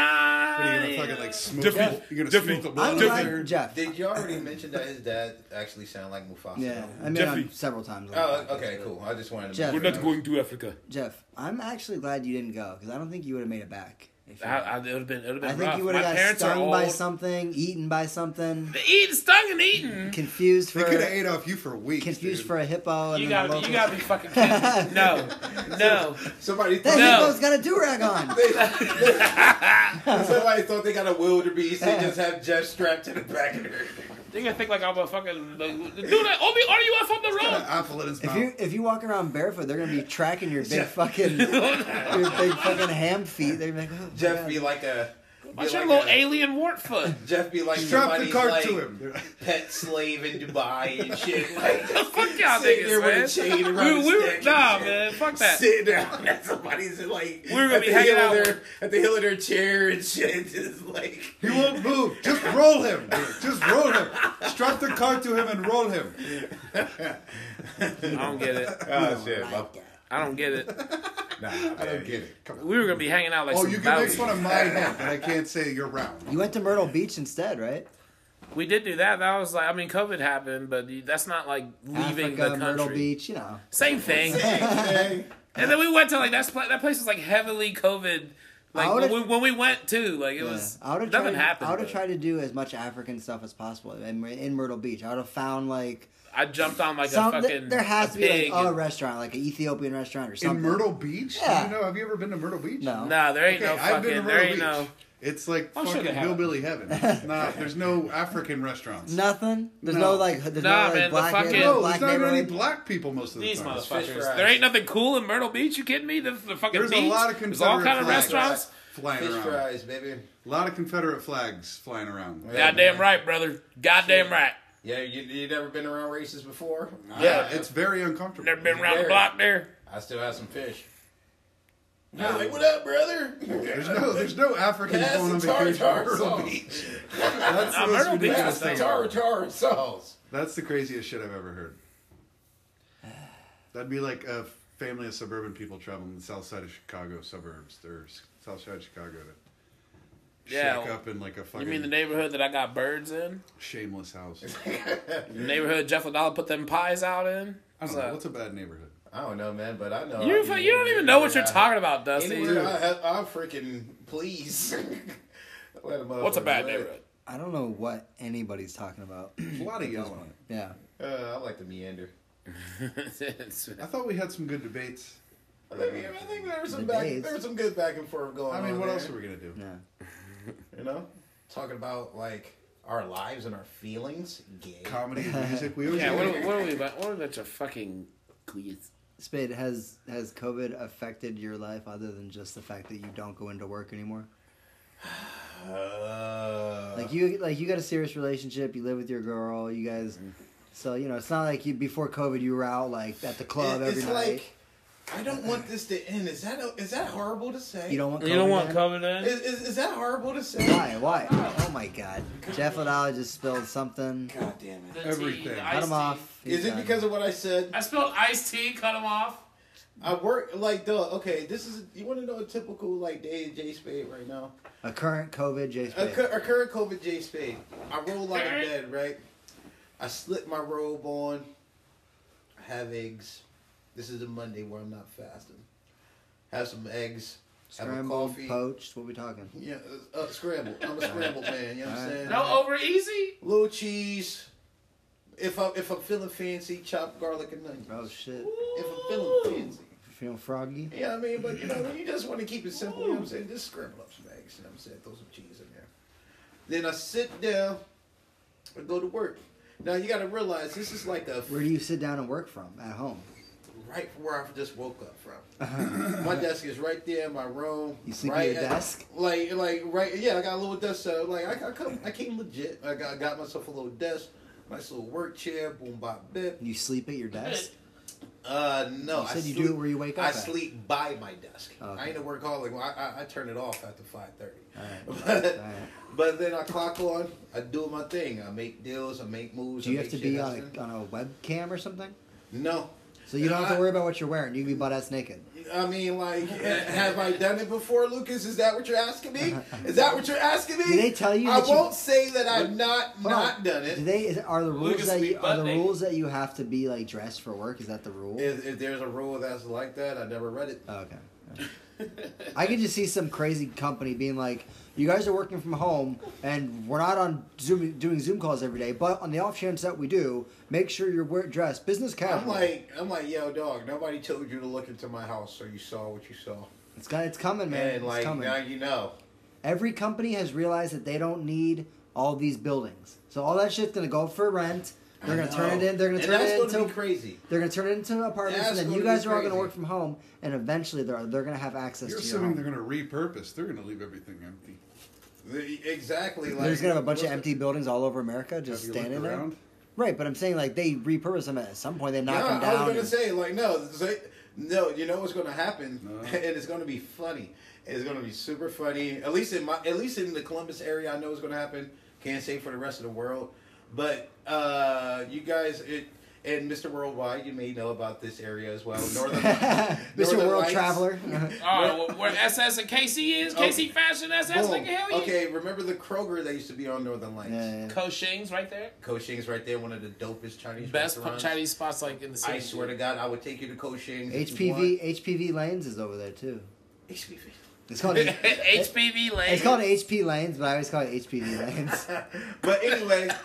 B: You're gonna
D: Zawanya.
B: fucking like smoke.
A: Different-
B: You're gonna
A: different-
B: smoke the
C: I'm
B: blood out of
C: glad,
B: there.
C: Jeff.
H: Did you already mention that his dad actually sounded like Mufasa?
C: Yeah, I mean
A: Jeffy.
C: I'm several times. on the
H: Oh,
C: podcast,
H: okay,
C: but-
H: cool. I just wanted to.
C: Jeff.
H: make
C: We're
H: sure.
D: going to Africa.
C: Jeff, I'm actually glad you didn't go because I don't think you would have made it back If you-
D: I, I, it would have been. It would have been
C: I
D: rough.
C: think you would
D: My
C: have got
D: parents are
C: stung
D: old.
C: by something, eaten by something,
D: They Eating, stung, and
C: Mm-hmm.
D: eating.
B: [LAUGHS]
C: confused
B: They could have
C: for
B: ate off you for weeks.
C: confused
B: dude.
C: for a hippo. And
D: You gotta,
C: then a
D: be,
C: local-
D: you gotta be fucking kidding.
C: [LAUGHS]
D: me. No, no.
I: Somebody
C: That
I: thought
D: No.
C: hippo's got a do rag
D: [LAUGHS]
C: on.
E: Somebody thought they got a wildebeest. They just have Jeff strapped to the back of her.
D: They gonna think like I'm a fucking like, dude. I- Obi, are you off on the road?
B: apple in his
C: If
B: mouth.
C: you if you walk around barefoot, they're gonna be tracking your
D: [LAUGHS]
C: big fucking your big fucking ham feet. They're gonna be like, oh,
E: Jeff
C: yeah.
E: be like a. be
D: What's your
E: like
D: little
E: a-
D: alien wart foot?
E: Jeff be like
B: Strap the
E: somebody's
B: cart
E: like
B: to him.
E: [LAUGHS] pet slave in Dubai and
D: [LAUGHS]
E: shit. Like
D: Fuck y'all
E: sitting there
D: niggas,
E: with
D: man.
E: a chain around
D: [LAUGHS] We,
E: his
D: we were,
E: neck and
D: nah,
E: shit.
D: man. Fuck
E: [LAUGHS]
D: that.
E: Sitting down at somebody's like
D: We were gonna
E: at
D: be
E: the
D: hanging
E: heel of
D: out
E: their, at the hill of their chair and shit. Just like
B: He won't move. Just roll him. dude. Just roll him. Strap the cart to him and roll him.
D: I don't get it.
E: oh shit,
D: I don't get it.
B: I don't get it. Come on.
D: We were gonna be hanging out like
B: Oh,
D: some
B: you can make
D: bouties.
B: fun of my head, but I can't say you're round.
C: You went to Myrtle Beach instead, right?
D: We did do that. That was like, I mean, COVID happened, but that's not like leaving
C: Africa,
D: the
C: Myrtle
D: country.
C: Beach, you know.
D: Same thing. and then we went to like that's pla- that place was like heavily COVID.
C: I
D: Like
C: would've-
D: when we, when we went too, like it was
C: I would have
D: nothing
C: tried.
D: happened.
C: I would have
D: but
C: tried to do as much African stuff as possible in, in Myrtle Beach. I would have found like
D: I jumped on like
C: some.
D: a fucking.
C: there has
D: a
C: to be like
D: pig
C: a
D: and-
C: restaurant, like an Ethiopian restaurant or something.
B: In Myrtle Beach?
C: Yeah.
B: Do you know, have you ever been to Myrtle Beach?
C: No.
D: Nah, there ain't
B: Okay,
D: no
B: I've been to
D: fucking. There
B: Myrtle
D: ain't
B: Beach.
D: no.
B: It's like
D: I'm sure
B: fucking
D: they have.
B: hillbilly heaven. [LAUGHS] It's not, there's no African restaurants.
C: Nothing. There's
B: No.
C: no, like. There's
D: Nah,
C: no like
D: man, the
C: black
D: fucking-
C: neighborhood,
B: No, there's
C: black
B: not even any
C: neighborhood.
B: black people most of the
D: These
B: time.
D: motherfuckers.
E: fries.
D: There ain't nothing cool in Myrtle Beach. You kidding me? The, the fucking
B: There's
D: beach.
B: a lot of
D: There's
B: Confederate
D: all kind of
B: flags
D: restaurants.
B: flying
E: fish
B: around.
E: fries, baby.
B: A lot of Confederate flags flying around.
D: Goddamn right, brother. Goddamn
E: Shit.
D: right.
E: Yeah, you you never been around races before?
B: Yeah, it's very uncomfortable.
D: Never been around the
E: Very.
D: block there.
E: I still have some fish. I was like, what up, brother?
B: There's no, there's no Africans
E: [LAUGHS] Pass
B: going on
E: the
B: vacation
E: tartar
B: at Myrtle
E: sauce.
B: Beach. That's the
D: Nah,
B: most
D: Myrtle Beach
B: ridiculous
E: Pass
D: is
E: the
B: thing.
E: tartar sauce.
B: That's the craziest shit I've ever heard.
D: [SIGHS]
B: That'd be like a family of suburban people traveling the south side of Chicago suburbs. They're s- south side of Chicago to
D: Yeah.
B: shack up in like a fucking
D: You mean the neighborhood that I got birds in?
B: shameless house.
D: The neighborhood Jeff Ladala put them pies out in?
B: I don't
D: So-
B: know. What's a bad
C: [LAUGHS]
B: neighborhood?
E: I don't know, man, but I know.
D: You,
E: I
D: fu-
E: eat
D: you don't even know what
E: anywhere
D: you're
E: I-
D: talking about, Dusty.
E: Anywhere I, I, I freaking please. [LAUGHS] Let a
D: What's a
E: motherfucker
D: bad
E: do it.
D: neighborhood?
C: I don't know what anybody's talking about. [CLEARS THROAT]
B: A lot of yelling.
C: Yeah.
E: Uh, I like the meander.
B: I thought we had some good debates.
E: I think, I think there was some
C: The
E: back,
C: days.
E: there was some good back and forth going
B: I
E: on.
B: mean, what
E: there,
B: else are we gonna do?
C: Yeah.
E: You know, talking about like our lives and our feelings. Gay.
B: Comedy and
C: [LAUGHS]
B: music. We always
D: yeah, what are, we-
B: do.
D: what are we about? What are we about to fucking quiz?
C: Spade has has COVID affected your life other than just the fact that you don't go into work anymore?
E: Uh,
C: Like you like you got a serious relationship. You live with your girl. You guys.
B: Mm-hmm.
C: So you know it's not like you before COVID you were out like at the club
E: it-
C: every
E: it's
C: night.
E: like I don't want this to end. Is that a, is that horrible to say?
C: you don't want. COVID
D: You don't want
C: then?
D: COVID in?
E: Is, is, is that horrible to say?
C: Why? Why? Oh my God! Jeff Ladala just spilled something.
E: God damn it.
B: Everything.
C: Cut him off. He's
E: Is it
C: done.
E: because of what I said?
D: I spilled iced tea, cut him off.
E: I work like duh. Okay, this is you want to know a typical like day of J Spade right now.
C: a current COVID? Jay
E: A,
C: Spade.
E: cur- a current COVID J Spade. I roll out of bed, right? I slip my robe on. I have eggs. This is a Monday where I'm not fasting. Have some eggs.
C: Scrambled,
E: have a coffee.
C: poached. What we talking?
E: yeah, uh, scrambled. I'm a scrambled man. You know what I'm saying?
D: No over easy?
E: Little cheese. If I if I'm feeling fancy, chopped garlic and onions.
C: Oh shit!
E: If I'm feeling fancy.
C: Feeling froggy?
E: You know what I mean? But you know, when you just want to keep it simple, you know what I'm saying? Just scramble up some eggs, you know what I'm saying? Throw some cheese in there. Then I sit down and go to work. Now you gotta realize this is like a
C: Where do you sit down and work from? At home.
E: right from where I just woke up from. my desk is right there in my room.
C: Uh-huh. You sleep at
E: right
C: your desk?
E: Like, like right? Yeah, I got a little desk set up. Like, I, I come, I came legit. I got, got myself a little desk, nice little work chair, boom, bop, bip.
C: You sleep at your desk.
E: Uh, no.
C: You
E: I
C: said you
E: sleep-
C: do it where you wake up.
E: I
C: at.
E: sleep by my desk.
C: Okay.
E: I ain't a workaholic. Well, I, I, I turn it off after five thirty. [LAUGHS]
C: Alright.
E: But,
C: Alright.
E: but then I clock on. I do my thing. I make deals. I make moves.
C: Do
E: I
C: you have
E: make
C: to
E: shit
C: be uh, on
E: happen.
C: a, on a webcam or something?
E: No.
C: So you don't have
E: I-
C: to worry about what you're wearing. You can be butt ass naked.
E: I mean, like, have I done it before, Lucas? Is that what you're asking me? Is that what you're asking me?
C: Did they tell you
E: I
C: that you-
E: won't say that I've not
C: Hold on.
E: not done
C: Do
E: it.
C: they is, are the rules
D: Lucas
C: that
D: be
C: you, are
D: butt
C: the
D: naked.
C: rules that you have to be like dressed for work? Is that the rule? Uh,
E: If, if there's a rule that's like that, I never read it.
C: Oh, okay. I could just see some crazy company being like, "You guys are working from home, and we're not on Zoom doing Zoom calls every day. But on the off chance that we do, make sure you're wear- dressed business
E: I'm
C: casual.
E: like, I'm like, yo, dog. Nobody told you to look into my house, so you saw what you saw.
C: it's got, it's coming, man.
E: and like
C: it's coming.
E: now you know.
C: Every company has realized that they don't need all these buildings, so all that shit's gonna go up for rent. They're gonna turn it in. They're gonna
E: and
C: turn
E: that's
C: it
E: going to
C: into
E: be crazy.
C: They're gonna turn it into apartments,
E: That's
C: and then
E: gonna
C: you guys
E: be
C: are all gonna
E: crazy.
C: work from home, and eventually they're they're gonna have access
B: You're
C: to your
B: assuming
C: home.
B: they're going to repurpose. They're going to leave everything empty.
E: The- exactly. Like
C: They're just gonna have a bunch of
E: listen,
C: empty buildings all over America,
B: Have
C: just
B: you
C: standing
B: looked
C: there.
B: around?
C: Right, but I'm saying like they repurpose them at some point. They knock them down.
E: I was gonna
C: and-
E: say like no, say, no. You know what's gonna happen,
B: No.
E: [LAUGHS] and it's gonna be funny. It's gonna be super funny. At least in my, at least in the Columbus area, I know it's gonna happen. Can't say for the rest of the world, but uh, you guys, it, and Mr. Worldwide, you may know about this area as well.
C: [LAUGHS]
E: Northern,
C: Mr.
E: Northern
C: World
E: Lights. [LAUGHS]
C: Traveler.
D: Oh, where- where SS and KC is? KC Fashion SS?
E: Boom.
D: Nigga, hell yeah.
E: Okay, remember the Kroger that used to be on Northern Lights?
C: Yeah, yeah.
D: Koshing's right there.
E: Koshing's right there, one of the dopest Chinese
D: Best
E: restaurants.
D: Chinese spots like in the city.
E: I swear
D: [LAUGHS]
E: to God, I would take you to Koshing's. if you want.
C: HPV HPV Lanes is over there too.
E: HPV.
C: It's
E: [LAUGHS]
C: called it-
D: HPV lane. [LAUGHS]
C: it's called HP Lanes, but I always call it
E: [LAUGHS]
C: HPV Lanes.
E: But anyway, that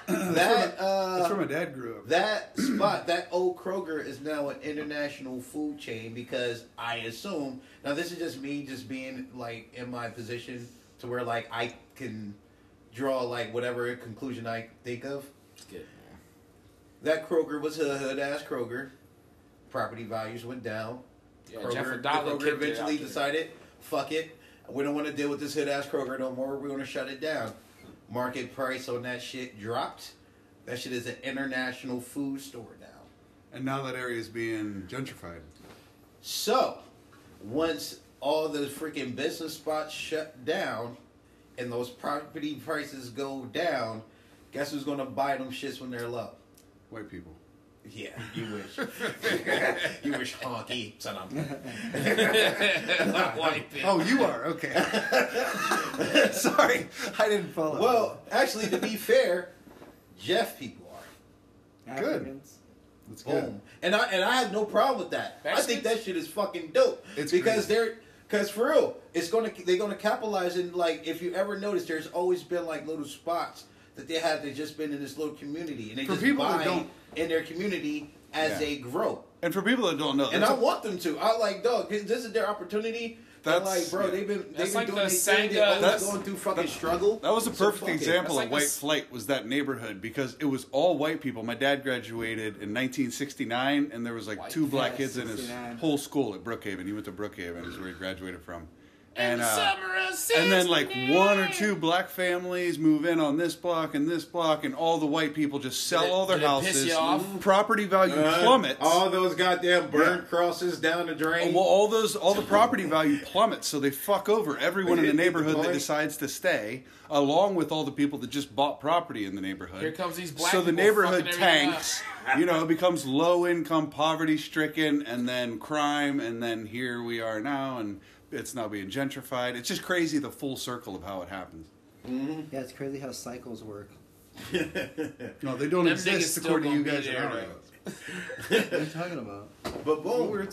B: That's where
E: uh,
B: my dad grew up.
E: that spot, that old Kroger is now an international food chain because I assume now this is just me just being like in my position to where like I can draw like whatever conclusion I think of.
D: Good.
E: That Kroger was a hood ass Kroger. Property values went down.
D: Yeah,
E: Kroger,
D: Jeff Adala
E: the Kroger
D: kicked it
E: eventually
D: out there.
E: decided, fuck it. We don't want to deal with this hood ass Kroger no more. We're going to shut it down. Market price on that shit dropped. That shit is an international food store now.
B: And now that area is being gentrified.
E: So, once all those freaking business spots shut down and those property prices go down, guess who's going to buy them shits when they're low?
B: White people.
E: Yeah, [LAUGHS]
B: [LAUGHS]
E: you wish. you wish honky, son of a-
D: White people.
J: Oh, you are
D: [LAUGHS]
J: okay. Sorry, I didn't follow.
E: Well, actually, to be fair, Jeff people are.
J: Africans.
B: That's good.
E: Boom. And I and I have no problem with that. I think that shit is fucking dope.
B: It's
E: because
B: crazy.
E: they're because for real, it's gonna they're gonna capitalize and like if you ever notice, there's always been like little spots that they have. They just been in this little community and they
B: For
E: just
B: people that
E: buy
B: don't-
E: in their community as
B: Yeah.
E: they grow.
B: And for people that don't know,
E: And
B: that's
E: I
B: a-
E: want them to. I like dog. This is their opportunity. That's
B: That's-
E: like, bro, they've been they've
D: That's
E: been
D: like
E: doing
D: the
E: their thing.
D: Sangha-
E: They're always
B: That's-
E: going through fucking struggle.
B: That was a
E: So
B: perfect
E: fuck it.
B: example
D: That's
B: of
D: like
B: white
D: a s-
B: flight was that neighborhood because it was all white people. My dad graduated in 1969, and there was like
D: White
B: two black
C: Yeah,
B: kids in his
C: 69.
B: whole school at Brookhaven. He went to Brookhaven, is where he graduated from.
D: in
B: And
D: the
B: uh,
D: summer of
B: and then like
D: 69.
B: one or two black families move in on this block and this block, and all the white people just sell
D: Did it-
B: all their
D: did it piss
B: houses.
D: you off?
B: Property value
E: Uh,
B: plummets.
E: All those goddamn burn
B: Yeah.
E: crosses down the drain.
B: Oh,
D: Oh,
B: well, all those, all the property value plummets, so they fuck over everyone in the
E: Hit the
B: neighborhood that
E: point.
B: decides to stay, along with all the people that just bought property in the neighborhood.
D: Here comes these black
B: So the
D: people
B: neighborhood
D: fucking everything
B: tanks. you know, it becomes low income, poverty stricken, and then crime, and then here we are now, and it's now being gentrified. It's just crazy the full circle of how it happens.
C: yeah, it's crazy how
E: [LAUGHS]
C: cycles work.
B: No, they don't
D: Them exist, niggas still according to you gonna be guys there, around though.
C: What are you talking about?
E: but boom,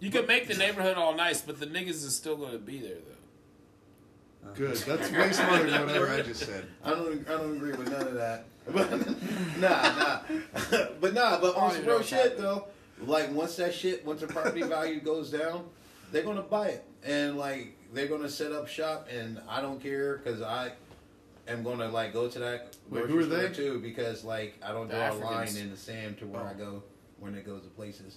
D: You could make the neighborhood all nice, but the niggas is still going to be there, though.
B: Good. That's way smarter than whatever I just said.
E: I don't, I don't agree with none of that. [LAUGHS] But nah, nah, [LAUGHS] but nah, but on
D: Probably
E: some real
D: don't
E: shit
D: happen.
E: though, like once that shit, once
B: [LAUGHS]
E: the property value goes down, they're gonna buy it, and like they're gonna set up shop, and I don't care because I am gonna like go to that
B: Wait, who
E: grocery
B: are they?
E: store, too because like I don't
D: The
E: draw a
D: Africans.
E: line in the sand to where I
B: Oh.
E: go when it goes to places.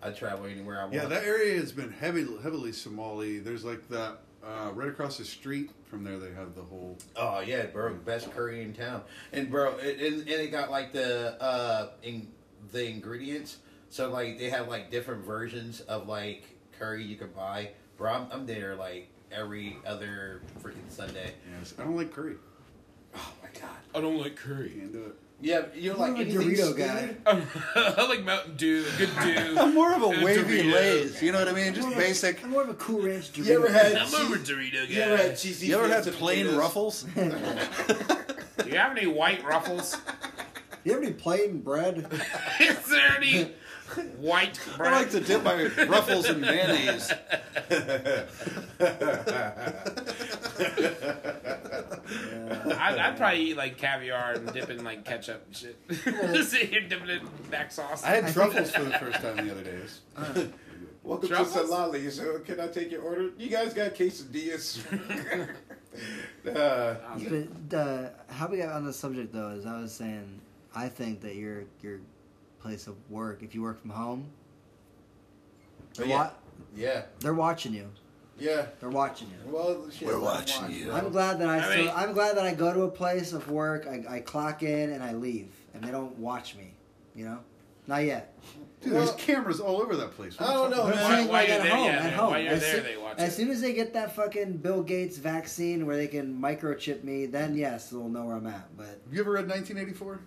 E: I travel anywhere I want.
B: Yeah, that area has been heavy, heavily Somali. There's like that uh, right across the street from there. They have the whole.
E: Oh yeah, bro, best curry in town, and bro, it, and, and it got like the uh in, the ingredients. So like they have like different versions of like curry you can buy. Bro, I'm, I'm there like every other freaking Sunday.
B: Yes, I don't like curry.
E: Oh my god.
D: I don't like curry.
B: Can't do it.
E: Yeah, you're like
C: I'm a
E: anything
C: Dorito
E: stewed?
C: guy.
D: [LAUGHS] I like Mountain Dew, good
B: I'm
D: Dew.
B: more of a
D: And
B: wavy
D: Doritos.
B: lays. You know what I mean? Just basic.
C: I'm more of a Cool Ranch.
E: You ever
C: Dorito.
E: had?
D: I'm over
E: cheese-
D: Dorito
E: You ever
D: guy.
E: had cheesy?
B: You ever had
E: fields and
B: plain
E: potatoes?
B: ruffles? [LAUGHS]
D: Do you have any white ruffles? [LAUGHS]
E: [LAUGHS]
C: You have any plain bread?
D: is there any white
E: I
D: bread.
E: like to dip my ruffles in mayonnaise.
D: I'd, I'd probably eat like caviar and dip it in like ketchup and shit. [LAUGHS] Just sit here dipping it in back sauce.
B: I had truffles for the first time the other day. It was-
E: Welcome
D: Truffles?
E: to Salali. So, can I take your order? You guys got quesadillas? uh,
C: But uh, how we got on the subject though is I was saying I think that your your place of work, if you work from home, they're,
E: Oh, yeah.
C: wa-
E: [LAUGHS] yeah,
C: they're watching you.
E: yeah.
C: They're watching you.
E: Well, shit,
G: We're
E: I'm
G: watching
E: watching.
G: you.
C: I'm glad that I,
D: I
C: still,
D: mean-
C: I'm glad that I go to a place of work, I, I clock in and I leave, and they don't watch me. You know, not yet.
B: Dude,
E: Well-
B: there's cameras all over that place.
E: I don't know,
B: What the
E: man.
D: Why-
C: Same
D: why
C: like
D: you're
C: at
D: there,
C: home,
D: yeah,
C: at
D: man.
C: home.
D: Why you're
C: as
D: there,
C: soo-
D: they watch
C: As
D: it.
C: soon as they get that fucking Bill Gates vaccine where they can microchip me, then yes, they'll know where I'm at. But
B: Have you ever read 1984?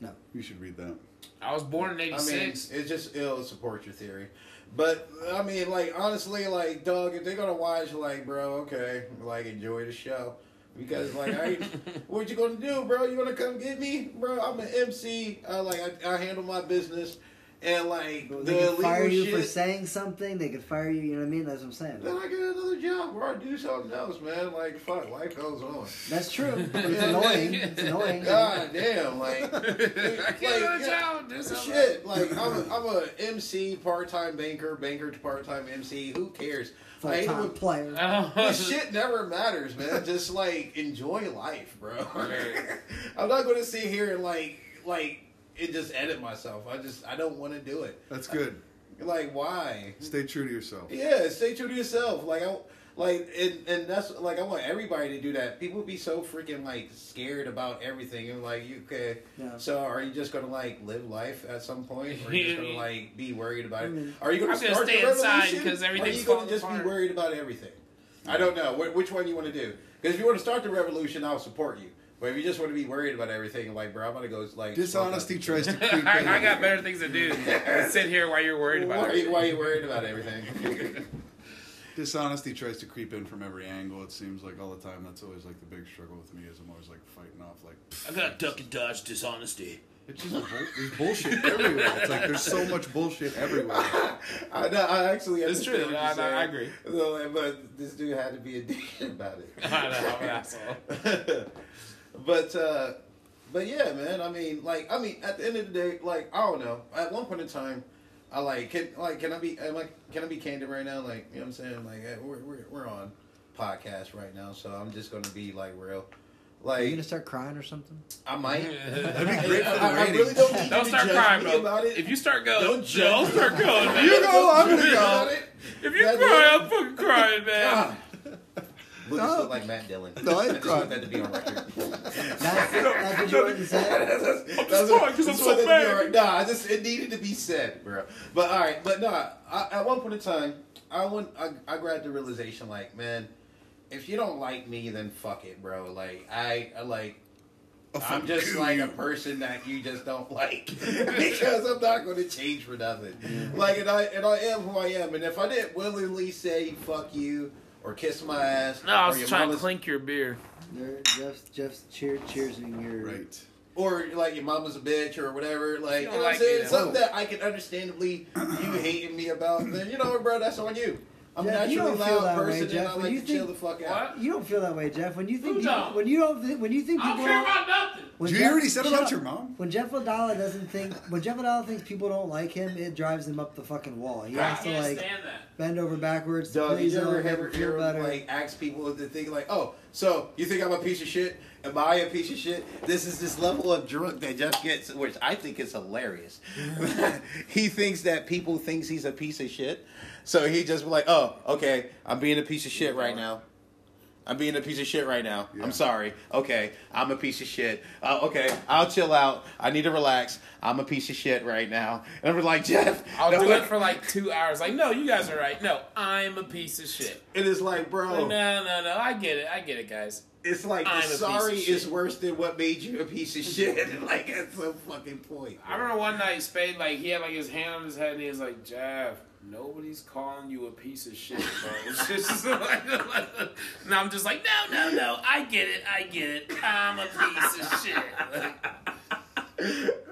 C: No.
B: You should read that.
D: I was born in
E: I mean,
D: '86.
E: it just it'll support your theory, but I mean, like honestly, like Doug, if they're gonna watch, like, bro, okay, like enjoy the show because, like, I ain't- what you gonna do, bro? You gonna come get me, bro? I'm an MC. I like I, I handle my business, and like
C: they
E: the
C: could fire
E: illegal
C: you for
E: shit.
C: saying something. They could fire you. You know what I mean? That's what I'm
E: then [LAUGHS]
C: saying.
E: I get another job or I do something else, man. Like fuck, life goes on.
C: That's
E: [LAUGHS]
C: true. But it's annoying. It's annoying.
E: God damn, like, like,
D: Get
E: yeah.
D: a job, do something.
E: Shit, like I'm a, I'm a MC, part time banker, banker to part time MC. Who cares? Like,
C: Full-time
E: it- Uh-huh.
C: player.
D: Oh.
E: this shit never matters, man. Just like enjoy life, bro. [LAUGHS] I'm not going to sit here and like like and just edit myself. I just I don't want to do it.
B: That's good.
E: Like why?
B: Stay true to yourself.
E: Yeah, stay true to yourself. Like I like and and that's like I want everybody to do that. People be so freaking like scared about everything and like you okay.
C: Yeah.
E: So are you just gonna like live life at some point? Or are you just
D: [LAUGHS]
E: gonna like be worried about it? Are you gonna
D: I'm gonna
E: start
D: stay
E: the
D: inside
E: revolution?
D: 'cause
E: Or are
D: everything's
E: you gonna
D: falling
E: just
D: apart.
E: be worried about everything? I don't know. Wh- which one you want to do? Because if you want to start the revolution, I'll support you. But if you just want to be worried about everything, like bro, I'm gonna go like
B: Dishonesty tries to creep in.
D: I, I got better things to do [LAUGHS] than sit here while you're worried about
E: Why,
D: it.
E: why are you worried about everything? [LAUGHS]
B: Dishonesty tries to creep in from every angle. It seems like all the time. That's always like the big struggle with me is I'm always like fighting off like.
D: I gotta duck and dodge dishonesty.
B: It's just bull- there's bullshit everywhere. It's like there's so much bullshit everywhere.
E: I know. I actually.
D: It's true,
E: understand what
D: no,
E: you're
D: no, I
E: saying.
D: agree.
E: No, like, but this dude had to be a [LAUGHS] dick about it.
D: [LAUGHS] I know, I'm an asshole.
E: but uh, but yeah, man. I mean, like, I mean, at the end of the day, like, I don't know. At one point in time, I like can like can I be am I can I be candid right now? Like, you know what I'm saying? Like, eh, we're we're, we're on podcast right now, so I'm just gonna be like real.
C: Are you gonna
E: Like,
C: start crying or something?
E: I might. [LAUGHS]
B: That'd be great for the
E: I, I
B: ratings.
E: really don't need
D: Don't
E: you to
D: start
E: judge
D: crying,
E: me
D: bro.
E: about it.
D: If you start going,
E: Don't
D: don't,
E: judge
D: start going, man.
B: You go,
D: [LAUGHS]
B: I'm gonna
E: about
B: go.
E: it,
D: If you
E: That
D: cry,
E: is-
D: I'm fucking crying, man.
E: Ah. Lucas
F: No.
E: looked like Matt Dillon.
F: No, I
E: I
F: ain't
E: just want
F: crying.
E: that to be on
D: [LAUGHS]
E: record.
C: That's,
E: [LAUGHS]
C: that's what Jordan said.
E: I'm
D: just crying 'cause I'm so mad.
E: Nah, I just it needed to be said, bro. But all right, but nah. I, at one point in time, I went. I, I grabbed the realization, like, man, if you don't like me, then fuck it, bro. Like, I, I like. I'm just like a person that you just don't like [LAUGHS] because I'm not going to change for nothing. Like, and I and I am who I am. And if I didn't willingly say fuck you or kiss my ass,
D: [LAUGHS] No, I
E: or
D: was
E: your
D: trying to
E: mama's-
D: clink your beer.
C: There- Jeff's, Jeff's cheer, cheers in your
B: Right.
E: or like your mama's a bitch or whatever. Like, you know what
D: don't
E: I'm
D: like
E: saying?
D: me, then.
E: Something that I can understandably you hating me about. Then you know, what, bro, that's on you. I'm
C: Yeah,
E: a
C: you
E: naturally
C: don't feel
E: loud
C: that way,
E: person
C: Jeff,
E: and I
C: but
E: like
C: you
E: to chill the
C: think-
E: fuck out.
C: You don't feel that way, Jeff. When you think
D: Who
C: you,
D: don't?
C: when you don't think, when you think
D: I
C: people
D: don't care
C: don't,
D: about nothing.
C: when
B: Did you
C: Jeff-
B: hear what he said
C: shut
B: about
C: up.
B: your mom?
C: When Jeff Adala doesn't think, when Jeff Adala thinks people don't like him, it drives him up the fucking wall. He
D: I
C: has to
D: can't
C: like
D: stand that.
C: bend over backwards. to
E: Doug,
C: please
E: you ever
C: him,
E: ever,
C: feel
E: ever
C: better.
E: like ask people to think like, oh, so you think I'm a piece of shit? Am I a piece of shit? This is this level of drunk that Jeff gets, which I think is hilarious. [LAUGHS] he thinks that people thinks he's a piece of shit, so he just be like, oh, okay, I'm being a piece of shit right now. I'm being a piece of shit right now.
B: Yeah.
E: I'm sorry. Okay, I'm a piece of shit. Uh, okay, I'll chill out. I need to relax. I'm a piece of shit right now. And I'm like Jeff.
D: I'll
E: that
D: do
E: was-
D: it for like two hours. Like, no, you guys are right. No, I'm a piece of shit.
E: It is like, bro.
D: Like, no, no, no. I get it. I get it, guys.
E: It's like
D: I'm a
E: the
D: piece of
E: sorry is
D: shit.
E: worse than what made you a piece of
K: [LAUGHS]
E: shit. like at some fucking point.
D: I remember one night Spade like he had like his hand on his head and he was like, Jeff, nobody's calling you a piece of shit, bro. [LAUGHS] It's just like- and I'm just like, no, no, no, I get it, I get it. I'm a piece of shit.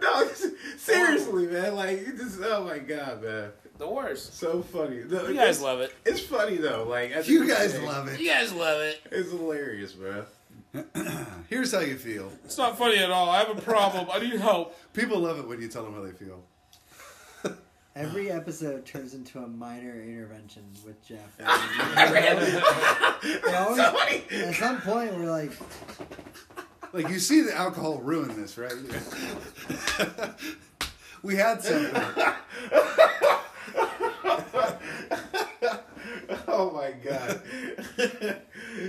E: No,
K: no, [LAUGHS] seriously, man. Like, you just, oh my god, man.
D: The worst.
K: So funny.
D: You guys love it.
K: It's funny though. Like at the
L: You
K: end of the
L: guys
K: day,
L: love it.
D: You guys love it.
K: It's hilarious, man.
B: Here's how you feel.
D: It's not funny at all. I have a problem. I need help. [LAUGHS]
B: People love it when you tell them how they feel.
C: Every episode turns into a minor intervention with Jeff.
E: [LAUGHS]
C: They always- at some point, we're like,
B: Like you see the alcohol ruin this, right? [LAUGHS]
L: We had something.
K: [LAUGHS] Oh my
D: [LAUGHS]
K: god. You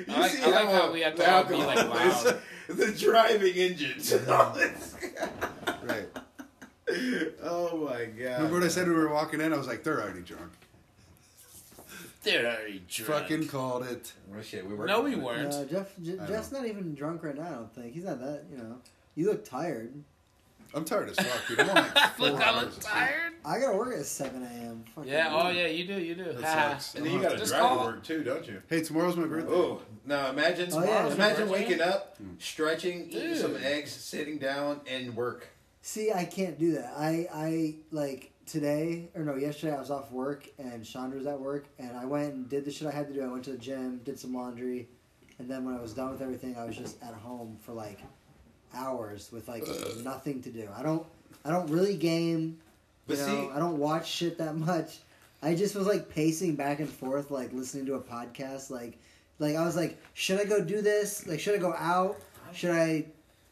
D: I like,
K: see
D: I like how we have to all be like, wow.
K: [LAUGHS]
D: Mm-hmm.
K: the driving [LAUGHS] Oh, engines.
B: Right.
K: oh my
B: Remember
K: god.
B: what I said when we were walking in? I was like, they're already drunk.
D: They're already drunk.
B: Fucking called it.
K: Oh,
E: Well, shit, we were
D: no, we
C: no,
D: weren't.
C: Jeff, J- Jeff's not even drunk right now. I don't think he's not that. You know, you look tired.
B: I'm tired as fuck, dude. I'm on like four
D: Look, I
B: hours
D: look
B: of sleep.
D: tired.
C: I gotta work at seven a.m. Fucking
D: Yeah. Oh,
C: weird.
D: yeah. You do. You do.
B: That sucks.
E: Ah.
D: Ha.
K: And then you gotta
D: Uh-huh. Just
K: drive
D: call
K: to
D: it.
K: work too, don't you?
B: Hey, tomorrow's my birthday.
E: Oh, now imagine
C: Oh, yeah. Hmm.
E: imagine
D: Yeah.
E: waking up, stretching, eating
D: Dude.
E: some eggs, sitting down, and work.
C: See, I can't do that. I, I like today or no, yesterday I was off work and Chandra was at work and I went and did the shit I had to do. I went to the gym, did some laundry, and then when I was done with everything, I was just at home for like hours with like nothing to do. I don't, I don't really game. You
E: But
C: know,
E: see-
C: I don't watch shit that much. I just was like pacing back and forth, like listening to a podcast, like, like I was like, should I go do this? Like, should I go out? Should I?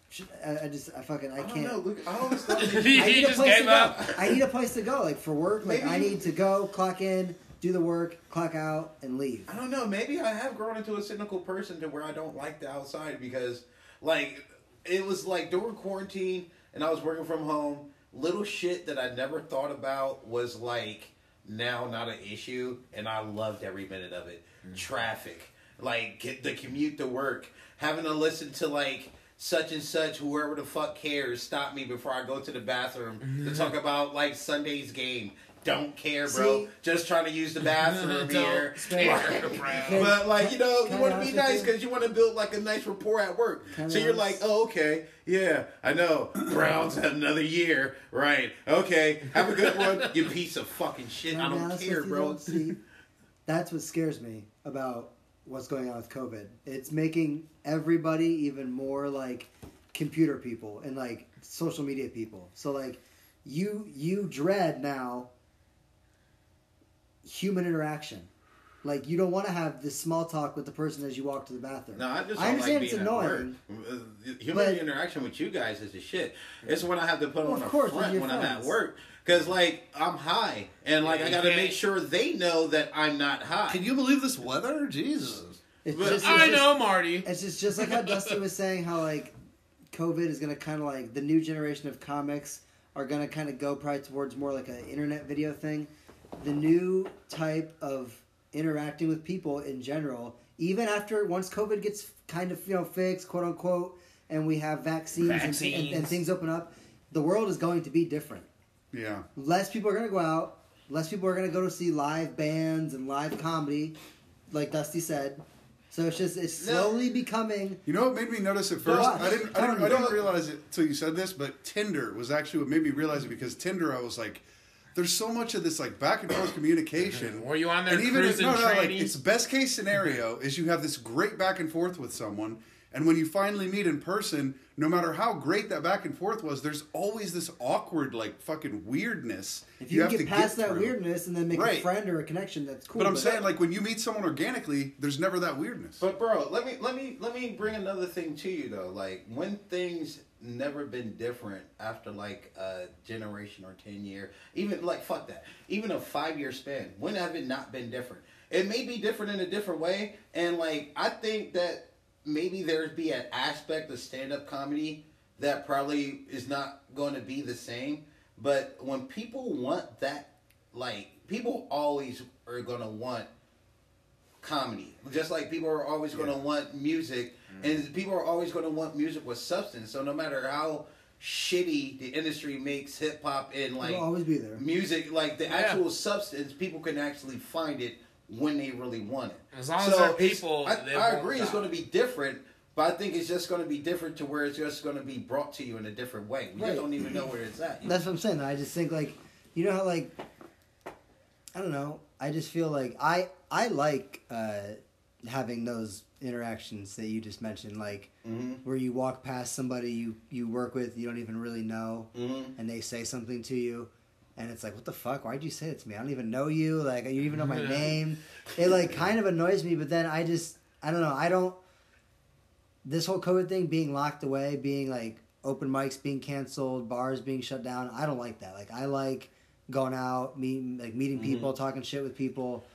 C: Should, I, I just, I fucking, I,
E: I don't
C: can't.
E: know, Luke. Oh, I always [LAUGHS] thought
D: [LAUGHS]
C: I
D: he
C: need a
D: just
C: place to
D: gave
C: go.
D: up.
C: I need a place to go, like for work. Like
E: Maybe
C: I
E: you-
C: need to go, clock in, do the work, clock out, and leave.
E: I don't know. Maybe I have grown into a cynical person to where I don't like the outside because, like, it was like during quarantine and I was working from home. Little shit that I never thought about was like now not an issue, and I loved every minute of it. Traffic, like get the commute to work, having to listen to like such and such, whoever the fuck cares, stop me before I go to the bathroom to talk about like Sunday's game. Don't care, bro.
C: See?
E: Just trying to use the bathroom
D: Don't
E: here.
D: care, bro.
E: But like you know, you
C: Can I
E: want to be
C: ask
E: nice
C: you-
E: because you want to build like a nice rapport at work.
C: Can
E: So
C: I
E: you're
C: ask-
E: like, oh okay, yeah, I know. Browns have another year, right? Okay, have a good one. You piece of fucking shit.
C: Can
E: I
C: be
E: don't
C: honest
E: care,
C: with you,
E: bro.
C: though? See, that's what scares me about what's going on with COVID. It's making everybody even more like computer people and like social media people. So like you you dread now human interaction. Like you don't want to have this small talk with the person as you walk to the bathroom.
E: No, I just
C: I
E: don't like
C: understand
E: being
C: it's
E: at
C: annoying.
E: work. Uh, Human
C: But-
E: interaction with you guys is the shit. It's when I have to put
C: Well,
E: on
C: of
E: a
C: course, with
E: front
C: your
E: when I'm at
C: friends.
E: work because like I'm high and like
D: Yeah,
E: I
D: you
E: got to
D: can't-
E: make sure they know that I'm not high.
B: Can you believe this weather? Jesus.
C: It's
E: But
C: just, it's
D: I
C: just-
D: know, Marty.
C: It's just just like how Dusty was saying how like COVID is gonna kind of like the new generation of comics are gonna kind of go probably towards more like an internet video thing. The new type of interacting with people in general, even after once COVID gets kind of you know fixed, quote unquote, and we have vaccines, and- And, and
D: Vaccines.
C: things open up, the world is going to be different
B: Yeah.
C: less people are going to go out, less people are going to go to see live bands and live comedy, like Dusty said. So it's just it's slowly becoming.
B: You know what made me notice at first?
C: What?
B: I didn't. I didn't, I didn't realize it till you said this, but Tinder was actually what made me realize it because Tinder, I was like, there's so much of this like back and forth communication.
D: [CLEARS THROAT] Were you on there
B: And even if,
D: cruising
B: no, no, like
D: trannies?
B: it's best case scenario is you have this great back and forth with someone, and when you finally meet in person, no matter how great that back and forth was, there's always this awkward like fucking weirdness.
C: If you,
B: have
C: can
B: to
C: get past that
B: through.
C: weirdness and then make
B: Right.
C: a friend or a connection, that's cool.
B: But I'm saying, like, when you meet someone organically, there's never that weirdness.
E: But bro, let me let me let me bring another thing to you though. Like when things never been different after like a generation or ten year, even like fuck that, even a five year span. When have it not been different? It may be different in a different way, and like I think that maybe there'd be an aspect of stand up comedy that probably is not going to be the same. But when people want that, like people always are going to want comedy. Just like people are always going to want music,
C: Mm-hmm.
E: and people are always going to want music with substance. So no matter how shitty the industry makes hip hop and like
C: It'll always be there.
E: music, like the actual substance, people can actually find it when they really want it.
D: As long as there are
E: it's-
D: people,
E: I,
D: they
E: I
D: won't
E: agree. It's
D: die.
E: going to be different, But I think it's just going to be different to where it's just going to be brought to you in a different way. We
C: Right.
E: just don't even know where it's at.
C: That's what I'm saying. though. I just think like, you know how like, I don't know. I just feel like I I like uh, having those interactions that you just mentioned, like where you walk past somebody you you work with, you don't even really know, and they say something to you. And it's like, what the fuck? Why'd you say it to me? I don't even know you. Like, you even know my name. It like kind of annoys me, but then I just, I don't know. I don't this whole COVID thing, being locked away, being like open mics being canceled, bars being shut down. I don't like that. Like I like going out, meeting like meeting people, talking shit with people.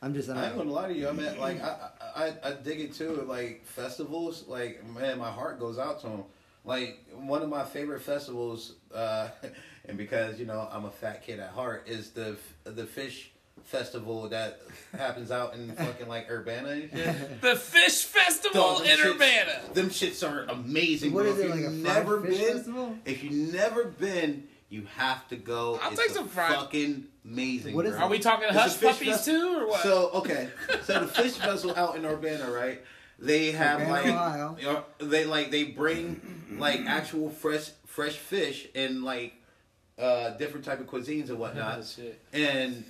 C: I'm just
E: I
C: I
E: ain't
C: don't know.
E: gonna lie to you. I mean, like, I, I, I- I dig it too. Like festivals, like man, my heart goes out to them. Like one of my favorite festivals, uh, [LAUGHS] and because you know I'm a fat kid at heart, is the the fish festival that happens out [LAUGHS] in fucking like Urbana. And shit.
D: The Fish Festival
E: Dog,
D: in
E: them
D: Urbana.
E: shits- Them shits are amazing.
C: What
E: bro.
C: is it,
E: if
C: like
E: you've
C: a fried
E: never
C: fish
E: been,
C: festival?
E: If you've never been, you have to go.
D: I'll
E: it's
D: take some
E: a
D: fried-
E: Fucking amazing.
C: What is
E: bro.
C: it?
D: Are we talking
E: It's a
D: hush
E: fish
D: puppies
E: fest-
D: too, or what?
E: So okay, so the fish vessel out in Urbana, right? They have
C: Urbana,
E: like
C: Ohio.
E: you know, they like they bring like actual fresh fresh fish and like uh different type of cuisines and whatnot,
D: Oh, [LAUGHS] shit.
E: and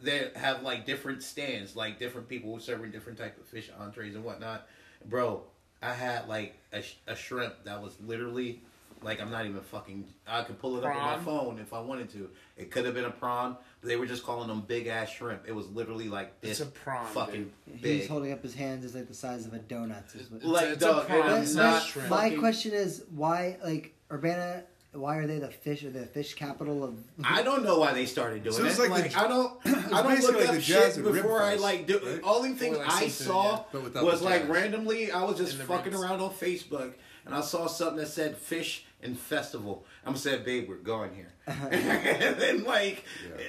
E: they have like different stands, like different people serving different type of fish entrees and whatnot. Bro, I had like a, sh- a shrimp that was literally like I'm not even fucking. I could pull it up on my
D: Prawn?
E: phone if I wanted to. It could have been a prawn. But they were just calling them big ass shrimp. It was literally like this
D: It's a prawn,
E: fucking
C: He's
E: big.
C: holding up his hands is like the size of a donut. Is what-
E: Like
D: It's a- it's a
E: dog, it
D: prawn.
E: is
C: But
E: not
C: my,
D: shrimp.
C: my
E: fucking-
C: question is why like Urbana? Why are they the fish or the fish capital of?
E: I don't know why they started doing
B: So
E: it.
B: it's
E: Like,
B: like the-
E: I don't, I don't
B: basically
E: look
B: like
E: up
B: the jazz
E: shit
B: and rib
E: before I
B: fries,
E: like do.
B: right?
E: Only thing
D: Or like
E: I
D: seafood,
E: saw
D: yeah,
M: but without
E: was
M: the
E: like
M: jazz.
E: randomly. I was just
D: And the
E: fucking
D: ribs.
E: around on Facebook and I saw something that said fish and festival. I'm said, babe, we're going
C: [LAUGHS]
E: here. [LAUGHS] and then like,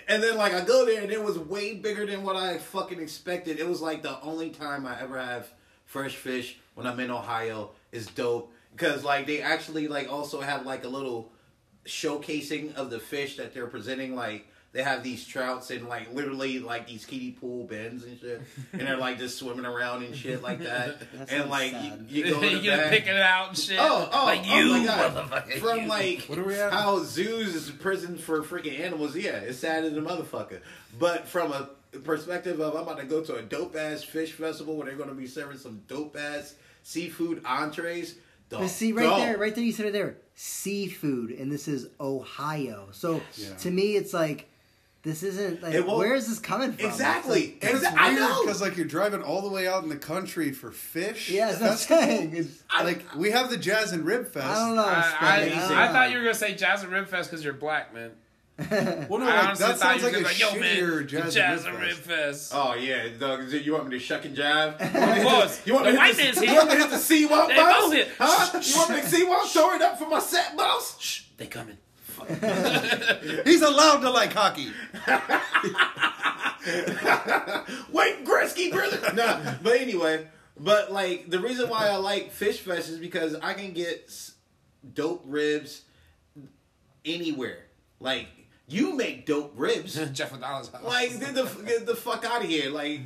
E: and then like I go there and it was way bigger than what I fucking expected. It was like the only time I ever have fresh fish when I'm in Ohio is dope because like they actually like also have like a little showcasing of the fish that they're presenting. Like they have these trouts and like literally like these kiddie pool bins and shit, and they're like just swimming around and shit like that.
C: [LAUGHS] That sounds
E: and like
C: sad.
D: [LAUGHS]
E: you, you
D: you
E: go in the
D: gonna
E: back.
D: pick it out and shit.
E: Oh, oh,
D: like
E: oh
D: you,
E: my God.
D: motherfucker.
E: From
D: you.
E: like
B: What are we at?
E: how zoos is a prison for freaking animals. Yeah, it's sad as a motherfucker. But from a perspective of I'm about to go to a dope ass fish festival where they're gonna be serving some dope ass seafood entrees. The
C: But see right
E: dog.
C: there, right there, you said it there. Seafood, and this is Ohio. So to me, it's like this isn't like
E: It won't-
C: where is this coming from?
E: Exactly.
B: And it's
E: Exa- I
B: weird
E: know.
B: because like you're driving all the way out in the country for fish.
C: Yeah, that's what I'm saying. It's-
B: like we have the jazz and rib fest.
C: I don't know.
D: I,
C: Spencer. don't
D: I, I
C: know.
D: thought you were gonna say Jazz and Rib Fest because you're black, man.
B: Well, no,
D: I
B: like,
D: honestly
B: that
D: thought
B: sounds
D: you were
B: like a
D: gonna be like, yo,
B: shittier
D: man,
B: jazz,
D: Jazz
B: and rib fest.
D: Fest.
E: Oh [LAUGHS] yeah, dog. You want me to shuck and jive?
D: Of course.
E: You want me
D: the
E: to
D: white
E: hit
D: man's
E: the, You want me to
D: here.
E: hit the sea wop
D: They
E: bounce?
D: both hit.
E: Huh? You want me to see wop? Show it up for my set bounce? Shh.
D: They coming.
B: He's allowed to like hockey.
E: Wait, Gretzky, [LAUGHS] brother. no, but anyway, but like the reason why I like Fish Fest is because I can get s- dope ribs anywhere. Like you make dope ribs.
D: Jeff Adalas. house.
E: Like get the get the fuck out of here! Like,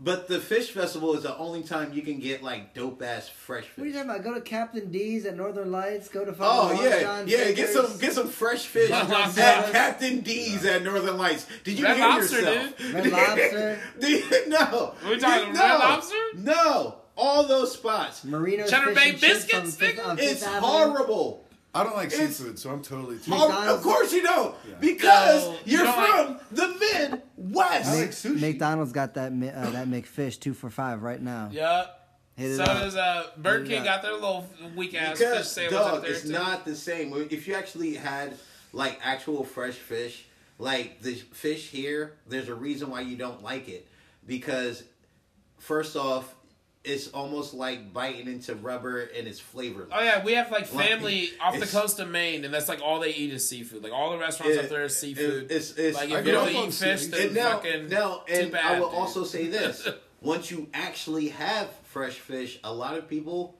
E: but the fish festival is the only time you can get like dope ass fresh
C: What are you
E: fish.
C: talking about? Go to Captain D's at Northern Lights. Go to fucking
E: Oh
C: Long
E: yeah,
C: John
E: yeah. Get
C: Silver's.
E: some get some fresh
D: [LAUGHS]
E: fish at Captain D's at Northern Lights. Did you
D: Red
E: hear
D: Lobster,
E: yourself? [LAUGHS]
C: Red Lobster.
E: Do you- no.
D: Are we talking
E: no.
D: Red Lobster?
E: No. All those spots.
C: Marino's
D: Cheddar
C: fish
D: Bay
C: and chips on
D: biscuits,
C: Fifth-
D: nigga?
C: on Fifth
E: It's
C: Avenue.
E: horrible.
B: I don't like
E: It's-
B: seafood, so I'm totally.
E: Hor-
C: McDonald's-
E: of course you don't, because
D: No, you
E: you're from
D: don't
E: the Midwest.
B: I like sushi.
C: McDonald's got that mi- uh, that McFish two for five right now.
D: Yup.
C: Hit it
D: so
C: up.
D: does uh, Burger
C: Hit it
D: King
C: up.
D: got their little weak ass
E: because,
D: fish sandwich
E: dog,
D: up there
E: it's
D: too.
E: not the same. If you actually had like actual fresh fish, like the fish here, there's a reason why you don't like it because first off, it's almost like biting into rubber and it's flavorless.
D: Oh yeah, we have like
E: Like,
D: family off the
E: it's-
D: coast of Maine, and that's like all they eat is seafood. Like all the restaurants up there is seafood.
E: it's, it's,
D: like
E: I
D: if you
E: grew up
D: don't
E: on
D: eat fish,
B: seafood.
D: then
E: and now,
D: fucking
E: now,
D: too
E: and
D: bad.
E: I will
D: dude.
E: also say
D: [LAUGHS]
E: this: once you actually have fresh fish, a lot of people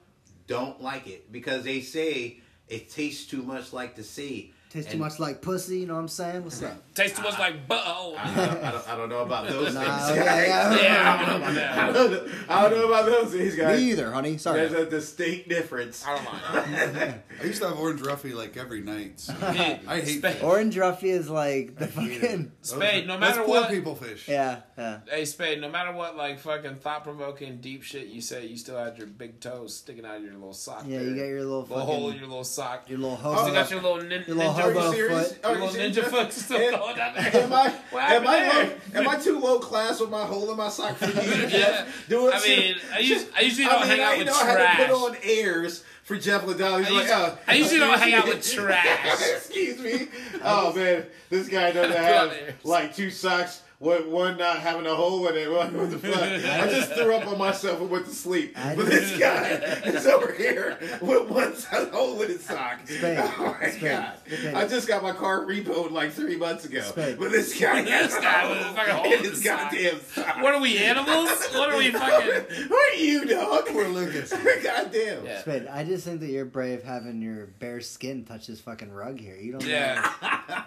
E: don't like it because they say it tastes too much like the sea.
C: Tastes too
E: And-
C: much like pussy, you know what I'm saying? What's
E: [LAUGHS]
C: up?
D: Tastes too much like butter. Oh,
E: I don't, know- I don't, I don't know
C: [LAUGHS]
E: about those
C: Nah,
E: things.
C: okay, yeah.
D: yeah, I don't know about that.
E: I don't know, I don't know about those things, guys.
C: Me either, honey. Sorry.
E: There's a distinct difference.
D: I don't [LAUGHS] mind.
B: I used to have orange roughy like every night.
C: [LAUGHS]
B: So I hate
D: Spade.
B: that.
C: Orange Ruffy
D: [LAUGHS]
C: is like the
B: hate it.
C: fucking.
D: Spade, no
B: That's
D: matter
B: poor
D: what.
B: people fish.
C: Yeah, yeah.
D: Hey, Spade, no matter what, like, fucking thought provoking deep shit you say, you still had your big toes sticking out of your little sock.
C: Yeah,
D: there.
C: you got your little
D: little hole in
C: fucking.
D: your little sock.
C: Your little
D: You still got
C: hobo.
D: your little nin-
C: Your little
D: ninja,
C: hobo
E: serious?
C: foot.
E: Are
D: your
E: you
D: little
E: serious?
D: ninja foot still
E: Am-
D: going
B: [LAUGHS]
D: down there.
E: Am I
D: What
E: am
D: happened
E: I,
D: there?
E: low, am I too low class with my hole in my sock for
D: [LAUGHS]
E: you?
D: Yeah.
E: Jeff? Doing
D: I
E: shit-
D: mean, I usually, I usually
E: I
D: don't
E: mean,
D: hang
E: I
D: out
E: didn't
D: with
E: know I had to
D: trash.
E: put on airs for Jeff Ladonna. He's
D: I
E: like, oh,
D: usually,
E: [LAUGHS]
D: I [LAUGHS] usually don't hang out with trash.
E: Excuse
D: [LAUGHS]
E: me. Oh man, this guy doesn't have like two socks. One, one not having a hole in it. [LAUGHS] What, what the fuck? I just threw up on myself and went to sleep.
D: [LAUGHS]
C: I
E: But
C: didn't-
E: this guy is over here with one side hole in his sock.
C: Spade,
E: [LAUGHS] Oh my
C: Spade,
E: god!
C: Spade.
E: I just got my car repoed like three months ago.
C: Spade.
E: But this guy [LAUGHS] has
D: This
E: a
D: guy with a fucking
E: hole
D: hole
E: in
D: in his
E: his
D: sock.
E: goddamn sock.
D: What are we, animals? What are we, fucking.
E: [LAUGHS] Who are you, dog? We're Lucas. [LAUGHS] goddamn.
D: Yeah.
C: Spade, I just think that you're brave having your bare skin touch this fucking rug here. You don't.
D: Yeah.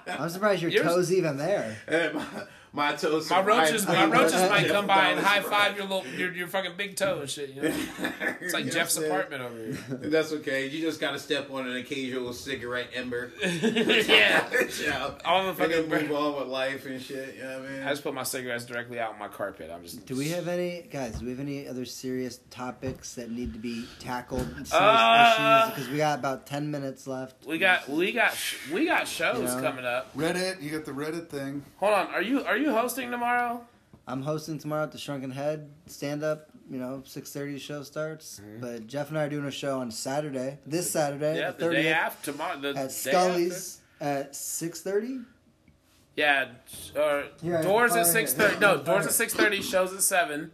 C: I'm surprised your
D: Yours-
C: toes even there.
E: And my, my toes.
D: My roaches, my roaches
C: I-
D: might come by and high five your little, your, your fucking big toe and shit. You know, it's like Jeff's apartment over here.
E: That's okay. You just gotta step on an occasional cigarette
D: [LAUGHS]
E: ember. [LAUGHS]
D: yeah.
E: yeah.
D: All the
E: Fucking
D: fucking.
E: move on with life and shit. You know what I mean?
D: I just put my cigarettes directly out on my carpet. I'm just.
C: Do we have any guys? Do we have any other serious topics that need to be tackled? Serious
D: Uh,
C: issues because we got about ten minutes left.
D: We got we got we got shows
C: You know?
D: coming up.
B: Reddit, you got the Reddit thing.
D: Hold on, are you are you hosting tomorrow?
C: I'm hosting tomorrow at the Shrunken Head stand up. You know, six thirty show starts. But Jeff and I are doing a show on Saturday, this Saturday,
D: Yeah,
C: the
D: the day
C: thirtieth,
D: after tomorrow. The
C: at
D: day after.
C: Scully's at six thirty.
D: Yeah, or
C: Yeah,
D: doors
C: fire
D: at
C: it.
D: six thirty. No,
C: Fire
D: doors
C: it.
D: at six thirty. Shows at seven,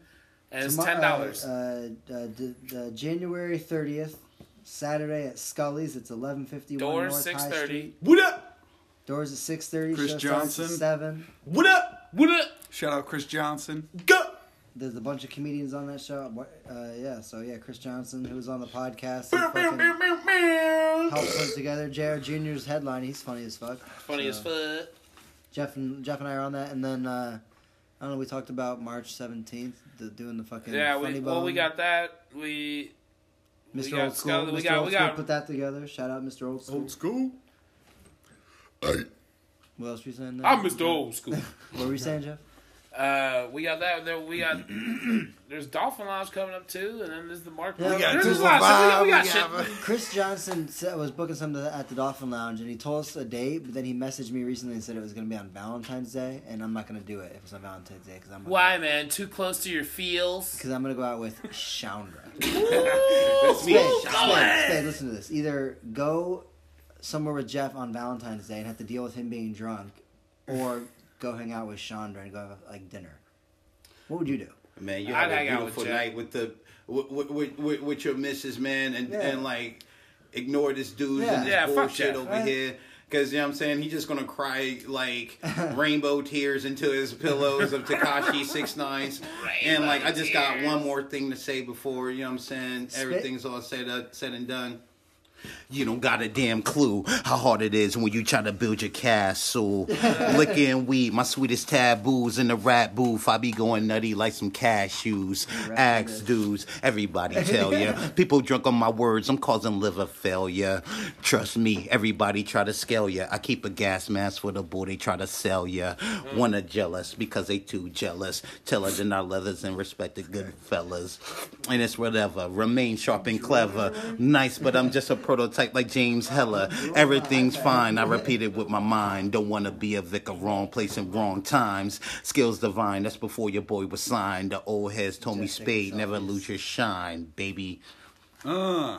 D: and it's ten dollars.
C: Uh, uh, d- uh, January thirtieth, Saturday at Scully's. It's eleven fifty one
D: doors
C: North
D: six
C: High Street.
D: thirty.
B: What up?
C: Doors at six thirty.
B: Chris
C: show starts at
B: Johnson.
C: seven.
B: What up?
D: What up?
B: Shout out Chris Johnson. Go.
C: There's a bunch of comedians on that show. What- Uh, yeah, so yeah, Chris Johnson, who was on the podcast, he
B: Meow, meow,
C: fucking
B: meow, meow, meow.
C: helped put together Jared Junior's headline. He's funny as fuck.
D: Funny as fuck.
C: Jeff and Jeff and I are on that, and then uh, I don't know. We talked about March seventeenth, the, doing the fucking
D: Yeah, we,
C: funny
D: well, we
C: bone.
D: got that. We we
C: Mr.
D: got
C: Old School.
D: Scully- we
C: Mr.
D: got-
C: Old
D: we
C: School
D: got-
C: put that together. Shout out, Mr. Old School.
B: Old school.
C: What else were you saying? there?
D: I'm Mr. Old School.
C: What were you saying, Jeff?
D: Uh, we got that. There, we
C: [CLEARS THROAT]
D: got. there's Dolphin Lounge coming up too, and then there's the Mark.
C: Yeah. We got
D: there's a lot of shit. We got, we got shit.
C: Chris Johnson said, was booking something at the Dolphin Lounge, and he told us a date, but then he messaged me recently and said it was going to be on Valentine's Day, and I'm not going to do it if it's on Valentine's Day because I'm
D: Why, man? Too close to your feels.
C: Because I'm going to go out with Chandra.
E: That's me.
C: Spade, Spade, Spade, listen to this. Either go somewhere with Jeff on Valentine's Day and have to deal with him being drunk, or go hang out with Chandra and go have like dinner. What would you do?
E: Man, you had
D: I'd hang
E: a
D: out
E: beautiful
D: with Jack.
E: night with the with, with, with, with your missus, man, and,
C: Yeah.
E: and like ignore this dude
C: Yeah.
E: and this
D: Yeah, fuck
E: bullshit
D: Jack,
E: over
C: right?
E: here. Cause you know what I'm saying, he's just gonna cry
D: [LAUGHS]
E: like rainbow tears into his pillows of
D: [LAUGHS]
E: Takashi six nines. And like I just got one more thing to say before, you know what I'm saying? Everything's all said up, said and done. You don't got a damn clue how hard it is when you try to build your castle. Licking weed, my sweetest taboos in the rap booth. I be going nutty like some cashews. Axe dudes, everybody tell ya. People drunk on my words, I'm causing liver failure. Trust me, everybody try to scale ya. I keep a gas mask for the bull, they try to sell ya. Wanna jealous because they too jealous. Tell us in our leathers and respect the good fellas. And it's whatever. Remain sharp and clever. Nice, but I'm just a prototype like James Heller. Everything's fine. I repeat it with my mind. Don't wanna be a vicar, wrong place and wrong times. Skills divine. That's before your boy was signed. The old heads told me
C: Just take a
E: spade.
C: shot,
E: Never
C: please.
E: lose your shine, baby.
B: Uh,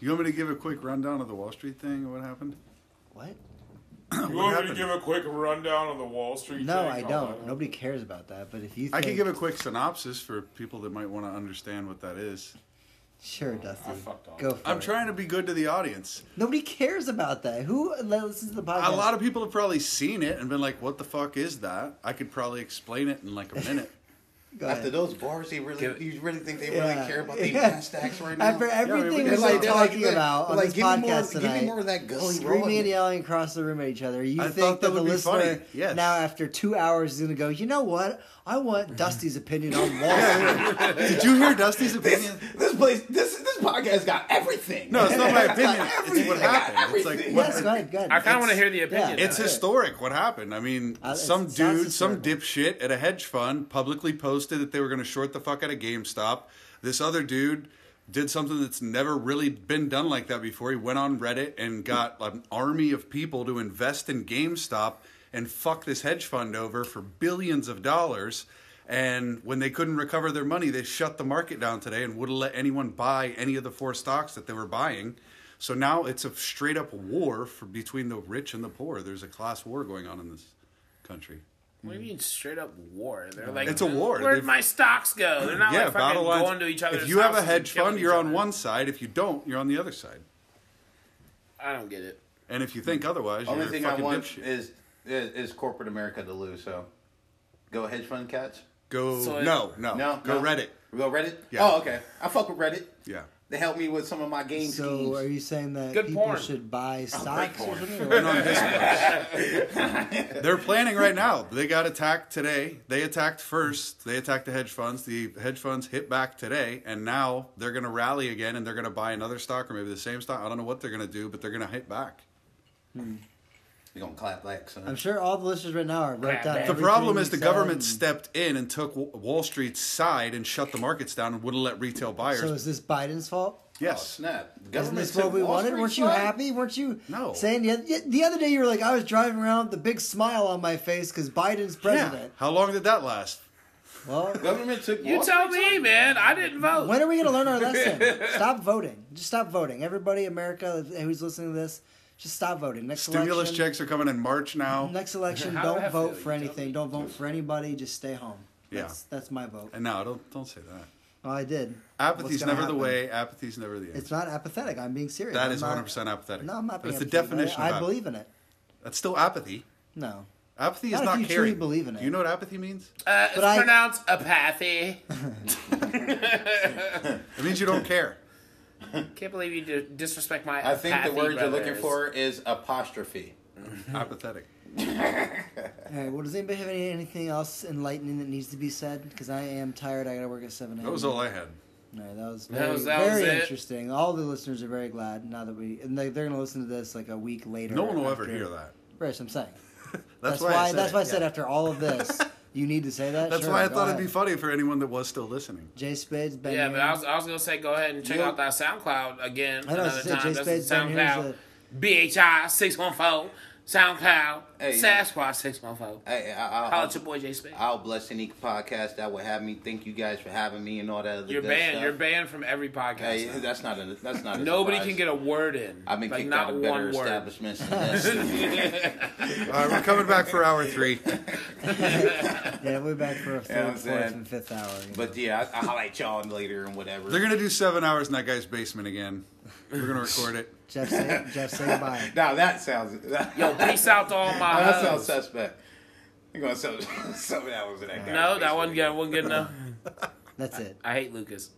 B: you want me to give a quick rundown of the Wall Street thing and what happened?
C: What?
D: You want
B: happened? give
D: a quick rundown of the Wall Street?
C: No, I don't. Nobody cares about that. But if you, think,
B: I can give a quick synopsis for people that might want to understand what that is.
E: Oh,
C: Sure, Dusty.
D: fucked up.
C: Go for
B: I'm
C: it.
B: trying to be good to the audience.
C: Nobody cares about that. Who listens to the podcast?
B: A lot of people have probably seen it and been like, "What the fuck is that?" I could probably explain it in like a minute.
C: Go
E: After
C: ahead.
E: those bars, they really
D: Give it-
E: you really think they
C: Yeah.
E: really care about these [LAUGHS]
C: Yeah.
E: yeah. stacks right now?
C: After everything
E: They're
C: we've been
E: they're
C: talking
E: they're
C: about on
E: like,
C: this
E: give me more,
C: podcast
E: Give
C: tonight,
E: me more of that gully raw.
C: screaming and yelling across the room at each other. You
B: I
C: think
B: thought
C: that,
B: that
C: the
B: would be funny.
C: listener
B: Yes.
C: now after two hours is going to go? You know what?
B: [LAUGHS]
C: I want Dusty's opinion on Wall Street.
B: [LAUGHS] Did you hear Dusty's opinion?
N: This place, this this podcast got everything.
B: No, it's not [LAUGHS] my opinion. It's what
N: Everything.
B: happened. It's like
N: Everything.
B: what,
C: yes, go ahead, go ahead.
D: I kind of want to
C: It's-
D: hear the opinion.
C: yeah.
D: Yeah,
B: It's historic what happened. I mean,
C: Uh, it's-
B: some
C: it sounds
B: dude, some
C: historical.
B: dipshit at a hedge fund publicly posted that they were going to short the fuck out of GameStop. This other dude did something that's never really been done like that before. He went on Reddit and got an army of people to invest in GameStop and fuck this hedge fund over for billions of dollars. And when they couldn't recover their money, they shut the market down today and wouldn't let anyone buy any of the four stocks that they were buying. So now it's a straight up war for between the rich and the poor. There's a class war going on in this country.
D: What do you mean straight up war? They're like
B: It's a war.
D: Where'd
B: They've-
D: my stocks go? They're not
B: yeah,
D: like fucking
B: battle lines.
D: going to each other.
B: if you have a hedge fund, you're on one side. If you don't, you're on the other side.
D: I don't get it.
B: And if you think otherwise,
E: Only
B: you're
E: thing
B: a
E: I
B: fucking
E: want
B: dipshit.
E: is, is is corporate America to lose. So, go hedge fund cats.
B: go
D: So it-
B: no, no,
E: No,
B: go
E: no.
B: Reddit.
E: Go Reddit.
B: Yeah.
E: Oh, okay. I fuck with Reddit.
B: Yeah.
E: They help me with some of my game
C: So, uh, are
E: schemes.
C: you saying that
D: Good
C: people
D: porn. Oh,
C: should buy stocks? or
D: [LAUGHS]
C: something?
B: And on Discord. They're planning right now. They got attacked today. They attacked first. They attacked the hedge funds. The hedge funds hit back today, and now they're going to rally again, and they're going to buy another stock or maybe the same stock. I don't know what they're going to do, but they're going to hit back.
E: You gonna clap like son?
C: I'm sure all the listeners right now are wrote down.
B: The
C: everything
B: problem
C: you
B: is the
C: said
B: government
C: and-
B: stepped in and took Wa- Wall Street's side and shut the markets down and wouldn't let retail buyers.
C: So is this Biden's fault?
E: Oh,
B: yes.
E: snap.
C: Isn't
E: Government
C: this what
E: took
C: we
E: Wall
C: wanted?
E: Street
C: Weren't you
E: side?
C: happy? Weren't you
B: No.
C: saying the other, the other day you were like, I was driving around with a big smile on my face because Biden's
B: Yeah.
C: president.
B: How long did that last?
C: Well,
E: Government took
D: You
E: Wall
D: tell me, man. I didn't vote.
C: when are we going to learn our lesson?
B: [LAUGHS]
C: stop voting. Just stop voting. Everybody, America, who's listening to this, just stop voting. Next
B: Stimulus
C: election,
B: checks are coming in March now,
C: Next election,
D: How do I
C: don't
D: feel?
C: vote
D: You
C: for
D: tell me.
C: anything. Don't vote for anybody. Just stay home.
B: Yeah.
C: That's, that's my vote.
B: and no, don't don't say that.
C: Well, I did. What's
B: Apathy's
C: gonna
B: never the
C: happen?
B: way. Apathy's never the
C: It's
B: answer.
C: not apathetic. I'm being serious.
B: That
C: I'm
B: is
C: not-
B: 100 percent apathetic.
C: No, I'm not being
B: That's the
C: apathetic about it.
B: definition. Of
C: I
B: apathy.
C: believe in it.
B: That's still apathy.
C: No.
B: Apathy
C: Not
B: is
C: if
B: not
C: you truly
B: caring.
C: believe in
B: Do
C: it.
B: you know what apathy means?
D: Uh, it's
C: But I-
D: pronounced apathy.
B: It means you
C: [LAUGHS]
B: don't care.
D: Can't believe you di- disrespect my.
E: I think the
D: apathy,
E: word you're looking
D: brothers.
E: for is apostrophe.
B: Apathetic.
C: All right. Well, does anybody have any, anything else enlightening that needs to be said? Because I am tired. I got to work at seven.
B: That was all I had.
C: No, that was very,
D: That was- that was
C: very
D: it.
C: interesting. All the listeners are very glad now that we and they, they're going to listen to this like a week later.
B: No one will ever
C: after-
B: hear that.
C: Right, so I'm saying.
B: That's,
C: That's, why.
B: I said
C: that's
B: it.
C: why I said
B: Yeah.
C: after all
B: [LAUGHS]
C: of this, you need to say that.
B: That's
C: Sure,
B: why I
C: go
B: thought it'd
C: ahead.
B: be funny for anyone that was still listening.
C: Jay Spade's been.
D: Yeah,
C: here.
D: but I was, I was gonna say go ahead and check
E: Yeah.
D: out that SoundCloud again
C: I know,
D: another
C: it's-
D: time.
C: Jay
D: That's
C: Spade's
D: the
C: down here is
D: SoundCloud. BHI six one four SoundCloud
E: Hey, yeah.
D: Sasquatch six one four.
E: Hey, I, I,
D: Holla
E: I'll,
D: at your boy Jay Spade.
E: I'll bless any podcast that would have me. Thank you guys for having me and all that other
D: You're
E: good
D: banned.
E: stuff.
D: You're banned from every podcast.
E: Hey,
D: now.
E: that's not a that's not. A
D: Nobody
E: surprise.
D: can get a word in.
E: I've been
D: like
E: kicked
D: not
E: out of
D: one
E: better
D: word.
E: establishments than
D: [LAUGHS]
E: this.
B: All right, we're coming back for hour three.
C: Yeah, we're back
B: [LAUGHS]
C: for a
E: Yeah,
C: third,
E: I'm
C: fourth,
E: saying.
C: and fifth hour. you know.
E: but yeah, I, I'll highlight y'all later and whatever.
B: They're gonna do seven hours in that guy's basement again. We're gonna record it. [LAUGHS]
C: Jeff, say, Jeff, say bye.
E: now that sounds [LAUGHS] that,
D: Yo, peace out to all my.
E: that
D: hoes.
E: sounds suspect. You're gonna sell [LAUGHS] seven hours of that guy.
D: No, that wasn't good. Wasn't good enough.
C: That's it.
D: I hate Lucas.